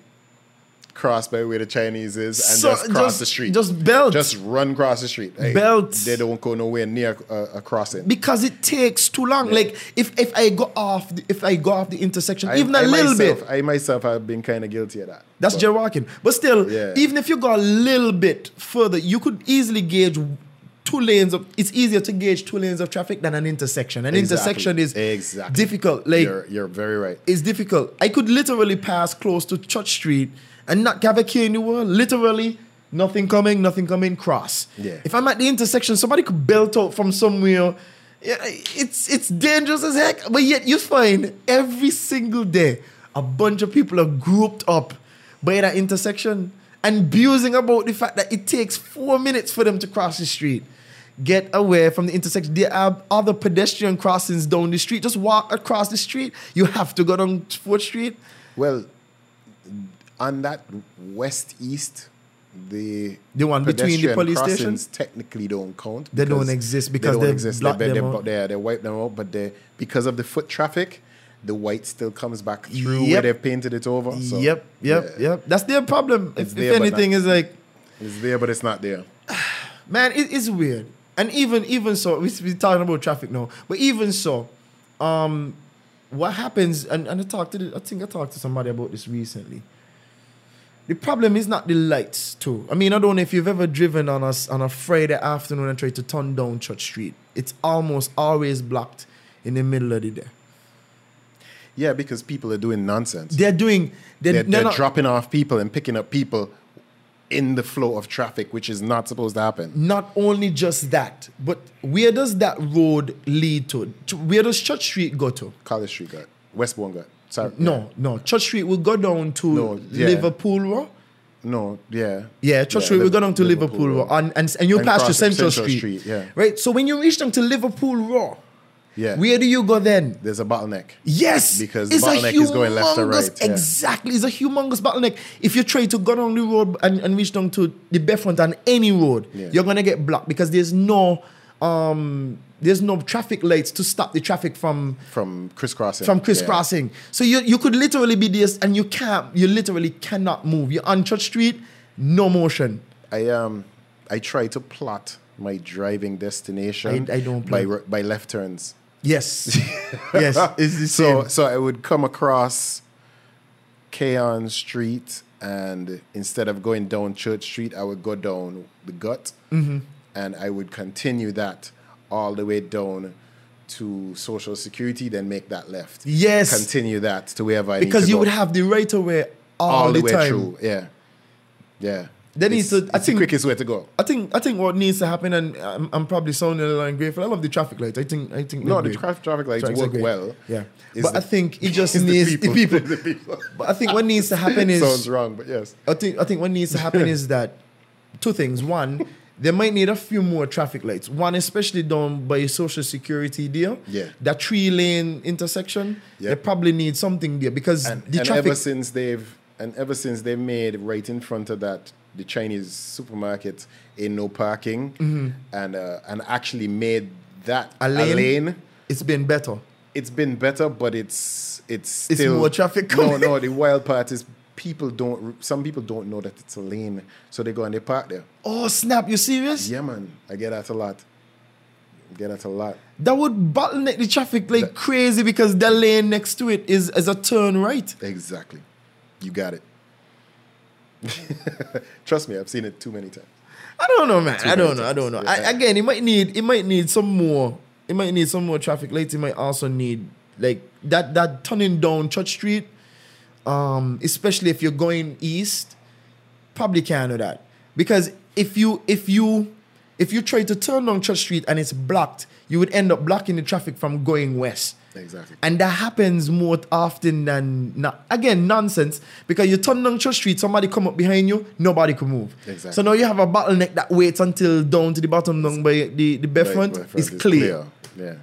Speaker 2: cross by where the Chinese is and
Speaker 1: So,
Speaker 2: just cross
Speaker 1: just-
Speaker 2: the street.
Speaker 1: just belt.
Speaker 2: Just run across the street. Like,
Speaker 1: Belt.
Speaker 2: They don't go nowhere near a, a crossing.
Speaker 1: because it takes too long. Like if if I go off the, if I go off the intersection
Speaker 2: I-
Speaker 1: even a
Speaker 2: I
Speaker 1: little
Speaker 2: myself,
Speaker 1: bit,
Speaker 2: I myself have been kind of guilty of that.
Speaker 1: that's
Speaker 2: But
Speaker 1: just walking. But still,
Speaker 2: Yeah.
Speaker 1: even if you go a little bit further, you could easily gauge two lanes of. It's easier to gauge two lanes of traffic than an intersection. An
Speaker 2: Exactly.
Speaker 1: intersection is
Speaker 2: Exactly.
Speaker 1: difficult. Like
Speaker 2: you're, you're very right.
Speaker 1: it's difficult. I could literally pass close to Church Street and not have a key in the world. Literally, nothing coming, nothing coming, cross.
Speaker 2: Yeah.
Speaker 1: If I'm at the intersection, somebody could belt out from somewhere. Yeah, it's it's dangerous as heck. But yet you find every single day a bunch of people are grouped up by that intersection and abusing about the fact that it takes four minutes for them to cross the street. Get away from the intersection. There are other pedestrian crossings down the street. Just walk across the street. You have to go down Fourth Street.
Speaker 2: Well, on that west east, the
Speaker 1: The one between the
Speaker 2: pedestrian
Speaker 1: police station?
Speaker 2: crossings technically don't count.
Speaker 1: They don't
Speaker 2: because
Speaker 1: exist because they've blocked
Speaker 2: They,
Speaker 1: them
Speaker 2: they,
Speaker 1: out.
Speaker 2: they, they wipe them out, but they because of the foot traffic, the white still comes back through
Speaker 1: Yep.
Speaker 2: where they've painted it over. So
Speaker 1: yep, yep,
Speaker 2: yeah,
Speaker 1: yep. That's their problem.
Speaker 2: It's
Speaker 1: If,
Speaker 2: there,
Speaker 1: if
Speaker 2: but
Speaker 1: anything,
Speaker 2: not-
Speaker 1: is like
Speaker 2: It's there, but it's not there.
Speaker 1: man, it is weird. And even even so, we we're talking about traffic now. But even so, um, what happens? And, and I talked to the, I think I talked to somebody about this recently. The problem is not the lights too. I mean, I don't know if you've ever driven on us on a Friday afternoon and tried to turn down Church Street. It's almost always blocked in the middle of the day.
Speaker 2: Yeah, because people are doing nonsense.
Speaker 1: They're doing they're,
Speaker 2: They're,
Speaker 1: they're
Speaker 2: they're
Speaker 1: not-
Speaker 2: dropping off people and picking up people in the flow of traffic, which is not supposed to happen.
Speaker 1: not only just that, but where does that road lead to? To- Where does Church Street go to?
Speaker 2: College Street got Westbourne got sorry.
Speaker 1: No, no. Church Street will go down to
Speaker 2: No, yeah.
Speaker 1: Liverpool Road.
Speaker 2: No, yeah.
Speaker 1: Yeah, Church Street will
Speaker 2: Liv-
Speaker 1: go down to Liverpool, Road. And, and, and you
Speaker 2: And
Speaker 1: pass to
Speaker 2: cross
Speaker 1: Central,
Speaker 2: Central
Speaker 1: Street.
Speaker 2: Street, yeah.
Speaker 1: Right? So when you reach down to Liverpool Road,
Speaker 2: Yeah.
Speaker 1: where do you go then?
Speaker 2: There's a bottleneck.
Speaker 1: Yes,
Speaker 2: Because bottleneck is going left or
Speaker 1: humongous-
Speaker 2: right, yeah.
Speaker 1: Exactly, it's a humongous bottleneck. If you try to go down the road and, and reach down to the Bayfront on any road,
Speaker 2: Yeah.
Speaker 1: you're gonna get blocked because there's no um there's no traffic lights to stop the traffic from
Speaker 2: From crisscrossing.
Speaker 1: from
Speaker 2: Yeah.
Speaker 1: crisscrossing. So you you could literally be this and you can't you literally cannot move. You're on Church Street, no motion.
Speaker 2: I um I try to plot my driving destination
Speaker 1: I- I don't
Speaker 2: by
Speaker 1: plan.
Speaker 2: ri- by left turns.
Speaker 1: Yes. yes. It's the same.
Speaker 2: So so I would come across Kayon Street and instead of going down Church Street, I would go down the gut
Speaker 1: Mm-hmm.
Speaker 2: and I would continue that all the way down to Social Security, then make that left.
Speaker 1: Yes.
Speaker 2: Continue that to wherever I need
Speaker 1: because
Speaker 2: to
Speaker 1: you
Speaker 2: go.
Speaker 1: would have the right of way Oh, all, the,
Speaker 2: way
Speaker 1: time.
Speaker 2: through. Yeah, yeah.
Speaker 1: Then
Speaker 2: it's,
Speaker 1: it's a- I
Speaker 2: it's
Speaker 1: think-
Speaker 2: the quickest way to go.
Speaker 1: I think I think what needs to happen, and I'm, I'm probably sounding a little ungrateful. I love the traffic lights. I think I think
Speaker 2: No,
Speaker 1: they're
Speaker 2: the
Speaker 1: great.
Speaker 2: traf- traffic lights
Speaker 1: Traffic
Speaker 2: work
Speaker 1: lights are
Speaker 2: well.
Speaker 1: Yeah,
Speaker 2: It's
Speaker 1: but
Speaker 2: the-
Speaker 1: I think it just
Speaker 2: it's the
Speaker 1: needs the people.
Speaker 2: people. The people.
Speaker 1: But I think what needs to happen is
Speaker 2: Sounds wrong, but yes.
Speaker 1: I think I think what needs to happen is that two things. One, They might need a few more traffic lights. One especially down by social security deal.
Speaker 2: Yeah.
Speaker 1: That three lane intersection.
Speaker 2: Yeah.
Speaker 1: They probably need something there because
Speaker 2: and,
Speaker 1: the
Speaker 2: and
Speaker 1: traffic
Speaker 2: ever since they've and ever since they made right in front of that the Chinese supermarket a no parking and uh, and actually made that
Speaker 1: Mm-hmm. A
Speaker 2: a lane.
Speaker 1: lane? it's been better.
Speaker 2: It's been better, but it's it's
Speaker 1: It's
Speaker 2: still
Speaker 1: more traffic
Speaker 2: No,
Speaker 1: coming.
Speaker 2: no. The wild part is people don't. r- Some people don't know that it's a lane, so they go and they park there.
Speaker 1: Oh snap, you serious?
Speaker 2: Yeah, man, I get that a lot. Get that a lot.
Speaker 1: That would bottleneck the traffic like crazy because the lane next to it is, is a turn right.
Speaker 2: Exactly. You got it. Trust me, I've seen it too many times.
Speaker 1: I don't know, man. I don't
Speaker 2: many
Speaker 1: know. I don't know.
Speaker 2: times.
Speaker 1: I,
Speaker 2: Yeah.
Speaker 1: again, it might need it might need some more. It might need some more traffic lights. It might also need like that that turning down Church Street, um, especially if you're going east, probably can't do that because if you if you if you try to turn down Church Street and it's blocked, you would end up blocking the traffic from going west.
Speaker 2: Exactly.
Speaker 1: And that happens more often than not. Again, nonsense. Because you turn down Church Street, somebody come up behind you, nobody can move.
Speaker 2: Exactly.
Speaker 1: So now you have a bottleneck that waits until down to the bottom down by the, the
Speaker 2: Like,
Speaker 1: Bayfront
Speaker 2: my
Speaker 1: is,
Speaker 2: front
Speaker 1: clear.
Speaker 2: Yeah.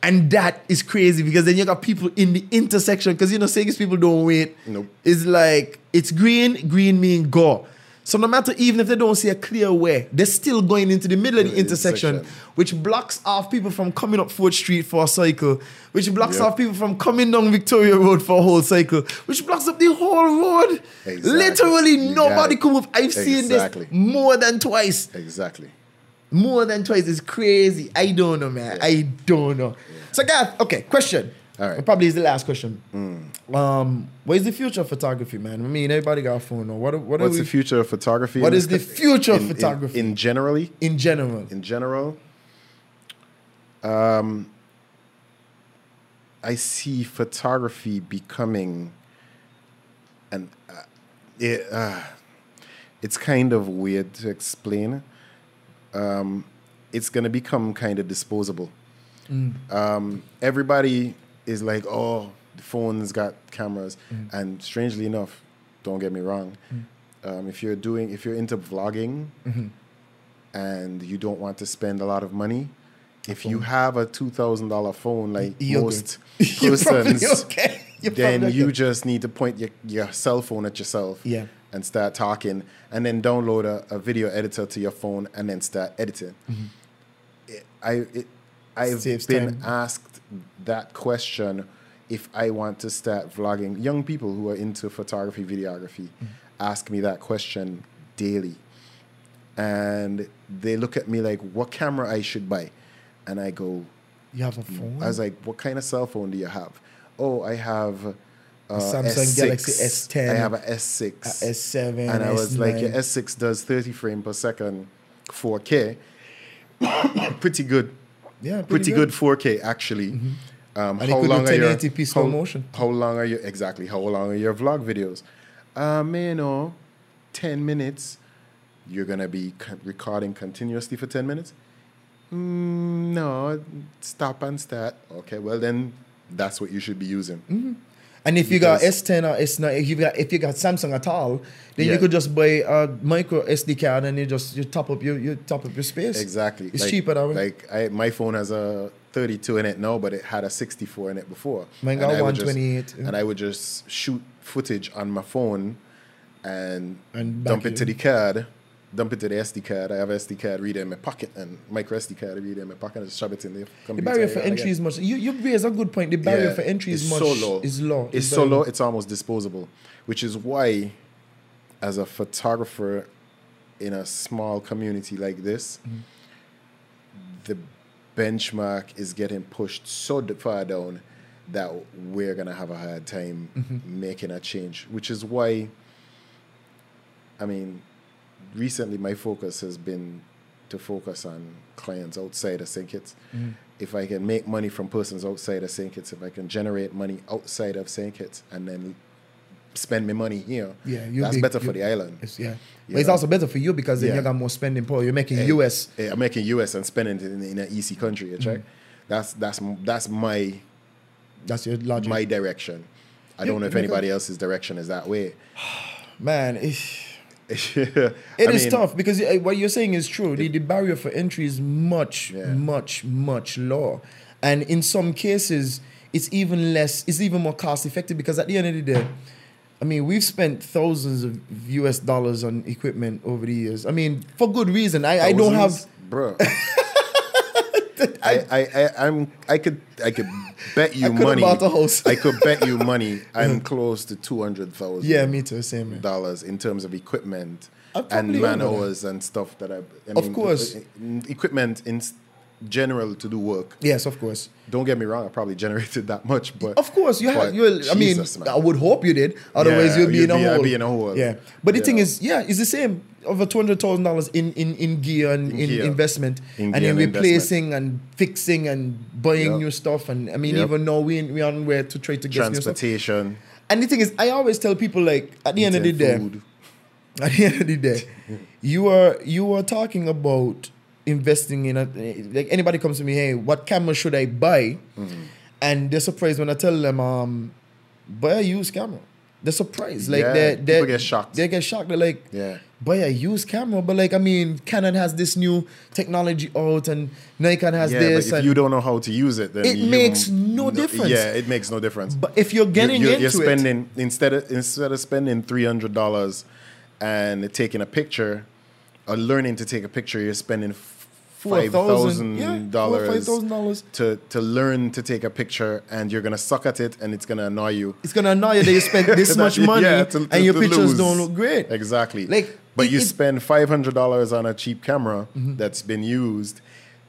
Speaker 1: And that is crazy because then you got people in the intersection. Because you know, saying these people don't wait.
Speaker 2: Nope.
Speaker 1: It's like it's green, green mean go. So no matter even if they don't see a clear way, they're still going into the middle of the
Speaker 2: Middle of the
Speaker 1: intersection,
Speaker 2: intersection.
Speaker 1: which blocks off people from coming up Fourth Street for a cycle, which blocks
Speaker 2: Yep.
Speaker 1: off people from coming down Victoria Road for a whole cycle, which blocks up the whole road.
Speaker 2: Exactly.
Speaker 1: Literally
Speaker 2: You got
Speaker 1: nobody
Speaker 2: it.
Speaker 1: could move. I've seen this
Speaker 2: Exactly.
Speaker 1: more than twice
Speaker 2: Exactly.
Speaker 1: more than twice. It's crazy. I don't know, man. I don't know. So, guys, okay, question.
Speaker 2: All right. Mm.
Speaker 1: It Probably is the last question. Um, what is the future of photography, man? I mean, everybody got a phone. Or what? are- What are
Speaker 2: What's
Speaker 1: we
Speaker 2: the future of photography?
Speaker 1: What
Speaker 2: in
Speaker 1: is
Speaker 2: this
Speaker 1: the
Speaker 2: co-
Speaker 1: future of
Speaker 2: in- in-
Speaker 1: photography?
Speaker 2: in generally?
Speaker 1: in general?
Speaker 2: in general, um, I see photography becoming an uh, it, uh, it's kind of weird to explain. Um, it's gonna become kind of disposable.
Speaker 1: Mm.
Speaker 2: Um, everybody is like, oh, the phones got cameras,
Speaker 1: Mm.
Speaker 2: and strangely enough, don't get me wrong. Um, if you're doing, if you're into vlogging,
Speaker 1: Mm-hmm.
Speaker 2: and you don't want to spend a lot of money, if you have a two thousand dollar phone like
Speaker 1: You're
Speaker 2: most
Speaker 1: good. You're probably
Speaker 2: persons,
Speaker 1: okay. You're
Speaker 2: then
Speaker 1: probably
Speaker 2: you
Speaker 1: okay.
Speaker 2: just need to point your, your cell phone at yourself
Speaker 1: Yeah.
Speaker 2: and start talking, and then download a, a video editor to your phone and then start editing. It- I it, I've
Speaker 1: Mm-hmm. Saves
Speaker 2: been
Speaker 1: time.
Speaker 2: asked that question if I want to start vlogging. Young people who are into photography, videography
Speaker 1: Mm-hmm.
Speaker 2: ask me that question daily and they look at me like what camera I should buy. And I go,
Speaker 1: You have a phone.
Speaker 2: I was like, what kind of cell phone do you have? Oh, I have uh,
Speaker 1: Samsung
Speaker 2: S6.
Speaker 1: Galaxy S10,
Speaker 2: I have a S6.
Speaker 1: a S7,
Speaker 2: And I was like, your
Speaker 1: S9.
Speaker 2: S6 does 30 frames per second 4K. Pretty good.
Speaker 1: yeah, Mm-hmm.
Speaker 2: Pretty, good. 4K actually. Um,
Speaker 1: And it
Speaker 2: how
Speaker 1: could do
Speaker 2: long are your
Speaker 1: 1080p slow
Speaker 2: how-
Speaker 1: motion.
Speaker 2: How long are you exactly? How long are your vlog videos? Um, you know, ten minutes. You're gonna be con- recording continuously for ten minutes. Mm, no, stop and start. Okay, well then, that's what you should be using.
Speaker 1: Mm-hmm. And if you got
Speaker 2: Because-
Speaker 1: S10 or S9, uh, if you got if you got Samsung at all, then you
Speaker 2: Yeah.
Speaker 1: could just buy a micro SD card and you just you top up your you top up your space.
Speaker 2: Exactly.
Speaker 1: It's
Speaker 2: Like-
Speaker 1: cheaper that way.
Speaker 2: Like I, my phone has a 32 in it now, but it had a 64 in it before.
Speaker 1: Mine
Speaker 2: And
Speaker 1: got
Speaker 2: I would just-
Speaker 1: 128, yeah.
Speaker 2: And I would just shoot footage on my phone and,
Speaker 1: And
Speaker 2: dump
Speaker 1: back
Speaker 2: it to
Speaker 1: in.
Speaker 2: the card, dump it to the SD card. I have SD card reader in my pocket and micro SD card reader in my pocket and shove it in the
Speaker 1: The
Speaker 2: computer.
Speaker 1: barrier for
Speaker 2: and
Speaker 1: entry is
Speaker 2: again.
Speaker 1: much. You you raise a good point. The barrier
Speaker 2: Yeah,
Speaker 1: for entry is
Speaker 2: it's
Speaker 1: much
Speaker 2: so low.
Speaker 1: is low.
Speaker 2: It's so
Speaker 1: very
Speaker 2: low, it's almost disposable, which is why as a photographer in a small community like this,
Speaker 1: Mm.
Speaker 2: the benchmark is getting pushed so d- far down that we're going to have a hard time
Speaker 1: Mm-hmm.
Speaker 2: making a change, which is why, I mean, recently my focus has been to focus on clients outside of St. Kitts.
Speaker 1: Mm-hmm.
Speaker 2: If I can make money from persons outside of St. Kitts, if I can generate money outside of St. Kitts and then spend my money here,
Speaker 1: Yeah, you'll
Speaker 2: that's
Speaker 1: be-
Speaker 2: better for
Speaker 1: you-
Speaker 2: the island.
Speaker 1: It's, yeah.
Speaker 2: You
Speaker 1: But it's
Speaker 2: know?
Speaker 1: also better for you because then
Speaker 2: Yeah.
Speaker 1: you got more spending power. You're making
Speaker 2: Eh,
Speaker 1: US.
Speaker 2: eh, I'm making US and spending it in, in an easy country, you check?
Speaker 1: Mm-hmm.
Speaker 2: That's that's m- that's my
Speaker 1: That's your logic.
Speaker 2: my direction. I don't know if
Speaker 1: you
Speaker 2: anybody else's direction is that way.
Speaker 1: Man, it's,
Speaker 2: It
Speaker 1: It is tough because uh, what you're saying is true. The, the barrier for entry is much,
Speaker 2: Yeah.
Speaker 1: much, much lower, and in some cases, it's even less. It's even more cost effective because at the end of the day, I mean, we've spent thousands of U.S. dollars on equipment over the years. I mean, for good reason. I, I don't have.
Speaker 2: bro. I, I, I I'm I could I could bet you
Speaker 1: could've
Speaker 2: money.
Speaker 1: bought a house.
Speaker 2: I could bet you money. I'm close to two hundred thousand.
Speaker 1: Yeah, me too. Same. Man.
Speaker 2: dollars in terms of equipment
Speaker 1: I
Speaker 2: and
Speaker 1: probably
Speaker 2: man
Speaker 1: own all that.
Speaker 2: hours and stuff that I. I
Speaker 1: Of course.
Speaker 2: e- e- equipment in s- general to do work.
Speaker 1: Yes, of course.
Speaker 2: Don't get me wrong. I probably generated that much, but
Speaker 1: Of course, you
Speaker 2: but
Speaker 1: have. You, I mean,
Speaker 2: Jesus, man.
Speaker 1: I would hope you did. Otherwise,
Speaker 2: Yeah,
Speaker 1: you'll be
Speaker 2: you'd
Speaker 1: in a
Speaker 2: be- I'd
Speaker 1: hole.
Speaker 2: be in a hole.
Speaker 1: Yeah, but the
Speaker 2: Yeah.
Speaker 1: thing is, yeah, it's the same. Over two hundred thousand dollars in in in gear and in,
Speaker 2: gear.
Speaker 1: investment,
Speaker 2: In
Speaker 1: and in
Speaker 2: gear and investment.
Speaker 1: replacing and fixing and buying
Speaker 2: Yep.
Speaker 1: new stuff. And I mean,
Speaker 2: Yep.
Speaker 1: even now we we on where to try to get new stuff.
Speaker 2: transportation.
Speaker 1: And the thing is, I always tell people like at the end of the
Speaker 2: eating
Speaker 1: day,
Speaker 2: food.
Speaker 1: at the end of the day, you are you are talking about investing in a like anybody comes to me, hey, what camera should I buy?
Speaker 2: Mm-hmm.
Speaker 1: And they're surprised when I tell them, um, buy a used camera. They're surprised, like
Speaker 2: Yeah,
Speaker 1: they they
Speaker 2: people get shocked.
Speaker 1: They get shocked. They're like,
Speaker 2: Yeah.
Speaker 1: buy a used camera, but like I mean, Canon has this new technology out, and Nikon has
Speaker 2: Yeah,
Speaker 1: this,
Speaker 2: but if
Speaker 1: and
Speaker 2: you don't know how to use it, then
Speaker 1: It
Speaker 2: you-
Speaker 1: makes no difference.
Speaker 2: Yeah, it makes no difference.
Speaker 1: but if you're getting
Speaker 2: you're,
Speaker 1: into
Speaker 2: you're
Speaker 1: it,
Speaker 2: spending instead of instead of spending three hundred dollars and taking a picture or learning to take a picture, you're spending
Speaker 1: $4,000,
Speaker 2: five thousand
Speaker 1: yeah, $4,000.
Speaker 2: dollars to to learn to take a picture, and you're gonna suck at it, and it's gonna annoy you.
Speaker 1: it's gonna annoy you that you spent this much money
Speaker 2: Yeah, to- to-
Speaker 1: and your
Speaker 2: to
Speaker 1: pictures
Speaker 2: lose.
Speaker 1: don't look great.
Speaker 2: Exactly.
Speaker 1: Like, it-
Speaker 2: but
Speaker 1: Mm-hmm.
Speaker 2: you
Speaker 1: it-
Speaker 2: spend five hundred dollars on a cheap camera that's been used.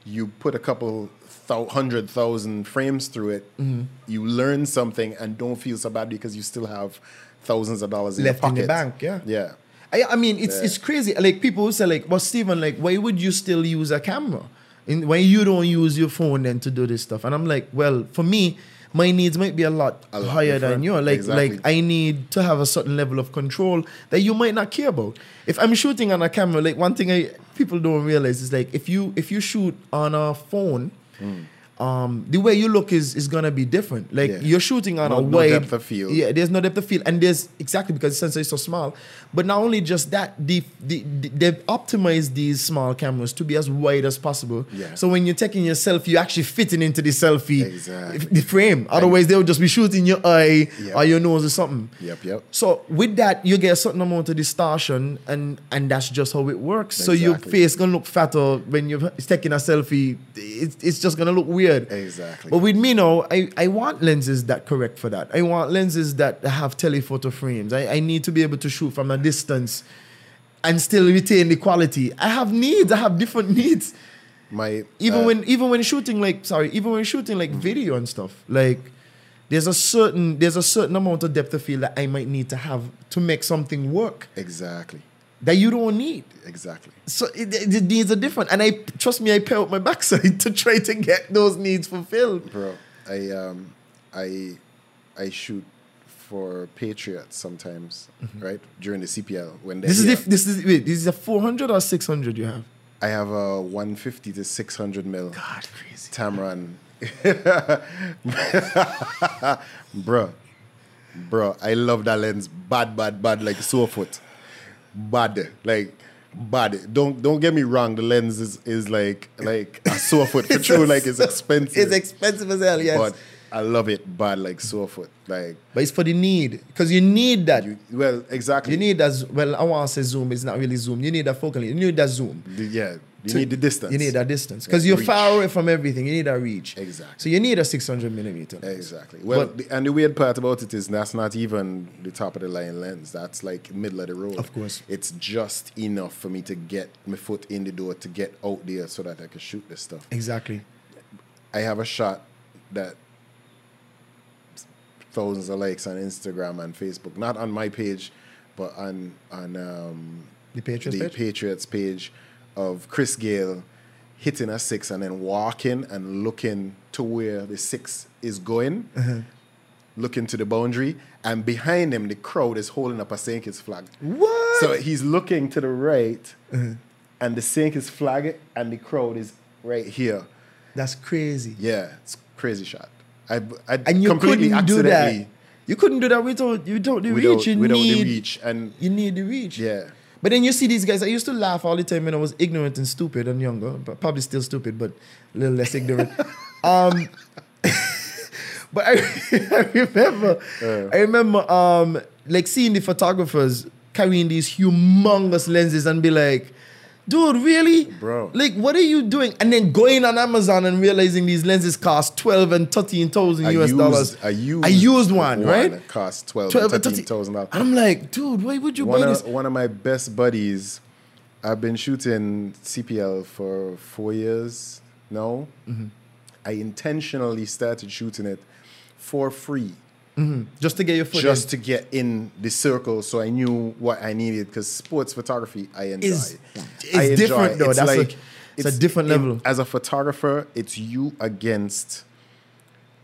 Speaker 2: You put a couple thou- hundred thousand frames through it.
Speaker 1: Mm-hmm.
Speaker 2: You learn something and don't feel so bad because you still have thousands of dollars in
Speaker 1: Left in
Speaker 2: your pocket.
Speaker 1: the bank, yeah.
Speaker 2: Yeah.
Speaker 1: I, I mean, it's it's crazy. Like people who say, like, well, Steven, like, why would you still use a camera? And why you don't use your phone then to do this stuff? And I'm like, well, for me, my needs might be a lot,
Speaker 2: lot
Speaker 1: higher than
Speaker 2: different.
Speaker 1: yours. Like,
Speaker 2: Exactly.
Speaker 1: like I need to have a certain level of control that you might not care about. If I'm shooting on a camera, like one thing I people don't realize is like if you if you shoot on a phone. Um, the way you look is is gonna be different. Like
Speaker 2: Hmm. Yeah.
Speaker 1: you're shooting on
Speaker 2: No-
Speaker 1: a
Speaker 2: no
Speaker 1: wide
Speaker 2: depth of field.
Speaker 1: Yeah, there's no depth of field, and there's exactly because the sensor is so small. But not only just that, the, the, the they've optimized these small cameras to be as wide as possible.
Speaker 2: Yeah.
Speaker 1: So when you're taking your selfie, you're actually fitting into the selfie
Speaker 2: Exactly.
Speaker 1: f- the frame. Otherwise, they'll just be shooting your eye
Speaker 2: Yep.
Speaker 1: or your nose or something.
Speaker 2: Yep, yep.
Speaker 1: So with that, you get a certain amount of distortion, and and that's just how it works. So your
Speaker 2: Exactly.
Speaker 1: face gonna look fatter when you're taking a selfie. It's, it's just gonna look weird.
Speaker 2: Exactly.
Speaker 1: But with me now, I, I want lenses that correct for that. I want lenses that have telephoto frames. I, I need to be able to shoot from a distance and still retain the quality. I have needs. I have different needs.
Speaker 2: My
Speaker 1: Even
Speaker 2: uh,
Speaker 1: when even when shooting like sorry, even when shooting like video and stuff, like there's a certain there's a certain amount of depth of field that I might need to have to make something work
Speaker 2: exactly,
Speaker 1: that you don't need.
Speaker 2: exactly.
Speaker 1: So it, it- the needs are different, and I trust me, I pay out my backside to try to get those needs fulfilled.
Speaker 2: bro. I um, I, I shoot for Patriots sometimes, right? During the CPL when they
Speaker 1: Mm-hmm. This
Speaker 2: yeah.
Speaker 1: is if this is wait, this is a 400 or 600 you have.
Speaker 2: I have a 150 to 600 mil
Speaker 1: God, crazy.
Speaker 2: Tamron. Bruh. Bruh, I love that lens. Bad, bad, bad, like sore foot. Bad. Like bad. Don't don't get me wrong, the lens is, is like like a sore foot for true, like it's expensive.
Speaker 1: It's expensive as hell, yes.
Speaker 2: But
Speaker 1: But,
Speaker 2: I love it bad like sore foot. Like
Speaker 1: it's for the need because you need that. You,
Speaker 2: well, exactly.
Speaker 1: need as well. I want to say zoom. It's not really zoom. You need that focal. You need that zoom.
Speaker 2: the, yeah. You
Speaker 1: to-
Speaker 2: need the distance.
Speaker 1: You need that distance because
Speaker 2: Yeah,
Speaker 1: you're
Speaker 2: reach.
Speaker 1: far away from everything. You need that reach.
Speaker 2: Exactly.
Speaker 1: So you need a 600 millimeter. lens.
Speaker 2: Exactly. Well,
Speaker 1: But-
Speaker 2: the, and the weird part about it is that's not even the top of the line lens. That's like middle of the road.
Speaker 1: Of course.
Speaker 2: It's just enough for me to get my foot in the door to get out there so that I can shoot this stuff.
Speaker 1: Exactly.
Speaker 2: I have a shot that thousands of likes on Instagram and Facebook, not on my page, but on on um,
Speaker 1: The Patriots
Speaker 2: the
Speaker 1: page?
Speaker 2: Patriots page of Chris Gale hitting a six and then walking and looking to where the six is going,
Speaker 1: Uh-huh.
Speaker 2: looking to the boundary, and behind him the crowd is holding up a Saints flag.
Speaker 1: What? Uh-huh.
Speaker 2: So he's looking to the right, and the Saints flag and the crowd is right here.
Speaker 1: That's crazy.
Speaker 2: Yeah, it's crazy shot. I, I
Speaker 1: And you
Speaker 2: completely
Speaker 1: couldn't do
Speaker 2: accidentally
Speaker 1: that. You couldn't do that without without the
Speaker 2: without,
Speaker 1: reach. You
Speaker 2: without
Speaker 1: need
Speaker 2: the reach and
Speaker 1: You need the reach.
Speaker 2: yeah.
Speaker 1: But then you see these guys. I used to laugh all the time when I was ignorant and stupid and younger, but probably still stupid, but a little less ignorant. um, but I, I remember, I remember, um, like seeing the photographers carrying these humongous lenses and be like, "Dude, really,
Speaker 2: Bro.
Speaker 1: Like, what are you doing?" And then going on Amazon and realizing these lenses cost twelve and thirteen thousand
Speaker 2: I
Speaker 1: US
Speaker 2: used-
Speaker 1: dollars.
Speaker 2: I used,
Speaker 1: I used one, right?
Speaker 2: It cost 12
Speaker 1: 12 and
Speaker 2: 13 thousand dollars.
Speaker 1: I'm like, dude, why would you
Speaker 2: one
Speaker 1: buy
Speaker 2: of,
Speaker 1: this?
Speaker 2: one of my best buddies, I've been shooting CPL for four years now.
Speaker 1: Mm-hmm.
Speaker 2: I intentionally started shooting it for free
Speaker 1: Just to get your footage.
Speaker 2: just to get in the circle so I knew what I needed because sports photography I enjoy.
Speaker 1: Is- it's
Speaker 2: I enjoy.
Speaker 1: different, though. That's a- it's a different
Speaker 2: in-
Speaker 1: level.
Speaker 2: as a photographer, it's you against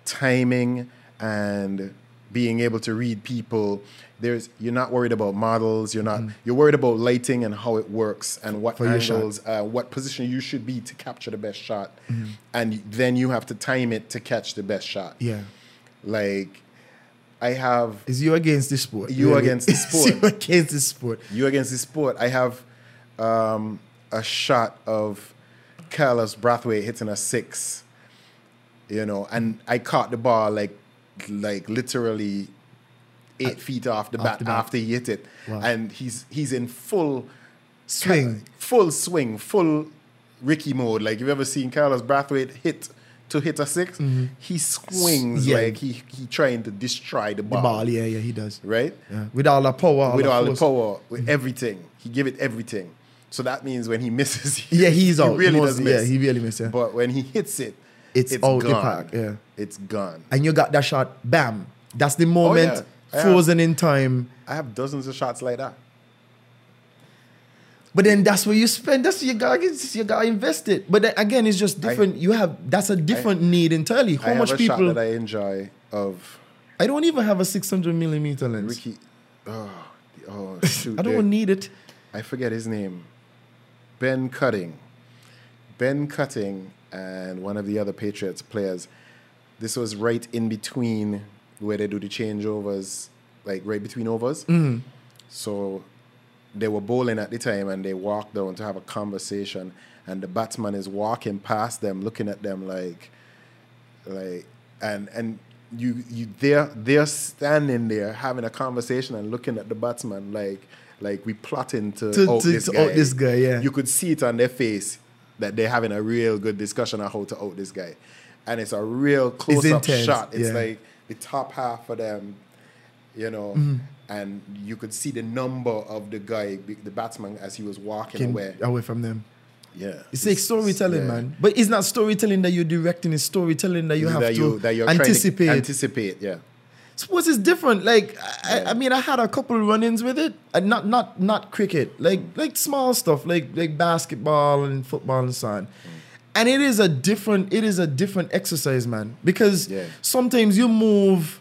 Speaker 2: timing and being able to read people. There's you're not worried about models. You're not you're worried about lighting and how it works and what
Speaker 1: Mm. For your shot.
Speaker 2: angles, uh, what position you should be to capture the best shot,
Speaker 1: Mm-hmm.
Speaker 2: and then you have to time it to catch the best shot.
Speaker 1: yeah.
Speaker 2: like I have
Speaker 1: It's you against the sport.
Speaker 2: You against the
Speaker 1: It's
Speaker 2: sport.
Speaker 1: you against the sport.
Speaker 2: you against the sport. I have um, a shot of Carlos Brathwaite hitting a six, you know, and I caught the ball like, like literally eight feet off the bat
Speaker 1: the bat.
Speaker 2: after he hit it,
Speaker 1: Wow.
Speaker 2: and he's he's in full
Speaker 1: Swing.
Speaker 2: full swing, full Ricky mode. Like you've ever seen Carlos Brathwaite hit to hit a 6 he swings
Speaker 1: Mm-hmm. yeah.
Speaker 2: like he he trying to destroy the
Speaker 1: The
Speaker 2: ball,
Speaker 1: ball, yeah, yeah, he does.
Speaker 2: right?
Speaker 1: Yeah. With all the power.
Speaker 2: with
Speaker 1: the
Speaker 2: all the
Speaker 1: force.
Speaker 2: power, with everything. He give it everything. So that means when he misses, he,
Speaker 1: Yeah, he's out.
Speaker 2: He really
Speaker 1: Most-
Speaker 2: does miss.
Speaker 1: yeah, he really miss, yeah.
Speaker 2: But when he hits it,
Speaker 1: It's out the park, yeah.
Speaker 2: it's gone.
Speaker 1: And you got that shot, bam. That's the moment
Speaker 2: Oh, yeah.
Speaker 1: frozen in time.
Speaker 2: I have dozens of shots like that.
Speaker 1: But then that's where you spend. That's you gotta get- you gotta invest it. But then again, it's just different. you have that's a different need entirely.
Speaker 2: I
Speaker 1: How
Speaker 2: have
Speaker 1: much
Speaker 2: a
Speaker 1: people?
Speaker 2: shot that I enjoy of
Speaker 1: I don't even have a 600 millimeter lens.
Speaker 2: Ricky. Oh, the- oh shoot!
Speaker 1: I don't
Speaker 2: there-
Speaker 1: need it.
Speaker 2: I forget his name. Ben Cutting. Ben Cutting and one of the other Patriots players. This was right in between where they do the changeovers, like right between overs.
Speaker 1: Mm-hmm.
Speaker 2: So they were bowling at the time and they walked down to have a conversation and the batsman is walking past them, looking at them like like and and you you they're they're standing there having a conversation and looking at the batsman like like we plotting to,
Speaker 1: To-
Speaker 2: out
Speaker 1: to-
Speaker 2: this
Speaker 1: to
Speaker 2: guy.
Speaker 1: out this guy, yeah.
Speaker 2: You could see it on their face that they're having a real good discussion on how to out this guy. And it's a real close up
Speaker 1: intense,
Speaker 2: shot. It's
Speaker 1: yeah.
Speaker 2: like the top half of them, you know,
Speaker 1: Mm-hmm.
Speaker 2: and you could see the number of the guy, the batsman, as he was walking
Speaker 1: Can-
Speaker 2: away.
Speaker 1: away from them.
Speaker 2: Yeah,
Speaker 1: It's like storytelling,
Speaker 2: yeah.
Speaker 1: man. But it's not storytelling that you're directing. It's storytelling that you have
Speaker 2: that
Speaker 1: to
Speaker 2: you, that you're trying to
Speaker 1: anticipate.
Speaker 2: anticipate, yeah.
Speaker 1: Sports is different. Like I, I- I mean, I had a couple run-ins with it, and not not not cricket. Like like small stuff, like like basketball and football and so on. And it is a different. It is a different exercise, man. Because
Speaker 2: Yeah.
Speaker 1: sometimes you move,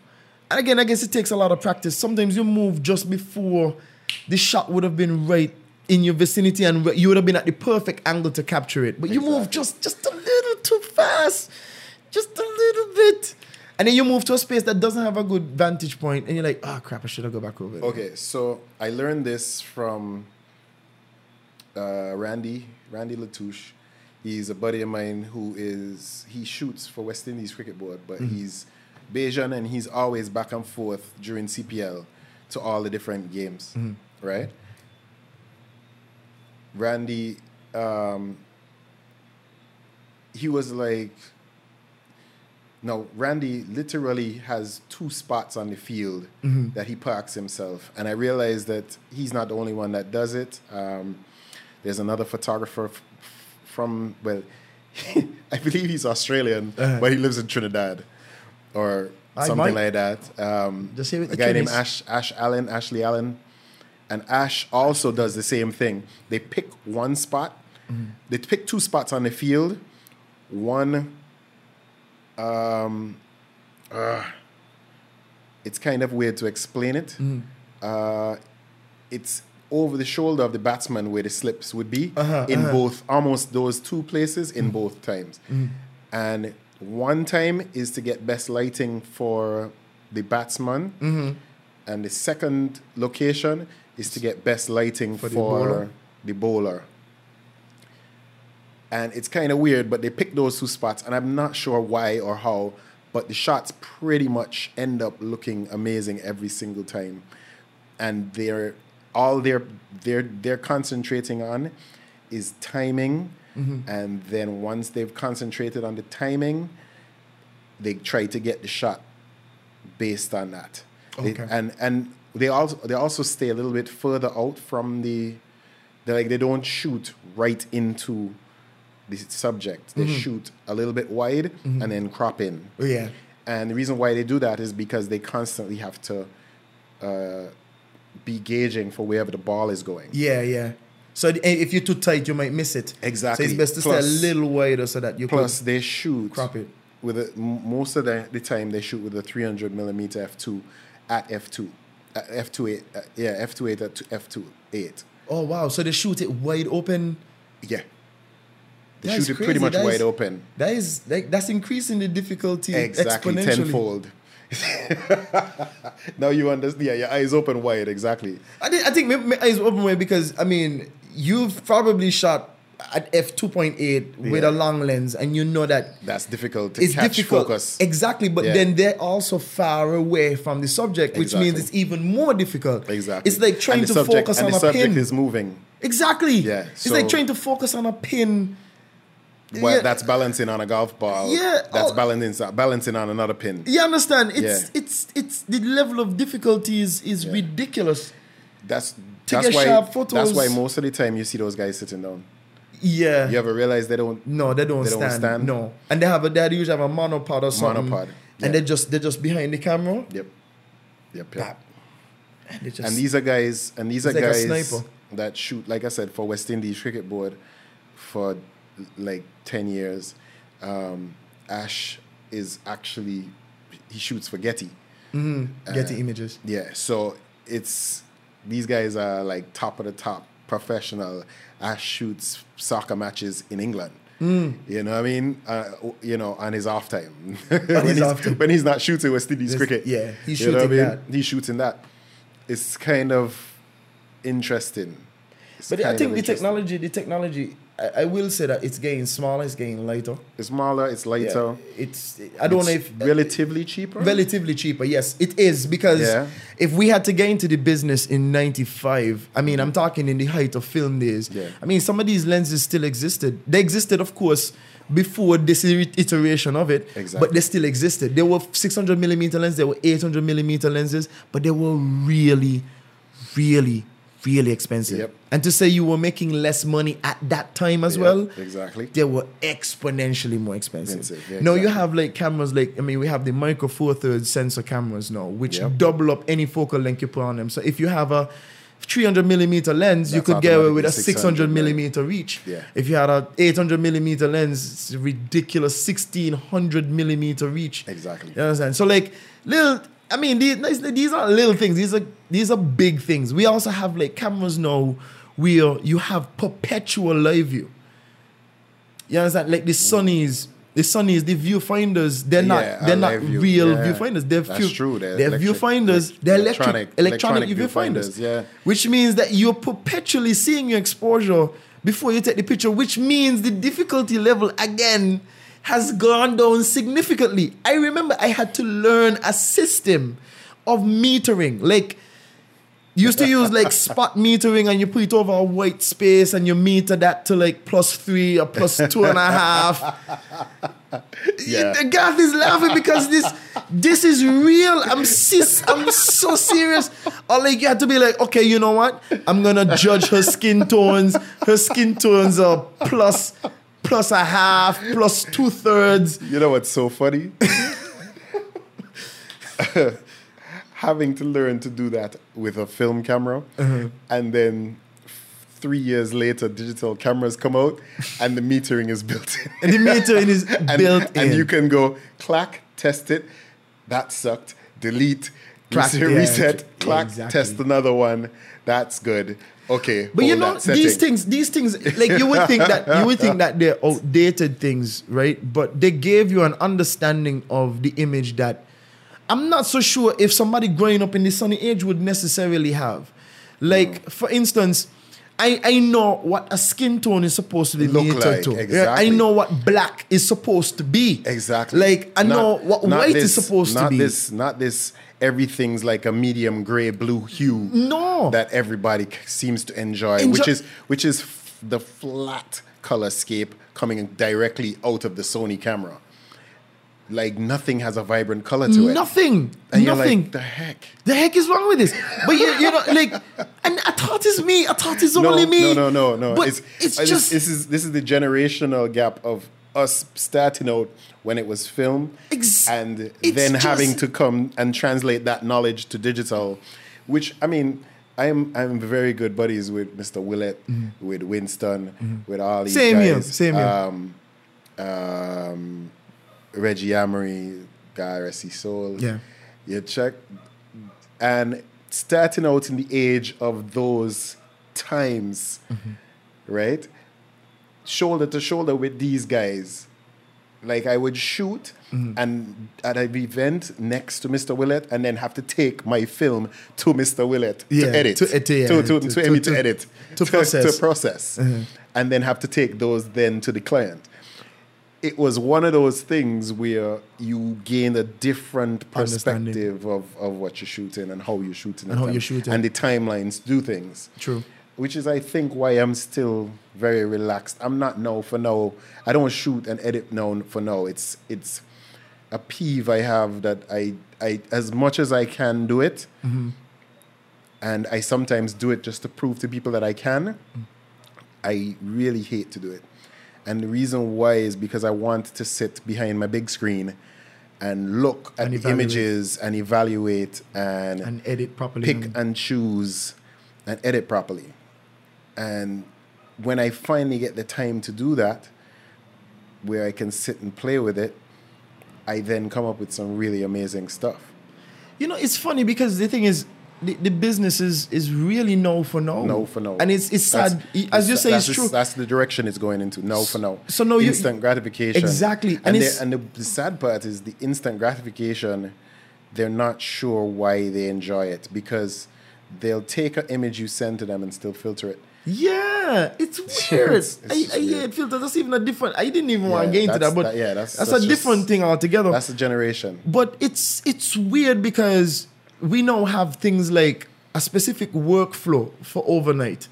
Speaker 1: and again, I guess it takes a lot of practice. Sometimes you move just before the shot would have been right in your vicinity, and you would have been at the perfect angle to capture it. But you move just just a little too fast, just a little bit, and then you move to a space that doesn't have a good vantage point, and you're like, ah, crap, I should have go back over. there."
Speaker 2: Okay, so I learned this from uh, Randy, Randy Latouche. He's a buddy of mine who is he shoots for West Indies Cricket Board, but he's Bayesian and he's always back and forth during CPL to all the different games, right? Randy, um, he was like, now, Randy literally has two spots on the field
Speaker 1: Mm-hmm.
Speaker 2: that he parks himself. And I realized that he's not the only one that does it. Um, there's another photographer f- from, well, I believe he's Australian, but he lives in Trinidad or
Speaker 1: Uh-huh. I
Speaker 2: something
Speaker 1: might-
Speaker 2: like that. Um,
Speaker 1: Just say with
Speaker 2: a
Speaker 1: the
Speaker 2: guy named
Speaker 1: Kiwis.
Speaker 2: Ash, Ash Allen, Ashley Allen. And Ash also does the same thing. They pick one spot, they pick two spots on the field, one um, uh, it's kind of weird to explain it. Uh, it's over the shoulder of the batsman where the slips would be
Speaker 1: Uh-huh,
Speaker 2: in both almost those two places in
Speaker 1: Mm.
Speaker 2: both times. And one time is to get best
Speaker 1: Mm-hmm.
Speaker 2: lighting for the batsman, and the second location is to get best lighting for,
Speaker 1: the bowler?
Speaker 2: the bowler. And it's kind of weird, but they pick those two spots, and I'm not sure why or how, but the shots pretty much end up looking amazing every single time. And they're all they're they're they're concentrating on is timing. And then once they've concentrated on the timing, they try to get the shot based on that. They-
Speaker 1: Okay.
Speaker 2: and and they also they also stay a little bit further out from the they like they don't shoot right into the subject. They shoot a little bit wide and then crop in.
Speaker 1: Mm-hmm. Oh, yeah.
Speaker 2: And the reason why they do that is because they constantly have to uh, be gauging for wherever the ball is going.
Speaker 1: Yeah, yeah. So i- if you're too tight, you might miss it.
Speaker 2: Exactly.
Speaker 1: So it's best to
Speaker 2: Plus-
Speaker 1: stay a little wider so that you
Speaker 2: Plus,
Speaker 1: could-
Speaker 2: they shoot
Speaker 1: Crop it.
Speaker 2: with a, m- most of the, the time they shoot with a 300 millimeter f2 at f2, at f2.8, uh, yeah, f2.8 at two- f2.8.
Speaker 1: Oh wow! So they shoot it wide open.
Speaker 2: Yeah, they
Speaker 1: That is
Speaker 2: shoot it pretty
Speaker 1: crazy.
Speaker 2: much
Speaker 1: That
Speaker 2: wide
Speaker 1: is-
Speaker 2: open.
Speaker 1: That is like that's increasing the difficulty
Speaker 2: Exactly,
Speaker 1: exponentially.
Speaker 2: tenfold. now you understand. Yeah, your eyes open wide. Exactly.
Speaker 1: I, thi- I think my, my eyes open way because I mean you've probably shot at f two point eight with
Speaker 2: Yeah.
Speaker 1: a long lens, and you know that
Speaker 2: That's difficult to
Speaker 1: it's
Speaker 2: catch
Speaker 1: difficult.
Speaker 2: focus.
Speaker 1: Exactly, but
Speaker 2: Yeah.
Speaker 1: then they're also far away from the subject, which means
Speaker 2: Exactly.
Speaker 1: it's even more difficult.
Speaker 2: Exactly.
Speaker 1: It's like trying
Speaker 2: And
Speaker 1: to
Speaker 2: the subject,
Speaker 1: focus
Speaker 2: and
Speaker 1: on
Speaker 2: the
Speaker 1: a
Speaker 2: subject
Speaker 1: pin.
Speaker 2: is moving.
Speaker 1: exactly.
Speaker 2: Yeah,
Speaker 1: It's like
Speaker 2: so-
Speaker 1: trying to focus on a pin.
Speaker 2: Well,
Speaker 1: Yeah.
Speaker 2: that's balancing on a golf ball.
Speaker 1: Yeah,
Speaker 2: that's
Speaker 1: oh.
Speaker 2: balancing balancing on another pin.
Speaker 1: You understand? It's
Speaker 2: Yeah.
Speaker 1: it's it's the level of difficulty is is ridiculous.
Speaker 2: That's
Speaker 1: To
Speaker 2: that's
Speaker 1: get
Speaker 2: why
Speaker 1: sharp
Speaker 2: that's
Speaker 1: photos.
Speaker 2: why most of the time you see those guys sitting down.
Speaker 1: Yeah.
Speaker 2: You ever realize they don't?
Speaker 1: No, they don't,
Speaker 2: They don't
Speaker 1: stand.
Speaker 2: stand?
Speaker 1: No, and they have a they usually have a monopod or something.
Speaker 2: Monopod, yeah.
Speaker 1: And they just they're just behind the camera.
Speaker 2: Yep. Yep. yep.
Speaker 1: And, they just,
Speaker 2: And these are guys. And these
Speaker 1: It's
Speaker 2: are
Speaker 1: like a
Speaker 2: guys
Speaker 1: sniper.
Speaker 2: that shoot, like I said, for West Indies Cricket Board for like ten years. Um, Ash is actually he shoots for Getty.
Speaker 1: Getty images.
Speaker 2: Yeah, so it's these guys are like top of the top professional. Ash shoots soccer matches in England.
Speaker 1: Hmm.
Speaker 2: You know what I mean? Uh, you know, on his off time. when,
Speaker 1: his
Speaker 2: he's,
Speaker 1: off time.
Speaker 2: when he's not shooting West Indies cricket.
Speaker 1: yeah, he's
Speaker 2: You know what
Speaker 1: shooting
Speaker 2: I
Speaker 1: that.
Speaker 2: He's shooting that. It's kind of interesting. It's
Speaker 1: But I
Speaker 2: kind
Speaker 1: think
Speaker 2: of
Speaker 1: the
Speaker 2: interesting.
Speaker 1: technology, the technology, I, I will say that it's getting smaller, it's getting lighter.
Speaker 2: It's smaller, it's
Speaker 1: Yeah.
Speaker 2: lighter.
Speaker 1: it's I don't
Speaker 2: it's
Speaker 1: know if
Speaker 2: relatively cheaper.
Speaker 1: relatively cheaper. Yes, it is because
Speaker 2: Yeah.
Speaker 1: if we had to get into the business in '95, I mean, I'm talking in the height of film days.
Speaker 2: Yeah.
Speaker 1: I mean, some of these lenses still existed. They existed, of course, before this ir- iteration of it.
Speaker 2: Exactly.
Speaker 1: But they still existed. There were 600 millimeter lenses. There were 800 millimeter lenses, but they were really, really, really expensive.
Speaker 2: Yep.
Speaker 1: And to say you were making less money at that time as
Speaker 2: Yeah,
Speaker 1: well,
Speaker 2: exactly.
Speaker 1: they were exponentially more expensive.
Speaker 2: Expensive, yeah,
Speaker 1: Now you
Speaker 2: exactly.
Speaker 1: have have like cameras like I mean we have the micro four thirds sensor cameras now, which
Speaker 2: Yep.
Speaker 1: double up any focal length you put on them. So if you have a 300 millimeter lens, you
Speaker 2: That's
Speaker 1: could get away with a
Speaker 2: automatically
Speaker 1: 600
Speaker 2: 600, yeah.
Speaker 1: millimeter reach.
Speaker 2: Yeah.
Speaker 1: If you had a 800 millimeter lens, it's a ridiculous 1600 millimeter reach.
Speaker 2: Exactly.
Speaker 1: You understand? So like little. I mean, these these aren't little things. These are these are big things. We also have like cameras now where you have perpetual live view. You understand? Like the Sony's, the Sony's, the viewfinders, they're
Speaker 2: Yeah,
Speaker 1: not
Speaker 2: I
Speaker 1: they're not
Speaker 2: like view-
Speaker 1: real
Speaker 2: yeah.
Speaker 1: viewfinders. They're
Speaker 2: That's
Speaker 1: view,
Speaker 2: true,
Speaker 1: They're,
Speaker 2: they're electric-
Speaker 1: viewfinders. They're electric,
Speaker 2: electronic-
Speaker 1: electronic,
Speaker 2: electronic
Speaker 1: viewfinders.
Speaker 2: viewfinders, yeah.
Speaker 1: Which means that you're perpetually seeing your exposure before you take the picture, which means the difficulty level again has gone down significantly. I remember I had to learn a system of metering, like. You used to use like spot metering and you put it over a white space and you meter that to like plus three or plus two and a half.
Speaker 2: Yeah.
Speaker 1: The Garth is laughing because this this is real. I'm sis, I'm so serious. Or like you had to be like, okay, you know what? I'm gonna judge her skin tones. Her skin tones are plus plus a half, plus two thirds.
Speaker 2: You know what's so funny? Having to learn to do that with a film camera,
Speaker 1: Uh-huh.
Speaker 2: and then three years later, digital cameras come out, and the metering is built in.
Speaker 1: And the metering is built
Speaker 2: and
Speaker 1: in.
Speaker 2: you can go clack, test it. That sucked. Delete.
Speaker 1: Clack,
Speaker 2: rese-
Speaker 1: yeah,
Speaker 2: reset.
Speaker 1: yeah,
Speaker 2: clack.
Speaker 1: exactly.
Speaker 2: Test another one. That's good. Okay.
Speaker 1: But you
Speaker 2: hold
Speaker 1: know
Speaker 2: that
Speaker 1: these
Speaker 2: setting.
Speaker 1: things, these things, like you would think that you would think that they're outdated things, right? But they gave you an understanding of the image that I'm not so sure if somebody growing up in the sunny age would necessarily have. Like for instance, I, I know what a skin tone is supposed to be
Speaker 2: Look
Speaker 1: related
Speaker 2: like,
Speaker 1: to. Yeah,
Speaker 2: exactly.
Speaker 1: I know what black is supposed to be.
Speaker 2: Exactly.
Speaker 1: Like I
Speaker 2: Not-
Speaker 1: know what
Speaker 2: not
Speaker 1: white is
Speaker 2: this-
Speaker 1: supposed
Speaker 2: not
Speaker 1: to be.
Speaker 2: This, not this. Everything's like a medium gray, blue hue.
Speaker 1: No.
Speaker 2: that everybody c- seems to enjoy,
Speaker 1: Enjoy-
Speaker 2: which is which is f- the flat colorscape coming directly out of the Sony camera. Like nothing has a vibrant color to it.
Speaker 1: Nothing.
Speaker 2: And you're like,
Speaker 1: nothing.
Speaker 2: the heck.
Speaker 1: the heck is wrong with this? But you, you know, like, and I thought it's me. I thought it's
Speaker 2: no,
Speaker 1: only me.
Speaker 2: No, no, no, no.
Speaker 1: But
Speaker 2: it's
Speaker 1: it's,
Speaker 2: I
Speaker 1: just
Speaker 2: this is this is the generational gap of us starting out when it was film
Speaker 1: Ex-
Speaker 2: and
Speaker 1: it's
Speaker 2: then
Speaker 1: just-
Speaker 2: having to come and translate that knowledge to digital, which I mean. I'm I'm very good buddies with Mr. Willett,
Speaker 1: Mm-hmm.
Speaker 2: with Winston, with all these
Speaker 1: Same
Speaker 2: guys.
Speaker 1: here, same here.
Speaker 2: Um, um, Reggie Amory, guy Rest his Soul.
Speaker 1: Yeah.
Speaker 2: You check and starting out in the age of those times,
Speaker 1: Mm-hmm.
Speaker 2: right? Shoulder to shoulder with these guys. Like I would shoot
Speaker 1: Mm-hmm.
Speaker 2: and at an event next to Mr. Willett and then have to take my film to Mr. Willett
Speaker 1: Yeah,
Speaker 2: to edit.
Speaker 1: to- to- yeah,
Speaker 2: to, to,
Speaker 1: to-
Speaker 2: to- I mean,
Speaker 1: to-
Speaker 2: to edit.
Speaker 1: to process. Uh-huh.
Speaker 2: To process. And then have to take those then to the client it was one of those things where you gain a different
Speaker 1: Understanding.
Speaker 2: perspective of, of what you're shooting and how you're shooting
Speaker 1: And how you're shooting.
Speaker 2: and the timelines to do things.
Speaker 1: True.
Speaker 2: Which is, I think, why I'm still very relaxed. I'm not now for now. I don't shoot and edit now for now. It's it's a peeve I have that I I as much as I can do it, and I sometimes do it just to prove to people that I can. I really hate to do it. And the reason why is because I want to sit behind my big screen and look at
Speaker 1: And
Speaker 2: the
Speaker 1: evaluate.
Speaker 2: images and evaluate and,
Speaker 1: and mm. edit properly.
Speaker 2: pick and choose and edit properly. And when I finally get the time to do that, where I can sit and play with it, I then come up with some really amazing stuff.
Speaker 1: you know, it's funny because the thing is, the, the business is is really no for no.
Speaker 2: No for no.
Speaker 1: Mm. And it's it's
Speaker 2: That's-
Speaker 1: sad. As you say,
Speaker 2: that's
Speaker 1: it's
Speaker 2: the-
Speaker 1: true.
Speaker 2: That's the direction it's going into. No for no.
Speaker 1: So no, you-
Speaker 2: instant gratification.
Speaker 1: Exactly.
Speaker 2: And
Speaker 1: And
Speaker 2: the,
Speaker 1: it's-
Speaker 2: and the, the sad part is the instant gratification. They're not sure why they enjoy it because they'll take an image you send to them and still filter it.
Speaker 1: Yeah, it's weird.
Speaker 2: It's- it's just
Speaker 1: I, I, yeah,
Speaker 2: weird.
Speaker 1: it feels that that's even a different. I didn't even want to
Speaker 2: Yeah,
Speaker 1: get into
Speaker 2: that's-
Speaker 1: that, but
Speaker 2: that- yeah, that's-
Speaker 1: that's,
Speaker 2: that's
Speaker 1: a
Speaker 2: just-
Speaker 1: different thing altogether.
Speaker 2: That's the generation.
Speaker 1: but it's it's weird because we now have things like a specific workflow for overnight.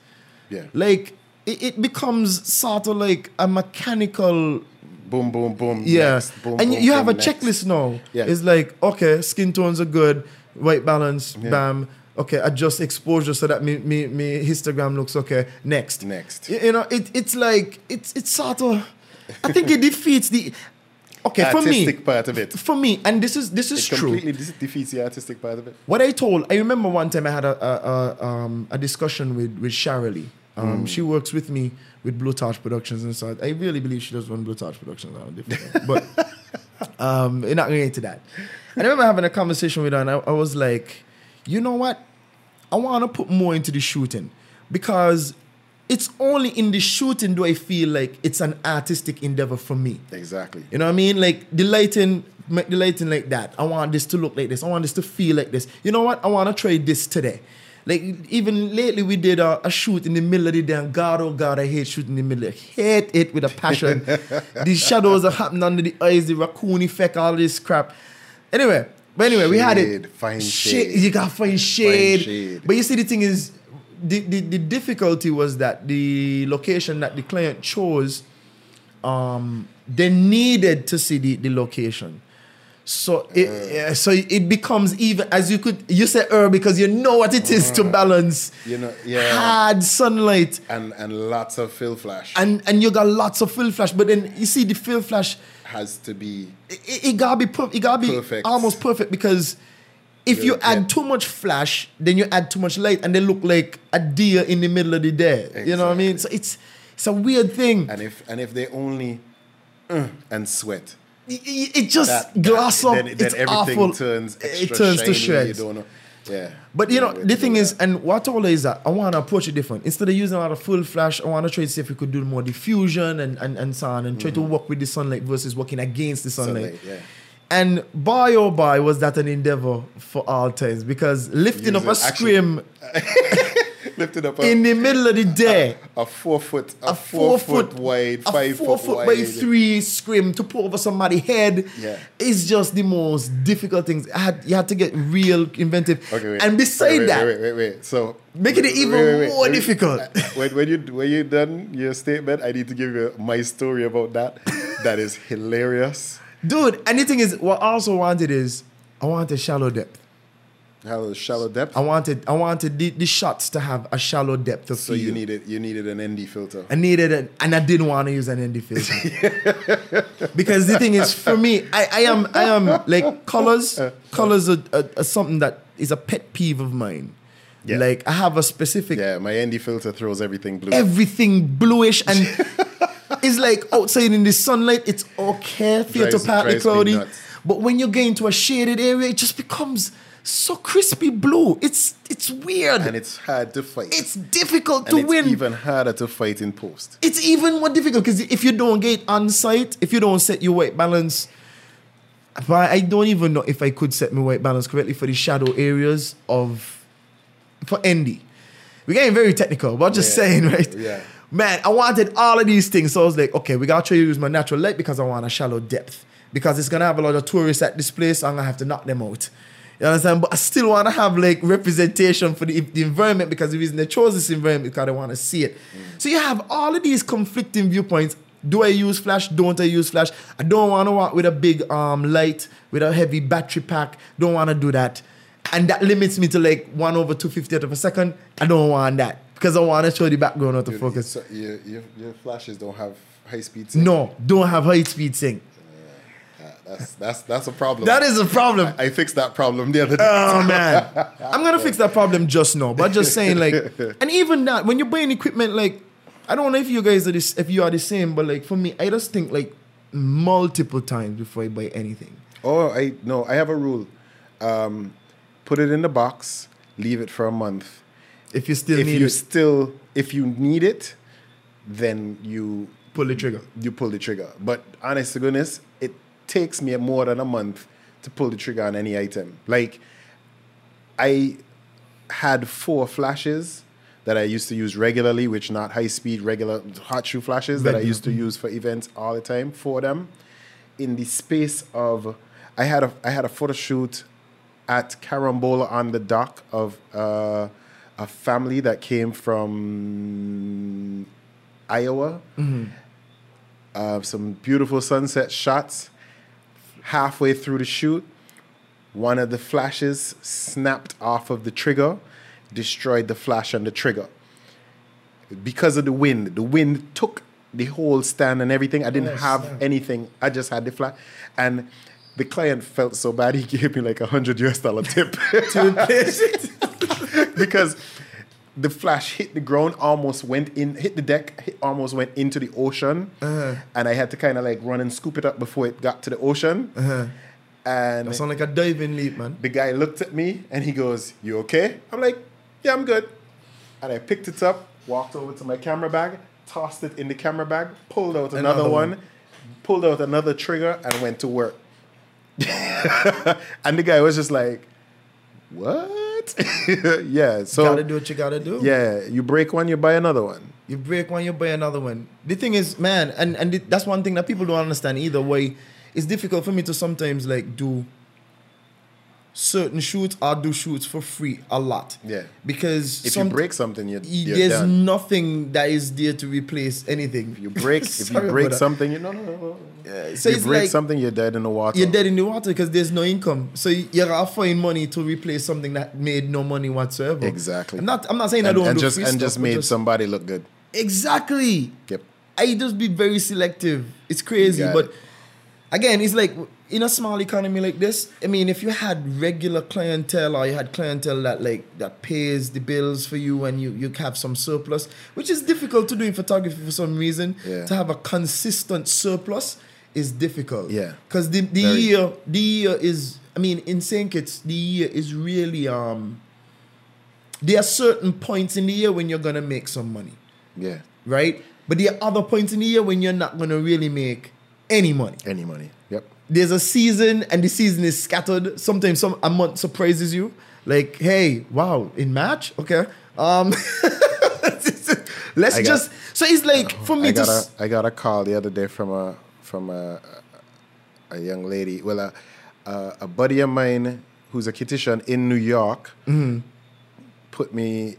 Speaker 2: Yeah.
Speaker 1: Like it, it becomes sort of like a mechanical
Speaker 2: boom, boom, boom.
Speaker 1: yeah.
Speaker 2: next, boom,
Speaker 1: and you-
Speaker 2: boom,
Speaker 1: you have a
Speaker 2: boom, next.
Speaker 1: checklist now.
Speaker 2: Yeah.
Speaker 1: It's like, okay, skin tones are good, white balance, bam. Okay, adjust exposure so that me, me, me histogram looks okay. Next.
Speaker 2: Next.
Speaker 1: You, you know, it, it's like, it's, it's sort of, I think it defeats the, okay, for me,
Speaker 2: Artistic part of it.
Speaker 1: for me, and this is, this
Speaker 2: It
Speaker 1: is true.
Speaker 2: completely dis- defeats the artistic part of it.
Speaker 1: What I told, I remember one time I had a a, a, um, a discussion with with Shirley. Um, She works with me with Blue Touch Productions, and so I really believe she does run Blue Touch Productions. I don't different, but um, we're not going into that. And I remember having a conversation with her, and I, I was like, you know what? I want to put more into the shooting because it's only in the shooting do I feel like it's an artistic endeavor for me.
Speaker 2: Exactly.
Speaker 1: You know what I mean? Like the lighting, make the lighting like that. I want this to look like this. I want this to feel like this. You know what? I want to try this today. Like even lately, we did a, a shoot in the middle of the day, and God, oh God, I hate shooting in the middle. I hate it with a passion. the shadows are happening under the eyes, the raccoon effect, all this crap. Anyway, but anyway, we had
Speaker 2: Shade,
Speaker 1: it.
Speaker 2: find
Speaker 1: Shade-
Speaker 2: shade.
Speaker 1: You gotta find shade.
Speaker 2: shade.
Speaker 1: But you see, the thing is, the, the the difficulty was that the location that the client chose they needed to see the, the location. So it
Speaker 2: Mm.
Speaker 1: yeah, so it becomes even as you could you say er because you know what it is to balance
Speaker 2: You know, Mm. yeah.
Speaker 1: hard sunlight
Speaker 2: And and lots of fill flash
Speaker 1: and and you got lots of fill flash but then you see the fill flash
Speaker 2: has to be
Speaker 1: it, it gotta be perf- it gotta be
Speaker 2: Perfect.
Speaker 1: almost perfect because if
Speaker 2: You'll
Speaker 1: you add
Speaker 2: get-
Speaker 1: too much flash, then you add too much light, and they look like a deer in the middle of the day. You know what I mean? So it's it's a weird thing.
Speaker 2: and if and if they only uh, and sweat
Speaker 1: Y- y- it just
Speaker 2: that- that-
Speaker 1: glass up. it's
Speaker 2: everything
Speaker 1: awful.
Speaker 2: turns extra
Speaker 1: it turns
Speaker 2: shiny,
Speaker 1: to shreds.
Speaker 2: You don't know. Yeah.
Speaker 1: But you
Speaker 2: Yeah,
Speaker 1: know,
Speaker 2: we
Speaker 1: the
Speaker 2: do
Speaker 1: thing is,
Speaker 2: that.
Speaker 1: and what I told her is that I want to approach it different. Instead of using a lot of full flash, I want to try to see if we could do more diffusion and, and, and so on and try to work with the sunlight versus working against the sunlight.
Speaker 2: Mm-hmm. Sunlight, yeah.
Speaker 1: And by oh by, was that an endeavor for all times because lifting up
Speaker 2: Using-
Speaker 1: a
Speaker 2: actually-
Speaker 1: scream
Speaker 2: lifted up a,
Speaker 1: in the middle of the day.
Speaker 2: a four foot, a,
Speaker 1: a four, foot,
Speaker 2: wide,
Speaker 1: a
Speaker 2: five
Speaker 1: four
Speaker 2: foot,
Speaker 1: foot
Speaker 2: wide,
Speaker 1: by three scrim to put over somebody's head.
Speaker 2: Yeah.
Speaker 1: it's just the most difficult things. I had, you had to get real inventive.
Speaker 2: Okay, wait.
Speaker 1: And beside
Speaker 2: Okay, wait,
Speaker 1: that,
Speaker 2: wait, wait, wait, wait. So
Speaker 1: Making it even more
Speaker 2: When you-
Speaker 1: difficult.
Speaker 2: Uh, When, when you when you done your statement, I need to give you my story about that. that is hilarious.
Speaker 1: dude. And the thing is, what I also wanted is I wanted shallow depth.
Speaker 2: How shallow depth.
Speaker 1: I wanted I wanted the, the shots to have a shallow depth of
Speaker 2: so
Speaker 1: field.
Speaker 2: you needed you needed an ND filter.
Speaker 1: I needed an, and I didn't want to use an ND filter because the thing is, for me, I, I am I am like colors. Colors are, are, are something that is a pet peeve of mine.
Speaker 2: Yeah.
Speaker 1: Like I have a specific
Speaker 2: yeah, my ND filter throws everything blue.
Speaker 1: everything bluish and it's like outside in the sunlight, it's okay for you to
Speaker 2: Drives-
Speaker 1: partly
Speaker 2: drives me
Speaker 1: cloudy.
Speaker 2: nuts.
Speaker 1: But when you get into a shaded area, it just becomes so crispy blue. It's it's weird.
Speaker 2: and it's hard to fight.
Speaker 1: it's difficult
Speaker 2: and
Speaker 1: to
Speaker 2: it's
Speaker 1: win.
Speaker 2: even harder to fight in post.
Speaker 1: it's even more difficult because if you don't get it on site, if you don't set your white balance, but I don't even know if I could set my white balance correctly for the shadow areas of for Andy. We're getting very technical, but I'm just
Speaker 2: Yeah,
Speaker 1: saying, right?
Speaker 2: yeah.
Speaker 1: Man, I wanted all of these things. So I was like, okay, we gotta try to use my natural light because I want a shallow depth. Because it's gonna have a lot of tourists at this place, so I'm gonna have to knock them out. You understand? But I still wanna have like representation for the, the environment because the reason they chose this environment is because they wanna see it. So you have all of these conflicting viewpoints. Do I use flash? Don't I use flash? I don't wanna walk with a big um light, with a heavy battery pack. Don't wanna do that and that limits me to like one over two fiftieth of a second. I don't want that because I want to show the background out of focus.
Speaker 2: So your, your, your flashes don't have high speed. sync.
Speaker 1: no, don't have high speed sync.
Speaker 2: that's that's that's a problem.
Speaker 1: That is a problem.
Speaker 2: I fixed that problem the other day.
Speaker 1: Oh man, I'm gonna fix that problem just now. But just saying, like, and even that when you're buying equipment, like, I don't know if you guys are this, if you are the same, but like for me, I just think like multiple times before I buy anything.
Speaker 2: Oh, I no, I have a rule. Um, put it in the box, leave it for a month.
Speaker 1: If you still
Speaker 2: if
Speaker 1: need
Speaker 2: you
Speaker 1: it,
Speaker 2: still if you need it, then you
Speaker 1: pull the trigger.
Speaker 2: you pull the trigger. But honest to goodness, it takes me more than a month to pull the trigger on any item. Like I had four flashes that I used to use regularly, which not high speed regular hot shoe flashes that I
Speaker 1: Regular.
Speaker 2: used to use for events all the time for them. In the space of I had a I had a photo shoot at Carambola on the dock of uh, a family that came from Iowa. Uh, some beautiful sunset shots. Halfway through the shoot, one of the flashes snapped off of the trigger, destroyed the flash on the trigger. Because of the wind, the wind took the whole stand and everything. I didn't have anything. I just had the flash. And the client felt so bad, he gave me like a hundred US dollar tip. because the flash hit the ground, almost went in, hit the deck, hit, almost went into the ocean, and I had to kind of like run and scoop it up before it got to the ocean. And
Speaker 1: That sound like a diving leap, man.
Speaker 2: the guy looked at me and he goes, You okay? I'm like, Yeah, I'm good. And I picked it up, walked over to my camera bag, tossed it in the camera bag, pulled out another,
Speaker 1: Another
Speaker 2: one,
Speaker 1: one.
Speaker 2: pulled out another trigger, and went to work. and the guy was just like, What? yeah, so.
Speaker 1: gotta do what you gotta do.
Speaker 2: Yeah, you break one, you buy another one.
Speaker 1: You break one, you buy another one. The thing is, man, and and th- that's one thing that people don't understand either. Why it's difficult for me to sometimes like do certain shoots or do shoots for free a lot.
Speaker 2: Yeah.
Speaker 1: because
Speaker 2: If
Speaker 1: some-
Speaker 2: you break something, you're,
Speaker 1: y-
Speaker 2: you're
Speaker 1: there's
Speaker 2: done.
Speaker 1: nothing that is there to replace anything.
Speaker 2: you break if you
Speaker 1: Sorry
Speaker 2: break
Speaker 1: about that.
Speaker 2: something, you no no. no, no.
Speaker 1: so
Speaker 2: you
Speaker 1: it's
Speaker 2: break
Speaker 1: like-
Speaker 2: something, you're dead in the water.
Speaker 1: You're dead in the water because there's no income. So y- you gotta find money to replace something that made no money whatsoever.
Speaker 2: Exactly.
Speaker 1: I'm not. I'm not saying I
Speaker 2: And,
Speaker 1: don't
Speaker 2: and
Speaker 1: do
Speaker 2: just
Speaker 1: free
Speaker 2: and
Speaker 1: stuff,
Speaker 2: just
Speaker 1: but
Speaker 2: made somebody look good.
Speaker 1: exactly.
Speaker 2: Yep.
Speaker 1: I just be very selective. It's crazy,
Speaker 2: got
Speaker 1: but
Speaker 2: it.
Speaker 1: again, it's like in a small economy like this. I mean, if you had regular clientele or you had clientele that like that pays the bills for you and you you have some surplus, which is difficult to do in photography for some reason.
Speaker 2: Yeah.
Speaker 1: To have a consistent surplus is difficult.
Speaker 2: Yeah.
Speaker 1: because the the
Speaker 2: Very.
Speaker 1: year the year is. I mean, in Saint Kitts, the year is really um. There are certain points in the year when you're gonna make some money
Speaker 2: Yeah.
Speaker 1: right? But there are other points in the year when you're not gonna really make any money.
Speaker 2: Any money. Yep.
Speaker 1: There's a season, and the season is scattered. Sometimes some a month surprises you, like, hey, wow, in March, okay, Um, let's
Speaker 2: I got-
Speaker 1: just. so it's like for me
Speaker 2: I
Speaker 1: to.
Speaker 2: got
Speaker 1: s-
Speaker 2: a I got a call the other day from a from a a young lady. Well, a a, a buddy of mine who's a kitchen in New York
Speaker 1: Mm-hmm.
Speaker 2: put me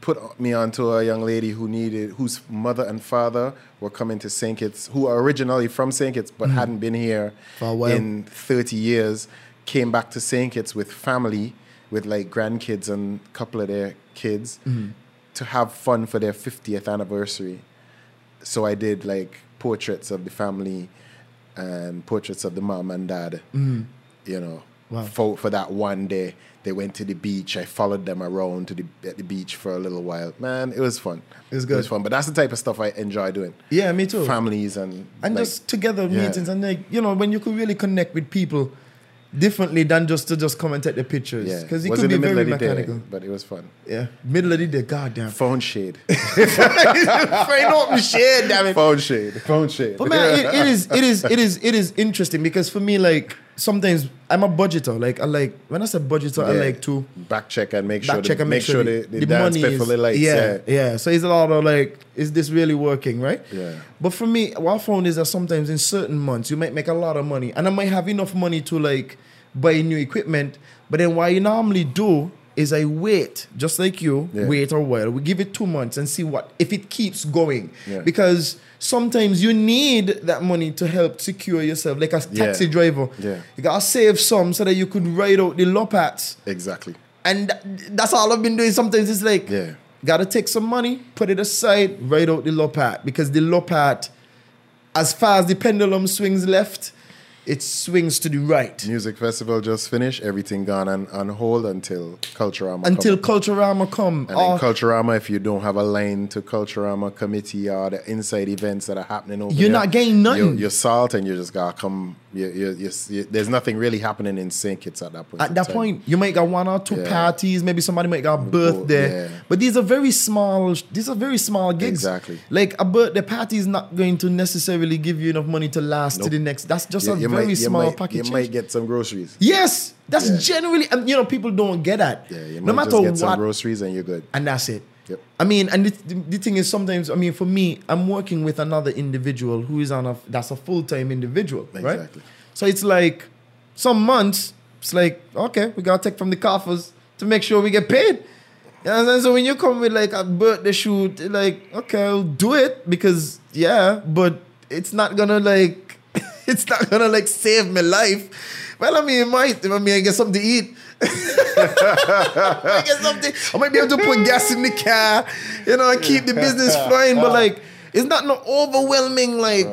Speaker 2: put me onto a young lady who needed whose mother and father were coming to St. Kitts, who are originally from St. Kitts but hadn't been here
Speaker 1: Mm-hmm. For a while.
Speaker 2: in thirty years. Came back to St. Kitts with family, with like grandkids and a couple of their kids,
Speaker 1: Mm-hmm.
Speaker 2: to have fun for their fiftieth anniversary so I did like portraits of the family and portraits of the mom and dad.
Speaker 1: Mm.
Speaker 2: You know, for for that one day they went to the beach. I followed them around to the at the beach for a little while. Man, it was fun.
Speaker 1: It was
Speaker 2: It
Speaker 1: good.
Speaker 2: was fun. But that's the type of stuff I enjoy doing.
Speaker 1: Yeah, me too.
Speaker 2: Families and
Speaker 1: and
Speaker 2: like,
Speaker 1: just together
Speaker 2: yeah.
Speaker 1: meetings and like you know when you could really connect with people differently than just to just come and take the pictures
Speaker 2: yeah,
Speaker 1: because it
Speaker 2: was
Speaker 1: could be
Speaker 2: in the middle
Speaker 1: very
Speaker 2: of the
Speaker 1: mechanical.
Speaker 2: day, but it was fun.
Speaker 1: Yeah, middle of the day, goddamn.
Speaker 2: Phone shade,
Speaker 1: Afraid not me shit, damn it.
Speaker 2: phone shade, phone shade.
Speaker 1: But man, it, it is it is it is it is interesting because for me, like sometimes I'm a budgeter. Like I like when I say budgeter, I
Speaker 2: Yeah.
Speaker 1: like to
Speaker 2: back check and make sure
Speaker 1: back check
Speaker 2: the-
Speaker 1: and make sure
Speaker 2: they,
Speaker 1: the,
Speaker 2: they
Speaker 1: the
Speaker 2: dance
Speaker 1: money
Speaker 2: pay
Speaker 1: is
Speaker 2: for the lights.
Speaker 1: yeah, yeah So it's a lot of like, is this really working, right?
Speaker 2: Yeah.
Speaker 1: But for me, what I found is that sometimes in certain months you might make a lot of money, and I might have enough money to like buy new equipment. But then what I normally do is I wait, just like you,
Speaker 2: Yeah.
Speaker 1: wait a while. We give it two months and see what if it keeps going,
Speaker 2: Yeah.
Speaker 1: because sometimes you need that money to help secure yourself, like a
Speaker 2: Yeah.
Speaker 1: taxi driver.
Speaker 2: Yeah.
Speaker 1: You gotta save some so that you could ride out the lopats.
Speaker 2: exactly.
Speaker 1: And th- that's all I've been doing. Sometimes it's like,
Speaker 2: Yeah.
Speaker 1: gotta take some money, put it aside, write out the lopat. Because the lopat, as far as the pendulum swings left, it swings to the right.
Speaker 2: Music festival just finished. Everything gone on, on hold until Culturama.
Speaker 1: Until
Speaker 2: come.
Speaker 1: Culturama come. Oh,
Speaker 2: and
Speaker 1: or
Speaker 2: then Culturama, if you don't have a line to Culturama committee or the inside events that are happening over
Speaker 1: You're
Speaker 2: there,
Speaker 1: not getting nothing.
Speaker 2: You're, you're salt and you just gotta come. You, you, you, you, there's nothing really happening in St. Kitts at that point.
Speaker 1: at
Speaker 2: in
Speaker 1: that
Speaker 2: time.
Speaker 1: point, you might got one or two
Speaker 2: Yeah.
Speaker 1: parties. Maybe somebody might got a birthday.
Speaker 2: yeah.
Speaker 1: But these are very small. These are very small gigs.
Speaker 2: Exactly.
Speaker 1: Like a birthday party is not going to necessarily give you enough money to last to
Speaker 2: Nope.
Speaker 1: the next. That's just
Speaker 2: You-
Speaker 1: a
Speaker 2: you
Speaker 1: very
Speaker 2: might- you
Speaker 1: small
Speaker 2: might-
Speaker 1: package.
Speaker 2: You might get some groceries.
Speaker 1: Yes, that's
Speaker 2: Yeah.
Speaker 1: generally, and you know, people don't get that.
Speaker 2: Yeah, you
Speaker 1: no
Speaker 2: might
Speaker 1: matter
Speaker 2: just get some
Speaker 1: what,
Speaker 2: groceries and you're good.
Speaker 1: and that's it.
Speaker 2: Yep.
Speaker 1: I mean, and the, the, the thing is, sometimes, I mean, for me, I'm working with another individual who is on a that's a full time individual, right?
Speaker 2: Exactly.
Speaker 1: So it's like some months, it's like okay, we gotta take from the coffers to make sure we get paid. You know what I'm saying? So when you come with like a birthday shoot, like okay, I'll do it because yeah, but it's not gonna like it's not gonna like save my life. Well, I mean, it might. I mean, I get something to eat. I get something. I might be able to put gas in the car, you know, and keep the business flying. But like, it's not no overwhelming like.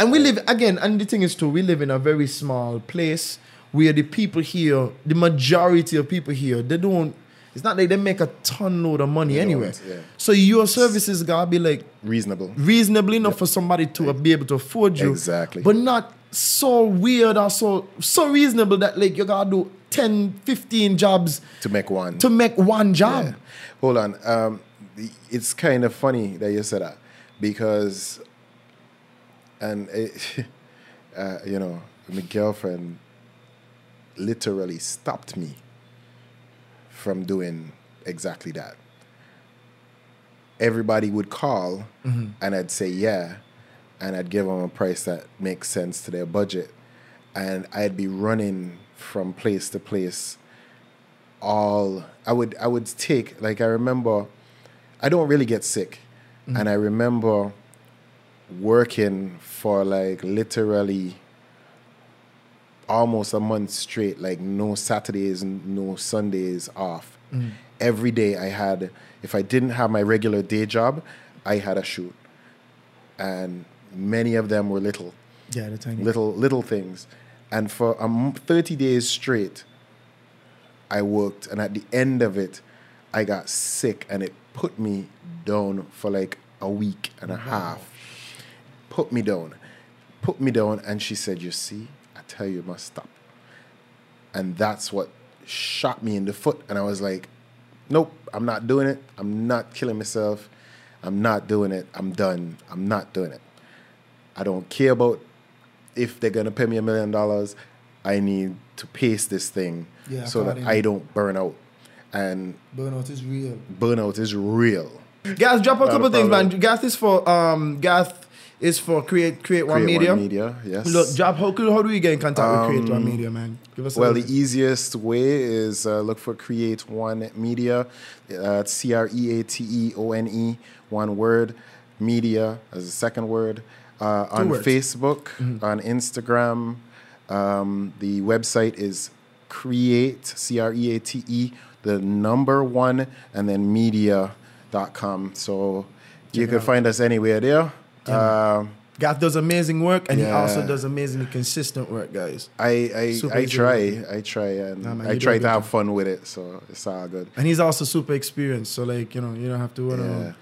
Speaker 1: And we live again, and the thing is too, we live in a very small place where the people here, the majority of people here, they don't. It's not like they make a ton load of money anyway.
Speaker 2: yeah.
Speaker 1: So your services gotta be like
Speaker 2: Reasonable.
Speaker 1: reasonably enough for somebody to be able to afford you.
Speaker 2: Exactly.
Speaker 1: But not so weird or so so reasonable that like you gotta do 10, 15 jobs
Speaker 2: To make one.
Speaker 1: to make one job.
Speaker 2: Yeah. Hold on. Um, it's kind of funny that you said that because, and it, uh, you know, my girlfriend literally stopped me from doing exactly that. Everybody would call, and I'd say yeah, and I'd give them a price that makes sense to their budget, and I'd be running from place to place all I would I would take like I remember I don't really get sick and I remember working for like literally almost a month straight like no Saturdays no Sundays off every day I had if I didn't have my regular day job I had a shoot and many of them were little
Speaker 1: Yeah, the tiny.
Speaker 2: little little things and for a m- 30 days straight i worked and at the end of it i got sick and it put me down for like a week and a half put me down put me down and she said you see i tell you you must stop and that's what shot me in the foot and i was like nope i'm not doing it i'm not killing myself i'm not doing it i'm done i'm not doing it i don't care about if they're gonna pay me a million dollars, I need to pace this thing
Speaker 1: Yeah,
Speaker 2: so that
Speaker 1: accordingly.
Speaker 2: I don't burn out. and
Speaker 1: Burnout is real.
Speaker 2: burnout is real.
Speaker 1: Gath, drop a
Speaker 2: a
Speaker 1: couple things, man.
Speaker 2: problem.
Speaker 1: Gath is for um Gath is for create create one
Speaker 2: Create
Speaker 1: media.
Speaker 2: One media, yes.
Speaker 1: Look, Jab, how, could- how do we get in contact with Create One Media, man? Give us a
Speaker 2: Well, the
Speaker 1: link.
Speaker 2: easiest way is uh, look for Create One Media, uh, C R E A T E O N E, one word, media as a second word, uh, on
Speaker 1: words. Mm-hmm.
Speaker 2: Facebook, on Instagram. Um, the website is create, C R E A T E, the number one, and then media.com. So you can find us anywhere there. Um,
Speaker 1: Gath does amazing work, and he
Speaker 2: Yeah.
Speaker 1: also does amazingly consistent work, guys.
Speaker 2: I
Speaker 1: Super
Speaker 2: I, I
Speaker 1: easy.
Speaker 2: try, I try, and
Speaker 1: Nah, man,
Speaker 2: I
Speaker 1: you
Speaker 2: try
Speaker 1: doing
Speaker 2: to
Speaker 1: good.
Speaker 2: have fun with it, so it's all good.
Speaker 1: And he's also super experienced, so like you know, you don't have to worry.
Speaker 2: Yeah.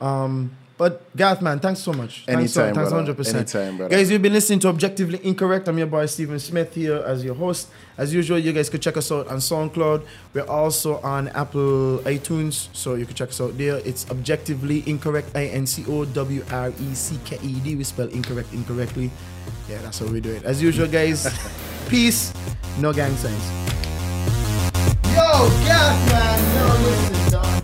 Speaker 1: Um, but Gath, man, thanks so much. Thanks, so-
Speaker 2: Anytime,
Speaker 1: thanks
Speaker 2: brother.
Speaker 1: 100%.
Speaker 2: Anytime, brother.
Speaker 1: Guys, you've been listening to Objectively Incorrect. I'm your boy Stephen Smith here as your host. As usual, you guys could check us out on SoundCloud. We're also on Apple iTunes, so you can check us out there. It's Objectively Incorrect, I N C O W R E C K E D. We spell incorrect incorrectly. Yeah, that's how we do it. As usual, guys, peace, no gang signs. Yo, Gath, man, yo, listen, dog.